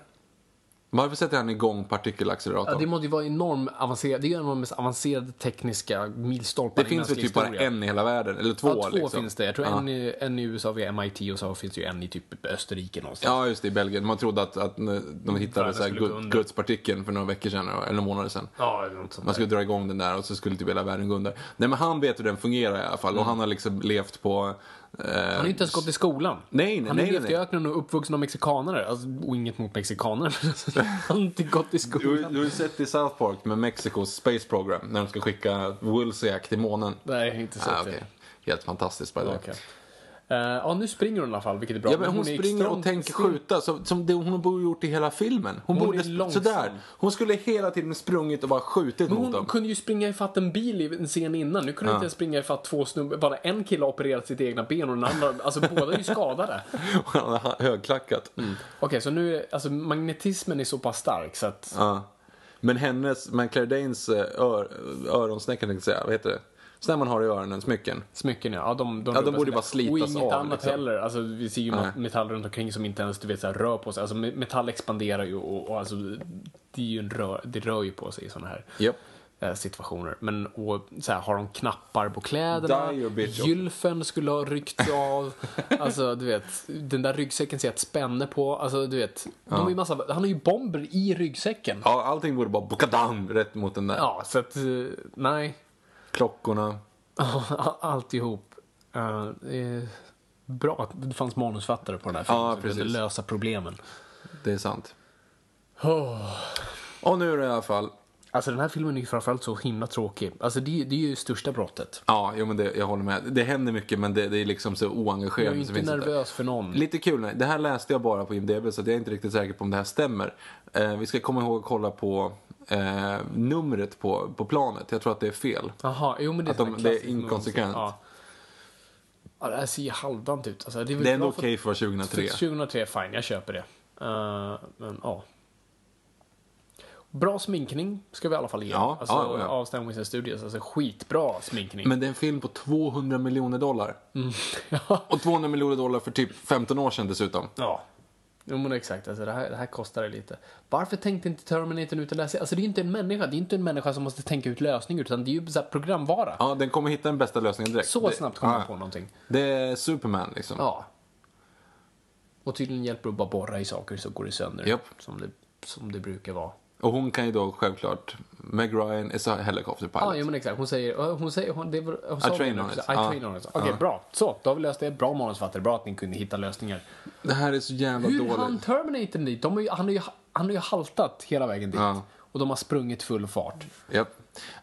A: Varför sätter han igång partikelacceleratorn?
B: Ja, det
A: det
B: måste ju vara enormt avancerat. Det är ju en av de mest avancerade tekniska milstolparna i
A: finns väl
B: mänsklig
A: typ bara
B: historia.
A: en i hela världen, eller två
B: Ja, två
A: liksom.
B: finns det. Jag tror
A: ja.
B: en, i, en i USA via MIT och så finns det ju en i typ Österrike någonstans.
A: Ja, just det, i Belgien. Man trodde att, att eh, de hittade
B: Mm, Världen
A: så här
B: skulle gå
A: gud,
B: under.
A: gudspartikeln för några veckor sedan, eller månader sedan.
B: Ja, eller något sånt
A: Man
B: där.
A: skulle dra igång den där och så skulle typ hela världen gå under. Nej, men han vet hur den fungerar i alla fall och han har liksom levt på... Eh,
B: Mm. Han har ju inte ens gått i skolan.
A: Nej, nej,
B: han är
A: nej,
B: gift
A: nej.
B: i öknen och uppvuxen av mexikanare. Alltså, och inget mot mexikaner. men alltså, han har inte gått i
A: du,
B: skolan.
A: du har ju sett i South Park med Mexikos Space Program när de ska skicka Woolsack till månen.
B: Nej, inte så.
A: Ah,
B: Ah,
A: okej. Helt fantastiskt by the way.
B: Eh, ja, nu springer hon i alla fall, vilket är bra.
A: Ja, men hon,
B: är
A: springer och
B: extremt
A: tänker
B: still.
A: skjuta som, som det hon borde gjort i hela filmen. Hon,
B: Hon är
A: borde
B: långsam.
A: sådär. Hon skulle hela tiden sprungit och bara skjutit
B: Men
A: mot
B: Hon
A: dem.
B: kunde ju springa ifatt en bil i en scen innan. Nu kunde hon inte ens springa ifatt två snubbar. Bara en kille har opererat sitt egna ben och den andra, alltså båda är ju skadade.
A: Och Han har högklackat.
B: Okej, så nu är, alltså magnetismen är så pass stark så att
A: Ja. Men hennes, men Claire Danes eh, ör, öronsnäckan tänkte jag säga, vad heter det? Sådär man har i öronen, smycken.
B: smycken ja, ja de, de,
A: Ja, de
B: rubbas
A: borde
B: lite.
A: bara slitas
B: Och inget
A: av,
B: annat
A: liksom.
B: heller. Alltså vi ser ju
A: Nej.
B: metall runt omkring som inte ens du vet så här, rör på sig. Alltså me- metall expanderar ju och, och alltså det är ju en rör, det rör ju på sig i sådana här
A: Japp.
B: eh, situationer. Men och så här, har de knappar på kläderna?
A: Dire bitch.
B: Gylfen skulle ha ryckts av. alltså du vet, den där ryggsäcken ser jag ett spänne på. Alltså du vet, de är ju massa, han har ju bomber i ryggsäcken.
A: Ja, allting borde bara bokadam rätt mot den där.
B: Ja, så att eh, nej.
A: Klockorna.
B: Ja, Alltihop. Uh, bra att det fanns manusfattare på den här filmen.
A: Ja,
B: så vi kunde
A: precis.
B: lösa problemen.
A: Det är sant. Och nu är det i alla fall.
B: Alltså den här filmen är ju framförallt så himla tråkig. Alltså det, är- det är ju största brottet.
A: Ja, jo, men det, jag håller med. Det händer mycket men det, det är liksom så oengagerande.
B: Jag är ju
A: så
B: inte
A: finns det
B: nervös för någon.
A: Lite kul, nej. det här läste jag bara på IMDB så att jag är inte riktigt säker på om det här stämmer. Eh, vi ska komma ihåg att kolla på eh, numret på, på planet. Jag tror att det är fel.
B: Jaha, jo men det är,
A: Att de-
B: sån här
A: det är
B: klassisk moment.
A: inkonsekvent.
B: Ja. ja, det här ser ju halvdant ut. Alltså, det, är väl
A: Det är ändå
B: bra
A: okej för 2003.
B: För 2003, fine, jag köper det. Eh, men ja. Bra sminkning ska vi i alla fall ge.
A: Ja,
B: alltså,
A: ja, ja.
B: Av Stan Winston Studios. Alltså skitbra sminkning.
A: Men det är en film på 200 miljoner dollar.
B: ja.
A: Och 200 miljoner dollar för typ 15 år sedan dessutom.
B: Ja. Jo men exakt, alltså, det, här, det här kostar det lite. Varför tänkte inte Terminator ut den där serien? Alltså det är ju inte en människa, det är inte en människa som måste tänka ut lösningar utan det är ju så här programvara.
A: Ja, den kommer hitta den bästa lösningen direkt.
B: Så
A: Det-
B: snabbt kom man
A: ja.
B: på någonting.
A: Det är Superman liksom.
B: Ja. Och tydligen hjälper det att bara borra i saker så går det sönder.
A: Japp.
B: Som, det, som det brukar vara.
A: Och hon kan ju då självklart, Meg Ryan is a helicopter pilot.
B: Ja, jo men exakt. Hon säger, eh, hon säger, hon, det var, hon sa
A: train
B: det
A: on
B: också.
A: it.
B: I
A: Ja.
B: train on it. Okej, bra. Så, då har vi löst det. Bra manusfattare, bra att ni kunde hitta lösningar.
A: Det här är så jävla
B: Hur
A: dåligt.
B: han Terminator dit? De har ju, han, har ju, han har ju haltat hela vägen dit.
A: Ja.
B: Och de har sprungit full fart.
A: Japp.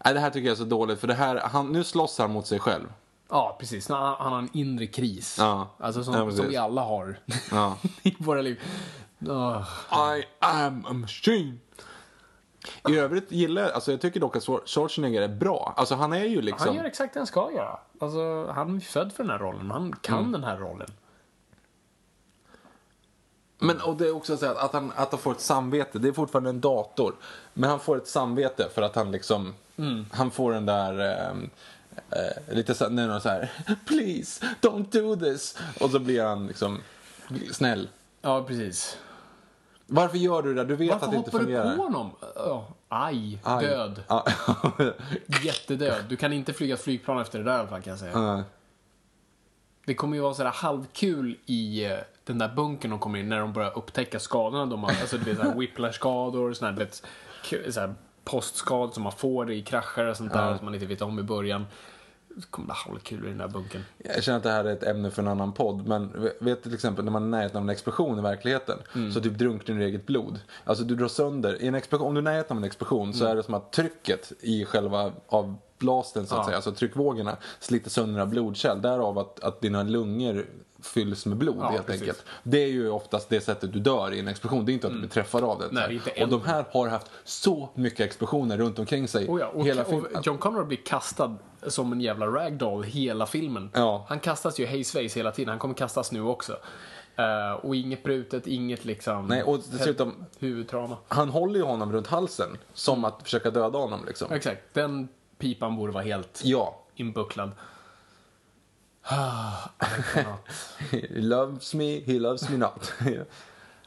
A: Nej, det här tycker jag är så dåligt för det här, han, nu slåss han mot sig själv.
B: Ja, precis. Han, han har en inre kris.
A: Ja.
B: Alltså som,
A: Ja, precis.
B: som vi alla har
A: Ja.
B: i våra liv. Åh.
A: I am a machine. I övrigt gillar jag, alltså jag tycker dock att Schwar- Schwarzenegger är bra. Alltså han är ju liksom...
B: Han gör exakt det han ska göra. Alltså, han är född för den här rollen. Han kan
A: Mm.
B: den här rollen.
A: Men och det är också så här att han, att han får ett samvete. Det är fortfarande en dator. Men han får ett samvete för att han liksom...
B: Mm.
A: Han får den där... ehm, eh, lite så, nu är han så här... Please, don't do this! Och så blir han liksom snäll.
B: Ja, precis.
A: Varför gör du det där? Du vet
B: Varför
A: att det inte
B: hoppar du
A: fungerar.
B: på honom? Ja, aj,
A: Aj.
B: död.
A: Ja.
B: Jättedöd. Du kan inte flyga ett flygplan efter det där i alla fall kan jag säga.
A: Nej.
B: Det kommer ju vara sådär halvkul i eh, den där bunkern de kommer in när de börjar upptäcka skadorna de har. Alltså det blir såhär whiplash-skador och sådär, du vet, k- såhär postskador som man får i krascher och sånt där som man inte vet om i början. Det kommer bli halvkul i den där bunkern.
A: Jag känner att det här är ett ämne för en annan podd, men vet till exempel när man är i närheten av en explosion i verkligheten
B: Mm.
A: så typ drunknar du i eget blod. Alltså du drar sönder, i en explosion, om du är i närheten av en explosion
B: Mm.
A: så är det som att trycket i själva av blasten så att säga, alltså tryckvågorna sliter sönder dina blodkärl. Därav att, att dina lungor fylls med blod
B: Ja,
A: helt
B: precis.
A: enkelt. Det är ju oftast det sättet du dör i en explosion, det är inte att du blir träffad av det.
B: Mm. Nej,
A: så här.
B: inte
A: och
B: än.
A: de här har haft så mycket explosioner runt omkring sig.
B: Oh ja, och,
A: hela
B: och
A: filmen.
B: John Connor blir kastad som en jävla ragdoll hela filmen.
A: Ja.
B: Han kastas ju hejsvejs hela tiden. Han kommer kastas nu också. Eh, och inget brutet, inget liksom...
A: Nej, och dessutom-
B: Huvudtrauma.
A: Han håller ju honom runt halsen som att försöka döda honom liksom.
B: Exakt, den pipan borde vara helt
A: Ja,
B: inbucklad.
A: He loves me, he loves me not.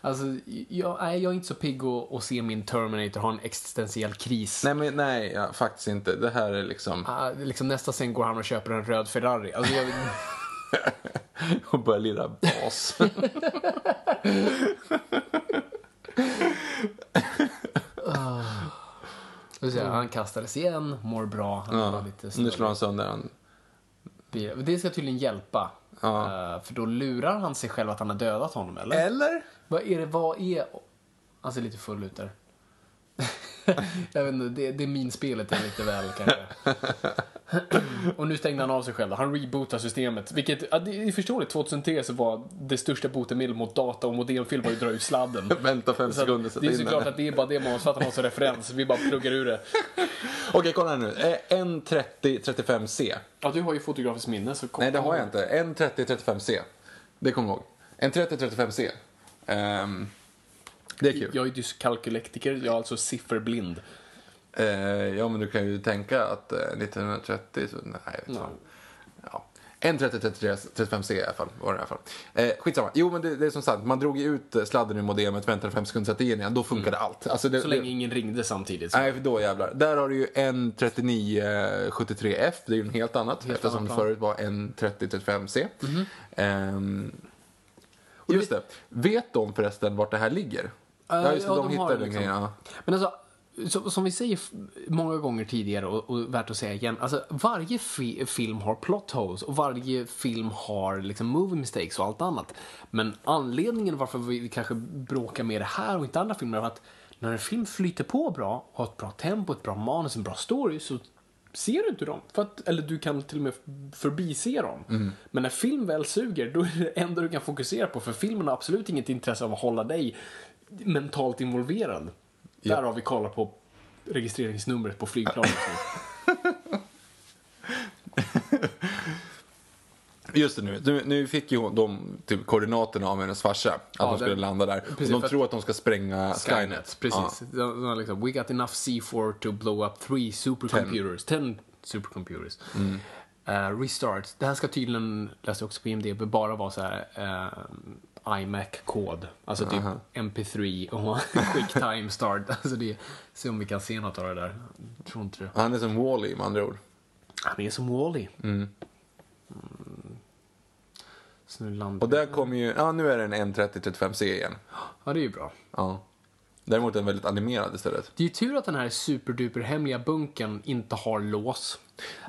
B: Alltså, jag, nej, jag är inte så pigg att, att se min Terminator ha en existentiell kris.
A: nej, men nej, ja, faktiskt inte. Det här är liksom...
B: Ah, liksom nästa scen går han och köper en röd Ferrari. Alltså, jag,
A: Och börjar lira bas.
B: jag säga, han kastades igen, mår bra. Han
A: Ja,
B: var lite
A: nu
B: snurrig.
A: slår han sönder han.
B: Det ska tydligen hjälpa.
A: Ja.
B: Eh, för då lurar han sig själv att han har dödat honom, eller?
A: Eller?
B: Vad är det, vad är... Han ser lite full ut där. jag vet inte, det, det minspelet är lite väl kanske. och nu stängde han av sig själv. Han rebootar systemet. Vilket, ja, det är förståeligt. 2003 så var det största botemedlet mot data och modemfilm var ju att dra ut sladden.
A: Vänta fem
B: Så att
A: sekunder, sätta
B: det är
A: in den.
B: såklart att det är bara det manusförfattaren har som referens. Vi bara pluggar ur det.
A: Okej, kolla här nu. Eh, 1.30-35C.
B: Ja, du har ju fotografiskt minne så kom
A: Nej, det har jag inte. 1.30-35C. Det kommer jag ihåg. 1.30-35C. Ehm, det är kul.
B: Jag är dyskalkylektiker, jag är alltså sifferblind.
A: Eh, ja, men du kan ju tänka att eh, 1930 så... Nej, jag vet inte. Ja. En 30-35C i alla fall. Var det i alla fall. Eh, skitsamma. Jo, men det, det är som sagt, man drog ju ut eh, sladden ur modemet, väntade fem sekunder, satte i den igen. Då funkade allt. Alltså, det,
B: Mm. Så länge
A: det,
B: ingen ringde samtidigt.
A: Nej, för då jävlar. Där har du ju en 3973F. Det är ju en helt annat eftersom det förut var en 3035C.
B: Mhm.
A: Ehm, just det. Vet de förresten vart det här ligger? ja, just det.
B: Eh, ja,
A: de,
B: de
A: hittade
B: har det
A: den
B: liksom.
A: grejen. ja.
B: Men alltså, som, som vi säger f- många gånger tidigare och, och värt att säga igen. Alltså, varje fi- film har plot holes och varje film har liksom movie mistakes och allt annat. Men anledningen varför vi kanske bråkar med det här och inte andra filmer är att när en film flyter på bra, har ett bra tempo, ett bra manus, en bra story så ser du inte dem. För att, eller du kan till och med förbise dem.
A: Mm.
B: Men när film väl suger, då är det det enda du kan fokusera på. För filmen har absolut inget intresse av att hålla dig mentalt involverad. Där har vi kollat på registreringsnumret på flygplanet.
A: Just det, nu, nu, nu fick ju de typ, koordinaterna av hennes farsa. Att de
B: det-
A: skulle landa där.
B: precis,
A: och
B: för
A: de
B: att-
A: tror att de ska spränga Skynet.
B: Precis. De, de har liksom, We got enough C4 to blow up three supercomputers. Ten, supercomputers. Eh, restart. Det här ska tydligen, läste jag också på IMDB, bara vara så här eh, iMac-kod. Alltså typ MP3 och Quick Time Start. Alltså det, se om vi kan se något av det där. Jag tror inte det.
A: Ja. Han är som Wall-E med andra ord.
B: Han är som Wall-E. Mm. Mm.
A: Och där kommer ju, ja nu är det en 130-35C igen.
B: Ja, det är ju bra.
A: Ja. Däremot är den väldigt animerad istället.
B: Det är ju tur att den här superduper hemliga bunkern inte har lås.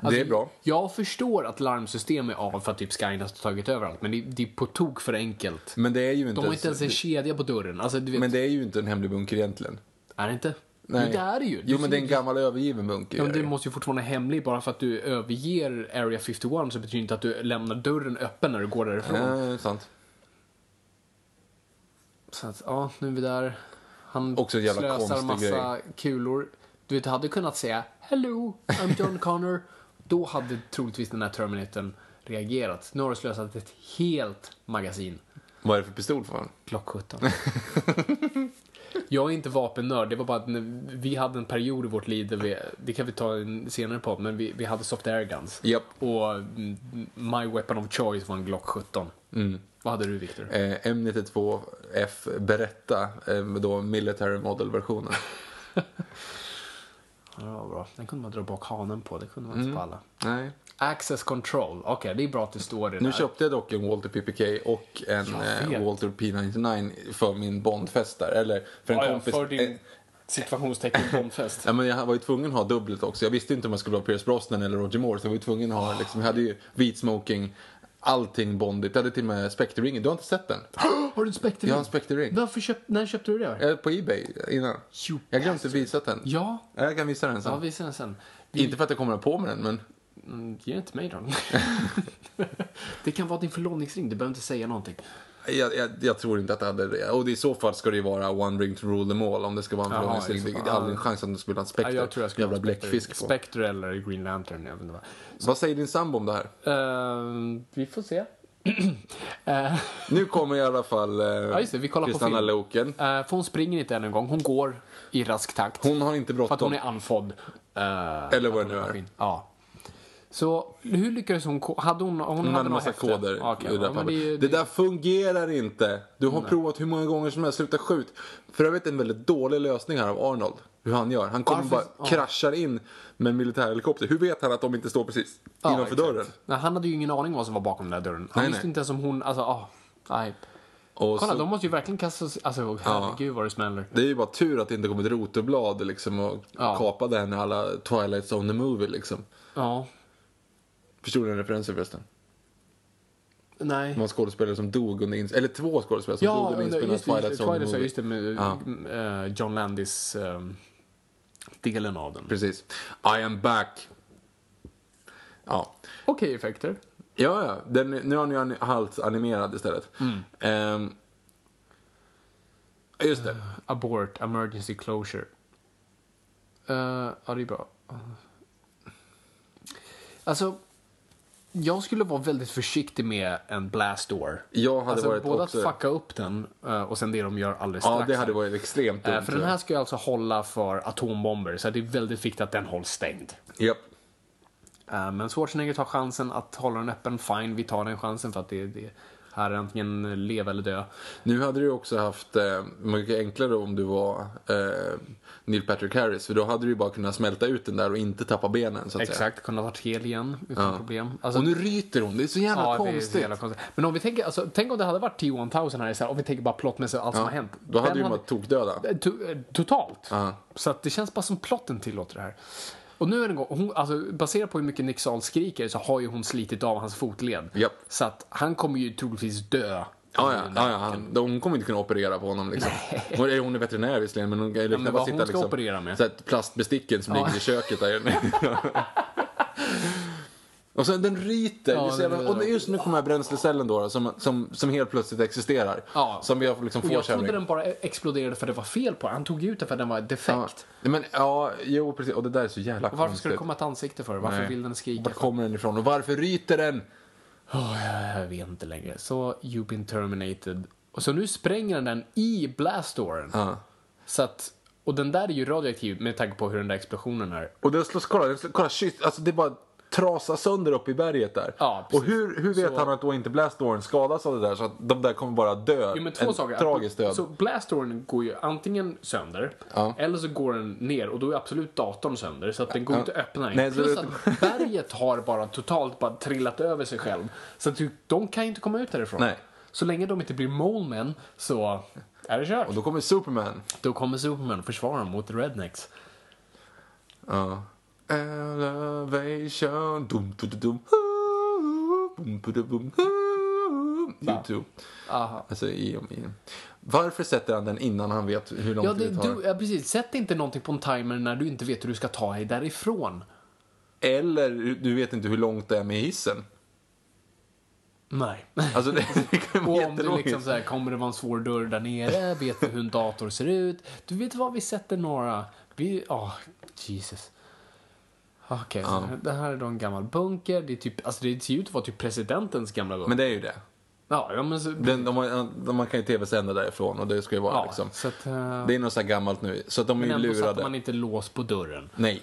B: Alltså,
A: är bra.
B: Jag förstår att larmsystem är av för att typ Skynet har tagit över allt, men det, det är på tok för enkelt.
A: Men det är ju inte,
B: De har inte ens en kedja på dörren. Alltså, du vet,
A: men det är ju inte en hemlig bunker egentligen.
B: är det inte? Jo, det är det ju.
A: Jo, men det är en gammal övergiven bunker.
B: Ja, men
A: är det
B: du
A: ju.
B: måste ju fortfarande vara hemlig. Bara för att du överger Area 51 så betyder det inte att du lämnar dörren öppen när du går därifrån.
A: Ja, det är sant.
B: Så att, ja, nu är vi där. Han
A: Också en jävla
B: slösar
A: konstig
B: massa kulor. Du vet, du hade kunnat säga “Hello, I'm John Connor”. Då hade troligtvis den här Terminatorn reagerat. Nu har du slösat ett helt magasin.
A: Vad är det för pistol för fan?
B: Glock 17. Jag är inte vapennörd, det var bara att när vi hade en period i vårt liv där vi, det kan vi ta i en senare podd, men vi, vi hade soft air guns.
A: Japp.
B: Och mm, my weapon of choice var en Glock 17.
A: Mm.
B: Vad hade du Victor?
A: Eh, M92F Beretta, eh, då military model-versionen.
B: Ja, det var bra. Den kunde man dra bak hanen på, det kunde man inte
A: Mm.
B: på alla.
A: Nej.
B: Access control. Okej, det är bra att det står det
A: Nu
B: där.
A: köpte jag dock en Walter PPK och en
B: Jag vet.
A: eh, Walter P99 för min Bondfest där. Eller för en
B: Ja, ja,
A: kompis.
B: för din
A: eh,
B: situationstecken bombfest.
A: Ja, men jag var ju tvungen att ha dubblet också. Jag visste inte om jag skulle vara Pierce Brosnan eller Roger Moore. Så jag var ju tvungen att ha, liksom, jag hade ju vit smoking, allting bondigt. Jag hade till och med Spectre-ringen. Du har inte sett den?
B: Har du en Spectre
A: Jag har en Spectre-ring.
B: Varför köpt, när köpte du det?
A: Eh, På Ebay innan.
B: You
A: Jag glömde visa den.
B: Ja,
A: Ja, Jag kan visa den
B: ja
A: sen.
B: visa den sen. Vi,
A: Inte för att jag kommer på med den, men
B: Mm, Ge den till mig då. det kan vara din förlovningsring, du behöver inte säga någonting.
A: jag, jag, jag tror inte att det hade det. Och i så fall ska det ju vara One ring to rule them all om det ska vara en
B: Jaha,
A: förlovningsring.
B: i så
A: Det
B: fall.
A: det är aldrig en chans att de skulle ha en Spectre. Jävla bläckfisk på.
B: Spectre eller Green Lantern, jag vet inte vad.
A: Vad säger din sambo om det här?
B: Ehm, vi får se. Eh,
A: Nu kommer i alla fall eh,
B: just det, vi kollar på
A: Kristanna
B: film.
A: Loken.
B: eh, för hon springer inte än en gång, hon går i rask takt.
A: Hon har inte
B: För att
A: bråttom.
B: hon är Eh, anfodd.
A: Eller vad det nu är.
B: Ja. Så hur lyckades hon? ko- Hade hon, hon,
A: Hon
B: hade
A: hade en
B: något
A: massa
B: häfte.
A: koder.
B: Ja, okej,
A: i det,
B: ja,
A: där
B: men det, är ju-
A: pappret. det där fungerar inte. Du har provat hur många gånger som helst. Sluta skjut. För övrigt en väldigt dålig lösning här av Arnold. Hur han gör. Han kommer
B: Varför-
A: bara
B: ja.
A: kraschar in med en militärhelikopter. Hur vet han att de inte står precis
B: ja,
A: innanför
B: exakt.
A: dörren?
B: Nej, han hade ju ingen aning vad som var bakom den där dörren. Han
A: Nej,
B: visste
A: nej.
B: inte ens om hon... Alltså, ah, nej.
A: Och
B: Kolla,
A: så,
B: de måste ju verkligen kasta sig... Alltså, herregud vad det smäller.
A: Det är ju bara tur att det inte kom ett rotorblad liksom, och
B: Ja.
A: kapade henne alla Twilight Zone the Movie. Liksom.
B: Ja.
A: Förstod du den referensen förresten?
B: Nej.
A: Det var en skådespelare som dog under inspelningen. Eller två skådespelare som dog
B: Ja,
A: under
B: just det.
A: inspelningen av
B: Just det,
A: Twilight Zone the
B: Twilight,
A: Movie.
B: just det med eh, John Landis... eh, delen av den.
A: Precis. I am back. Ja.
B: Okej effekter.
A: Ja, ja. Den, nu har ni an- halt animerad istället.
B: Mm.
A: Ehm, just det.
B: Abort, emergency closure. Uh, ja, det är bra. Alltså, jag skulle vara väldigt försiktig med en blast door.
A: Jag hade
B: alltså,
A: varit
B: både
A: också-
B: att fucka upp den eh, och sen det de gör alldeles
A: Ja,
B: strax.
A: det hade varit extremt dumt.
B: Eh, för den här ska ju alltså hålla för atombomber, så det är väldigt viktigt att den hålls stängd.
A: Japp.
B: Eh, men Schwarzenegger tar chansen att hålla den öppen, fine, vi tar den chansen för att det, det här är antingen leva eller dö.
A: Nu hade du också haft eh, mycket enklare om du var eh, Neil Patrick Harris. För då hade du ju bara kunnat smälta ut den där och inte tappa benen så att säga.
B: Exakt, kunna vara hel igen utan problem. Alltså,
A: Och nu ryter hon, det är så jävla
B: Ja, det är så
A: konstigt.
B: jävla konstigt. Men om vi tänker, alltså, tänk om det hade varit T-1000 här, så här om vi tänker bara plottmässigt allt som har hänt.
A: Då hade
B: Den
A: ju varit tokdöda.
B: Eh, to- eh, Totalt.
A: Ja.
B: Så att det känns bara som plotten tillåter det här. Och nu är det en gång, hon, alltså, baserat på hur mycket Nick Saul skriker så har ju hon slitit av hans fotled.
A: Japp.
B: Så att han kommer ju troligtvis dö.
A: Ja, ja, ja, ja. han- Hon kommer inte kunna operera på honom liksom. Hon är, hon är veterinär visserligen men hon kan ju liksom
B: men
A: bara
B: vad
A: sitta
B: hon ska
A: liksom,
B: operera med?
A: Så här, plastbesticken som ligger i köket där Och sen den ryter.
B: Ja,
A: just,
B: den
A: jävla-
B: ryter.
A: och det är just nu kommer den här bränslecellen då, då som, som, som helt plötsligt existerar.
B: Ja.
A: Som vi har liksom
B: Och
A: får
B: jag trodde
A: kärring.
B: den bara exploderade för det var fel på den. Han tog ut den för den var
A: Ja.
B: defekt.
A: Nej, Men, ja, jo precis. Och det där är så jävla
B: Och
A: konstigt.
B: Varför ska det komma ett ansikte för? Varför
A: Nej.
B: vill den skrika?
A: Vart kommer den ifrån och varför ryter den?
B: Åh, Äh, jag vet inte längre. Så you've been terminated. Och så nu spränger den den i blastdoren. Så att, och den där är ju radioaktiv med tanke på hur den där explosionen är.
A: Och den slås, kolla, den slås, kolla shit, alltså det bara trasar sönder upp i berget där.
B: Ja, precis.
A: och hur, hur vet
B: Så-
A: han att då inte Blastdorn skadas av det där så att de där kommer bara dö?
B: Jo, men två
A: en
B: saker.
A: tragisk död.
B: Så blastdoren går ju antingen sönder,
A: Ja.
B: eller så går den ner och då är absolut datorn sönder så att den går inte att öppna. den.
A: Nej, så
B: Plus
A: det-
B: att berget har bara totalt bara trillat över sig själv. Så att du, de kan ju inte komma ut därifrån.
A: Nej.
B: Så länge de inte blir Molemen så är det kört.
A: Och då kommer Superman.
B: Då kommer Superman och försvarar dem mot Rednecks.
A: Ja. Elevation. Dum, dum, dum, dum. Ah, Bum, bum, bum, ah. YouTube.
B: Aha.
A: Alltså i och i. Varför sätter han den innan han vet hur lång
B: Ja, det,
A: tid det tar?
B: du, ja, precis. Sätt inte någonting på en timer när du inte vet hur du ska ta dig därifrån.
A: Eller du vet inte hur långt det är med hissen.
B: Nej.
A: Alltså det, det kan vara
B: Och om du
A: jättelångt.
B: liksom så här, kommer det vara en svår dörr där nere? Vet du hur en dator ser ut? Du vet vad, vi sätter några... Vi... Åh, Jesus. Okej, så det här är då en gammal bunker. Det, är typ, alltså det ser ju ut att vara typ presidentens gamla bunker.
A: Men det är ju det.
B: ja, ja, men så,
A: Den, de, har- de, man kan ju tv-sända därifrån och det ska ju vara
B: ja,
A: liksom.
B: så att, eh,
A: Det är något så här gammalt nu. Så att de är
B: men
A: ju
B: ändå satte
A: lurade.
B: man inte lås på dörren.
A: Nej.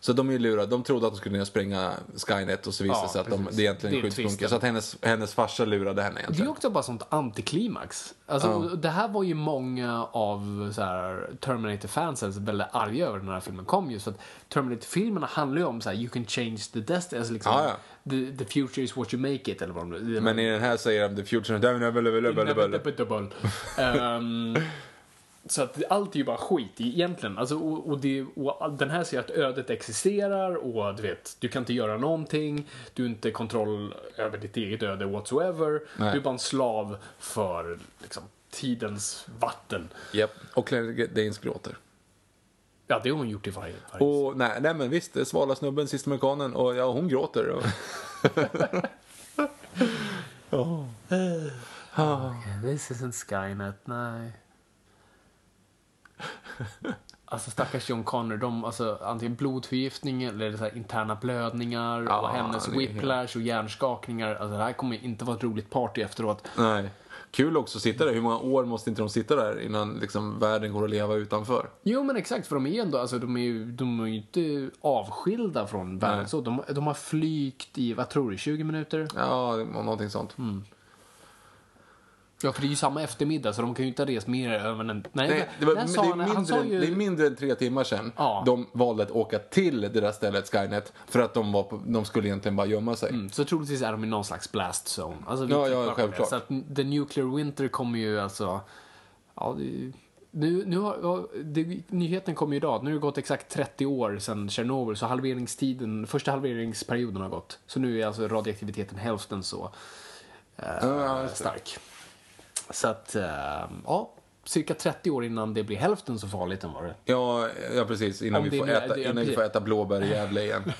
A: Så de är ju lurade. De trodde att de skulle kunna spränga Skynet och så visade
B: Ja,
A: det sig att de,
B: precis.
A: det är egentligen
B: Det
A: en
B: är twisten.
A: skyddsbunker. Så att hennes, hennes farsa lurade henne
B: Det är
A: egentligen.
B: också bara sånt antiklimax. Alltså, och Det här var ju många av så här, Terminator-fansen väldigt arga över när den här filmen kom. Just för att Terminator-filmerna handlar ju om så här, you can change the destiny. Alltså, liksom,
A: Ja, ja.
B: The, the future is what you make it. Eller vad de, det-
A: Men i den här säger de the future. Det är inevitable.
B: Inevitable. Ehm, så att allt är ju bara skit egentligen. Alltså, och, och, det, och all- den här ser att ödet existerar och du vet, du kan inte göra någonting. Du har inte kontroll över ditt eget öde whatsoever.
A: Nej.
B: Du är bara en slav för liksom, tidens vatten.
A: Japp. Och Claire Danes gråter.
B: Ja, det har hon gjort i varje... varje.
A: Och nej, nej men visst, det är svala snubben, sista mekanen och ja, hon gråter. Och...
B: This isn't Skynet, nej. Alltså stackars John Connor, de, alltså, antingen blodförgiftning eller så här, interna blödningar
A: Ja,
B: och hennes
A: det är-
B: whiplash och hjärnskakningar. Alltså, det här kommer inte vara ett roligt party efteråt.
A: nej. Kul också att sitta där. Hur många år måste inte de sitta där innan liksom, världen går att leva utanför?
B: Jo men exakt, för de är ju ändå, alltså, de är ju, de är ju inte avskilda från världen.
A: Nej.
B: Så de, de har flykt i, vad tror du, 20 minuter?
A: Ja, det var någonting sånt.
B: Ja för det är ju samma eftermiddag så de kan ju inte ha rest mer över en... Nej,
A: Nej, det,
B: men-
A: var,
B: när
A: men
B: sa
A: det, är
B: han- han
A: mindre,
B: sa ju...
A: det är mindre än tre timmar sedan
B: Ja.
A: de valde att åka till det där stället, Skynet, för att de, var på, de skulle egentligen bara gömma sig.
B: Mm, så troligtvis är de i någon slags blast zone. Alltså, vi
A: Ja, ja,
B: tittar på det.
A: självklart.
B: Så att The Nuclear Winter kommer ju alltså... Ja, det, nu, nu har, ja, det, nyheten kom ju idag. Nu har det gått exakt 30 år sedan Tjernobyl, så halveringstiden, första halveringsperioden har gått. Så nu är alltså radioaktiviteten hälften så eh, stark. Så att, eh, ja, cirka 30 år innan det blir hälften så farligt än vad det
A: Ja, ja, precis. Innan,
B: Om
A: vi
B: det
A: får,
B: nu är-
A: äta,
B: det är-
A: innan vi får äta blåbär i Gävle igen.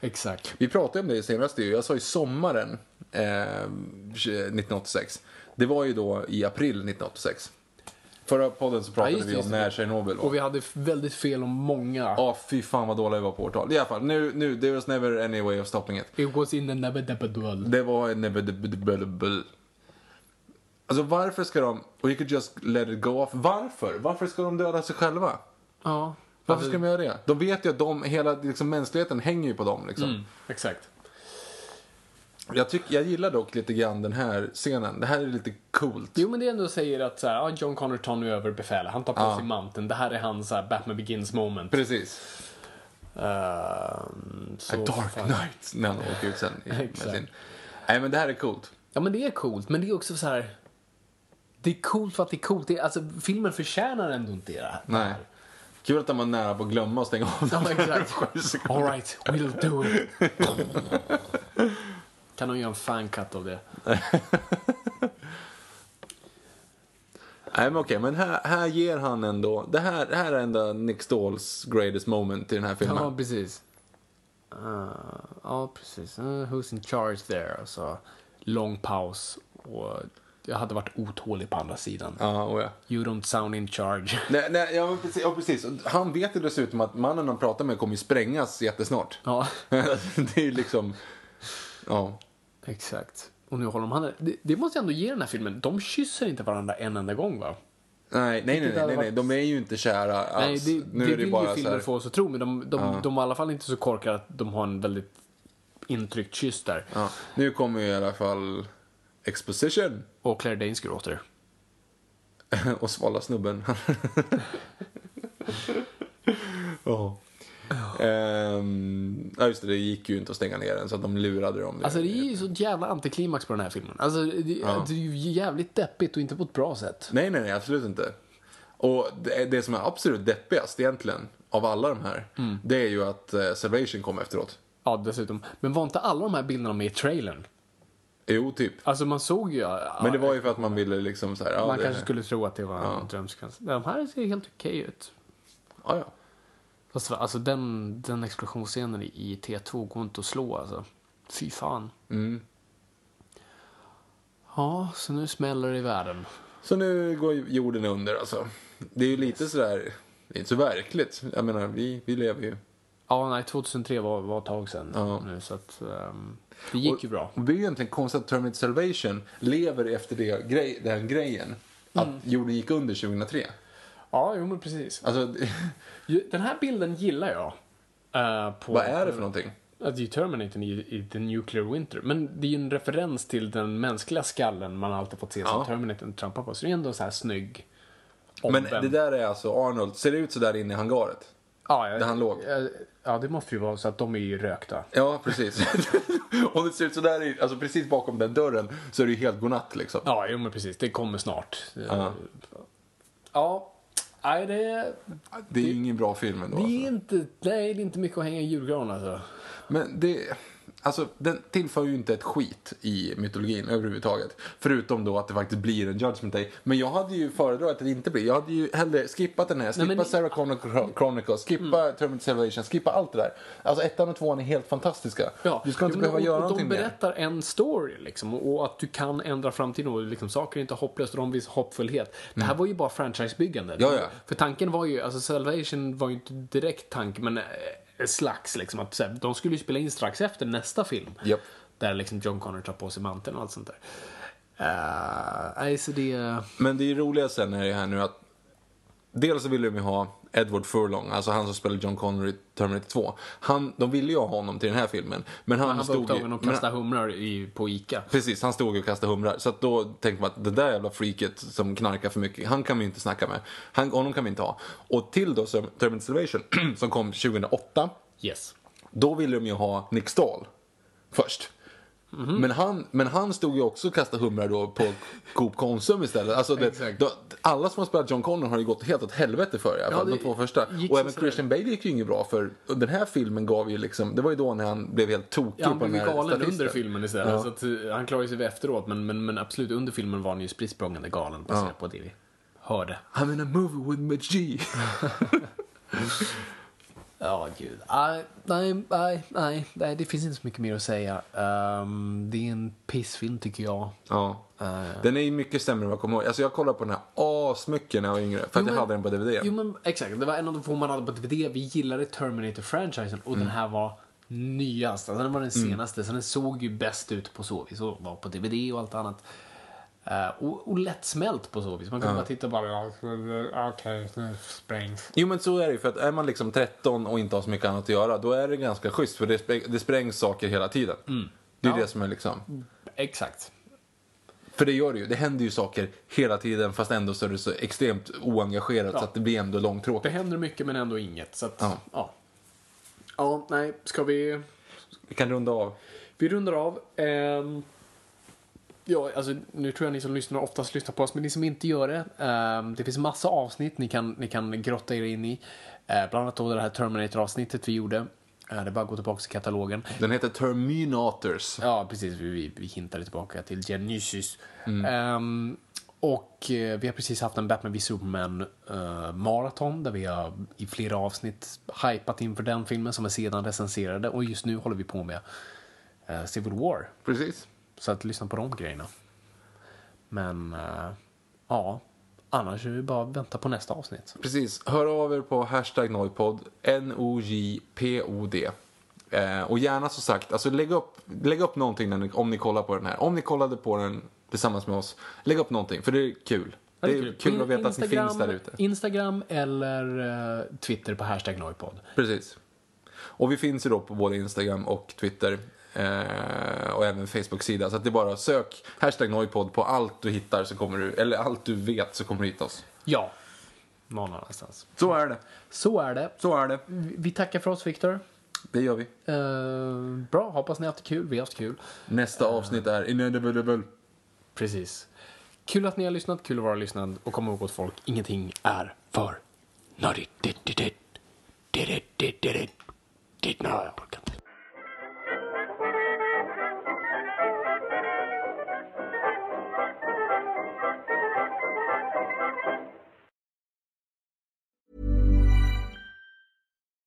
B: Exakt.
A: Vi pratade om det i senaste ju. Jag sa ju sommaren eh, 1986. Det var ju då i april 1986. Förra podden så pratade
B: Ja, just det,
A: vi om
B: just det.
A: när Tjernobyl var.
B: Och vi hade f- väldigt fel om många.
A: Ja, fy fan vad dåliga vi var på årtal. I alla fall, nu, nu, there was never any way of stopping it.
B: It was in the never
A: Det var en inevitable. Alltså varför ska de, we could just let it go off. Varför? Varför ska de döda sig själva?
B: Ja.
A: Varför ska de göra det? De vet ju att de, hela liksom, mänskligheten hänger ju på dem liksom.
B: Mm. Exakt.
A: Jag, tycker, jag gillar dock lite grann den här scenen. Det här är lite coolt.
B: Jo men det ändå säger att så här, ja, John Connor tar nu över befälet. Han tar på sig manteln. Det här är hans så här, Batman Begins moment.
A: Precis.
B: Ehm, så,
A: A dark
B: fan.
A: night. När han åker ut sen. i- med
B: Exakt.
A: sin... Nej men det här är coolt.
B: Ja men det är coolt. Men det är också så här. Det är coolt för att det är coolt. Det är, alltså, filmen förtjänar ändå inte det här.
A: Nej. Kul att de var nära på att glömma och stänga av
B: Ja,
A: den
B: men
A: för
B: exakt.
A: sju sekunder.
B: All right, we'll do it. kan de göra en fan-cut av det?
A: Nej men okej, men här, här ger han ändå, det här, det här är ändå Nick Stalls greatest moment i den här filmen.
B: Ja, precis. Eh, ja, precis. Eh, who's in charge there? Alltså, lång paus. Och jag hade varit otålig på andra sidan.
A: Ja, oh ja.
B: You don't sound in charge.
A: Nej, nej, ja, men precis, ja, precis. Och Han vet ju dessutom att mannen han pratar med kommer ju sprängas jättesnart.
B: ja,
A: det är ju liksom, ja.
B: exakt. Och nu håller de handen. Det, det måste jag ändå ge den här filmen. De kysser inte varandra en enda gång, va?
A: Nej, nej, nej, nej, nej, nej. de är ju inte kära alls.
B: Nej, det,
A: nu
B: det
A: är det
B: vill
A: bara
B: ju
A: så här,
B: filmen få oss att tro. Men de, de, de är i alla fall inte så korkade att de har en väldigt intryckt kyss där.
A: ja. Nu kommer ju i alla fall exposition
B: Och Claire Danes gråter.
A: och svala snubben. Ja. Ehm, ja, just det, det gick ju inte att stänga ner den så att de lurade dem.
B: Alltså det är ju så jävla antiklimax på den här filmen. Alltså det, det är ju jävligt deppigt och inte på ett bra sätt.
A: Nej, nej, nej, absolut inte. Och det, det som är absolut deppigast egentligen av alla de här,
B: Mm.
A: det är ju att eh, Salvation kom efteråt.
B: Ja, dessutom. Men var inte alla de här bilderna med i trailern?
A: Jo, typ.
B: Alltså man såg ju... ja,
A: Men det var ju för att man ville liksom så här, ja,
B: man
A: det,
B: kanske skulle tro att det var en drömsekvens. De här ser helt okej ut.
A: Ja, ja.
B: Fast alltså den, den explosionsscenen i T2 går inte att slå alltså. Fy fan.
A: Mm.
B: Ja, så nu smäller det i världen.
A: Så nu går ju jorden under alltså. Det är ju lite sådär, det är inte så verkligt. Jag menar, vi, vi lever ju.
B: Ja, nej, 2003 var, var ett tag sedan
A: Ja.
B: nu så att ehm, det gick ju bra.
A: Och det är ju egentligen konstigt att Terminator Salvation lever efter det, grej, den grejen. Att
B: Mm.
A: jorden gick under 2003.
B: Ja, jo men precis.
A: Alltså,
B: Ju- Den här bilden gillar jag. eh, på,
A: vad är det för någonting?
B: Ja, det är ju Terminator i, i The Nuclear Winter. Men det är ju en referens till den mänskliga skallen man alltid fått se som
A: Ja.
B: Terminator trampar på. Så det är ändå en så här snygg
A: Men
B: omvänd-
A: det där är alltså Arnold, ser det ut sådär inne i hangaret?
B: ja, jag-
A: där han låg.
B: jag- Ja, det måste ju vara så att de är ju rökta.
A: Ja, precis. Om det ser ut sådär, i- alltså precis bakom den dörren så är det ju helt godnatt liksom.
B: Ja, jo men precis. Det kommer snart. Ja. Ja. Nej, det,
A: Det är ju ingen bra film ändå.
B: det, är
A: Alltså.
B: inte, nej, det är inte mycket att hänga i julgran alltså.
A: Men det, alltså den tillför ju inte ett skit i mytologin överhuvudtaget. Förutom då att det faktiskt blir en Judgment Day. Men jag hade ju föredragit att det inte blir. Jag hade ju hellre skippat den här, skippa
B: men- Mm.
A: Sarah Connor Chronicles, skippa Terminator Salvation, skippa allt det där. Alltså ettan och tvåan är helt fantastiska. du ska inte
B: jo, men
A: behöva
B: och-
A: göra
B: och
A: någonting
B: De berättar en story liksom, och att du kan ändra framtiden och liksom, saker är inte hopplöst och de visar hoppfullhet. Det här var ju bara franchisebyggande.
A: Mm. Ja, ja.
B: För tanken var ju, alltså Salvation var ju inte direkt tanke men eh, slags liksom. Att, så här, de skulle ju spela in strax efter nästa film.
A: Japp.
B: Där liksom John Connor tar på sig manteln och allt sånt där. Eh, Nej, så det...
A: Men det är ju roliga sen är det här nu att Dels så ville de ju ha Edward Furlong, alltså han som spelade John Connery i Terminator 2. Han, de ville ju ha honom till den här filmen. Men han,
B: Han var
A: stod ju...
B: upptagen och
A: men-
B: kastade humrar i, på Ica.
A: Precis, han stod och kastade humrar. Så att då tänkte man att det där jävla freaket som knarkar för mycket, han kan vi inte snacka med. Han, honom kan vi inte ha. Och till då som Terminator Salvation, som kom 2008,
B: Yes.
A: då ville de ju ha Nick Stahl först.
B: Mhm.
A: Men, han, men han stod ju också och kastade humrar då på Coop Konsum istället. Alltså det, då, alla som har spelat John Connor har ju gått helt åt helvete för i alla fall,
B: det
A: de två första.
B: gick
A: Och
B: så
A: även
B: sådär.
A: Christian Bale gick ju inget bra för och den här filmen gav ju liksom, det var ju då när han blev helt tokig
B: Ja, han
A: på den
B: blev ju
A: Typ här
B: galen
A: statisten.
B: under filmen istället. Så att, eh, han klarade sig efteråt, men, men, men absolut under filmen var han ju spritt språngande galen baserat på det vi hörde.
A: I'm in a movie with Majee.
B: Ja, gud. Nej, nej, nej, nej, nej, det finns inte så mycket mer att säga. Ehm, det är en pissfilm tycker jag.
A: Ja. Den är ju mycket sämre än vad jag kommer ihåg. Alltså jag kollade på den här asmycket när jag var yngre. För att jag hade den på DVD.
B: Jo, men exakt. Det var en av de få man hade på DVD. Vi gillade Terminator-franchisen och den här var nyast. Alltså, den var den senaste, så den såg ju bäst ut på så vis och var på DVD och allt annat. Eh, och, och lättsmält på så vis. Man kunde bara titta och bara, "Ja, okej, nu sprängs.
A: Jo men så är det ju. För att är man liksom 13 och inte har så mycket annat att göra. Då är det ganska schysst. För det, spräng, det sprängs saker hela tiden. Det är det som är liksom.
B: Exakt.
A: För det gör det ju. Det händer ju saker hela tiden. Fast ändå så är det så extremt oengagerat. Så att det blir ändå
B: Det
A: långtråkigt.
B: händer mycket men ändå inget. Så att, ja.
A: Ja.
B: ja. nej, ska vi...
A: Vi kan runda av.
B: Vi rundar av. Ehm, ja, alltså, nu tror jag ni som lyssnar oftast lyssnar på oss, men ni som inte gör det. ehm, det finns massa avsnitt ni kan, ni kan grotta er in i. Eh, bland annat då det här Terminator-avsnittet vi gjorde. Eh, det är bara att gå tillbaka till katalogen.
A: Den heter Terminators.
B: Ja, precis. Vi, vi, vi hintade tillbaka till Genesis. Ehm, och eh, vi har precis haft en Batman v Superman eh, maraton där vi har i flera avsnitt hypat inför den filmen som är sedan recenserade och just nu håller vi på med eh, Civil War.
A: Precis.
B: Så att lyssna på de grejerna. Men eh, ja, annars är det bara att vänta på nästa avsnitt.
A: Precis. Hör av er på hashtag nojpodd. N-O-J-P-O-D. Eh, och gärna som sagt, alltså lägg upp, lägg upp någonting när ni, om ni kollar på den här. Om ni kollade på den tillsammans med oss, lägg upp någonting för det är kul. Det är kul
B: På
A: att veta att ni
B: Instagram-
A: finns där ute.
B: Instagram eller eh, Twitter på hashtag Noipod.
A: Precis. Och vi finns ju då på både Instagram och Twitter. Eh, och även Facebook-sida. Så att det är bara sök hashtag nojpodd på allt du hittar så kommer du, eller allt du vet så kommer du hitta oss.
B: Ja. någon annanstans.
F: Så är det.
B: Så är det.
F: Så är det.
B: Vi vi tackar för oss, Viktor.
F: Det gör vi.
B: Eh, bra, hoppas ni har haft kul. Vi har haft kul.
F: Nästa avsnitt är inevitable.
B: Precis. Kul att ni har lyssnat, kul att vara lyssnad och kom ihåg åt folk, ingenting är för nördigt. Did, did, did. Did, did, did, did, did. Did not. Jag orkar inte.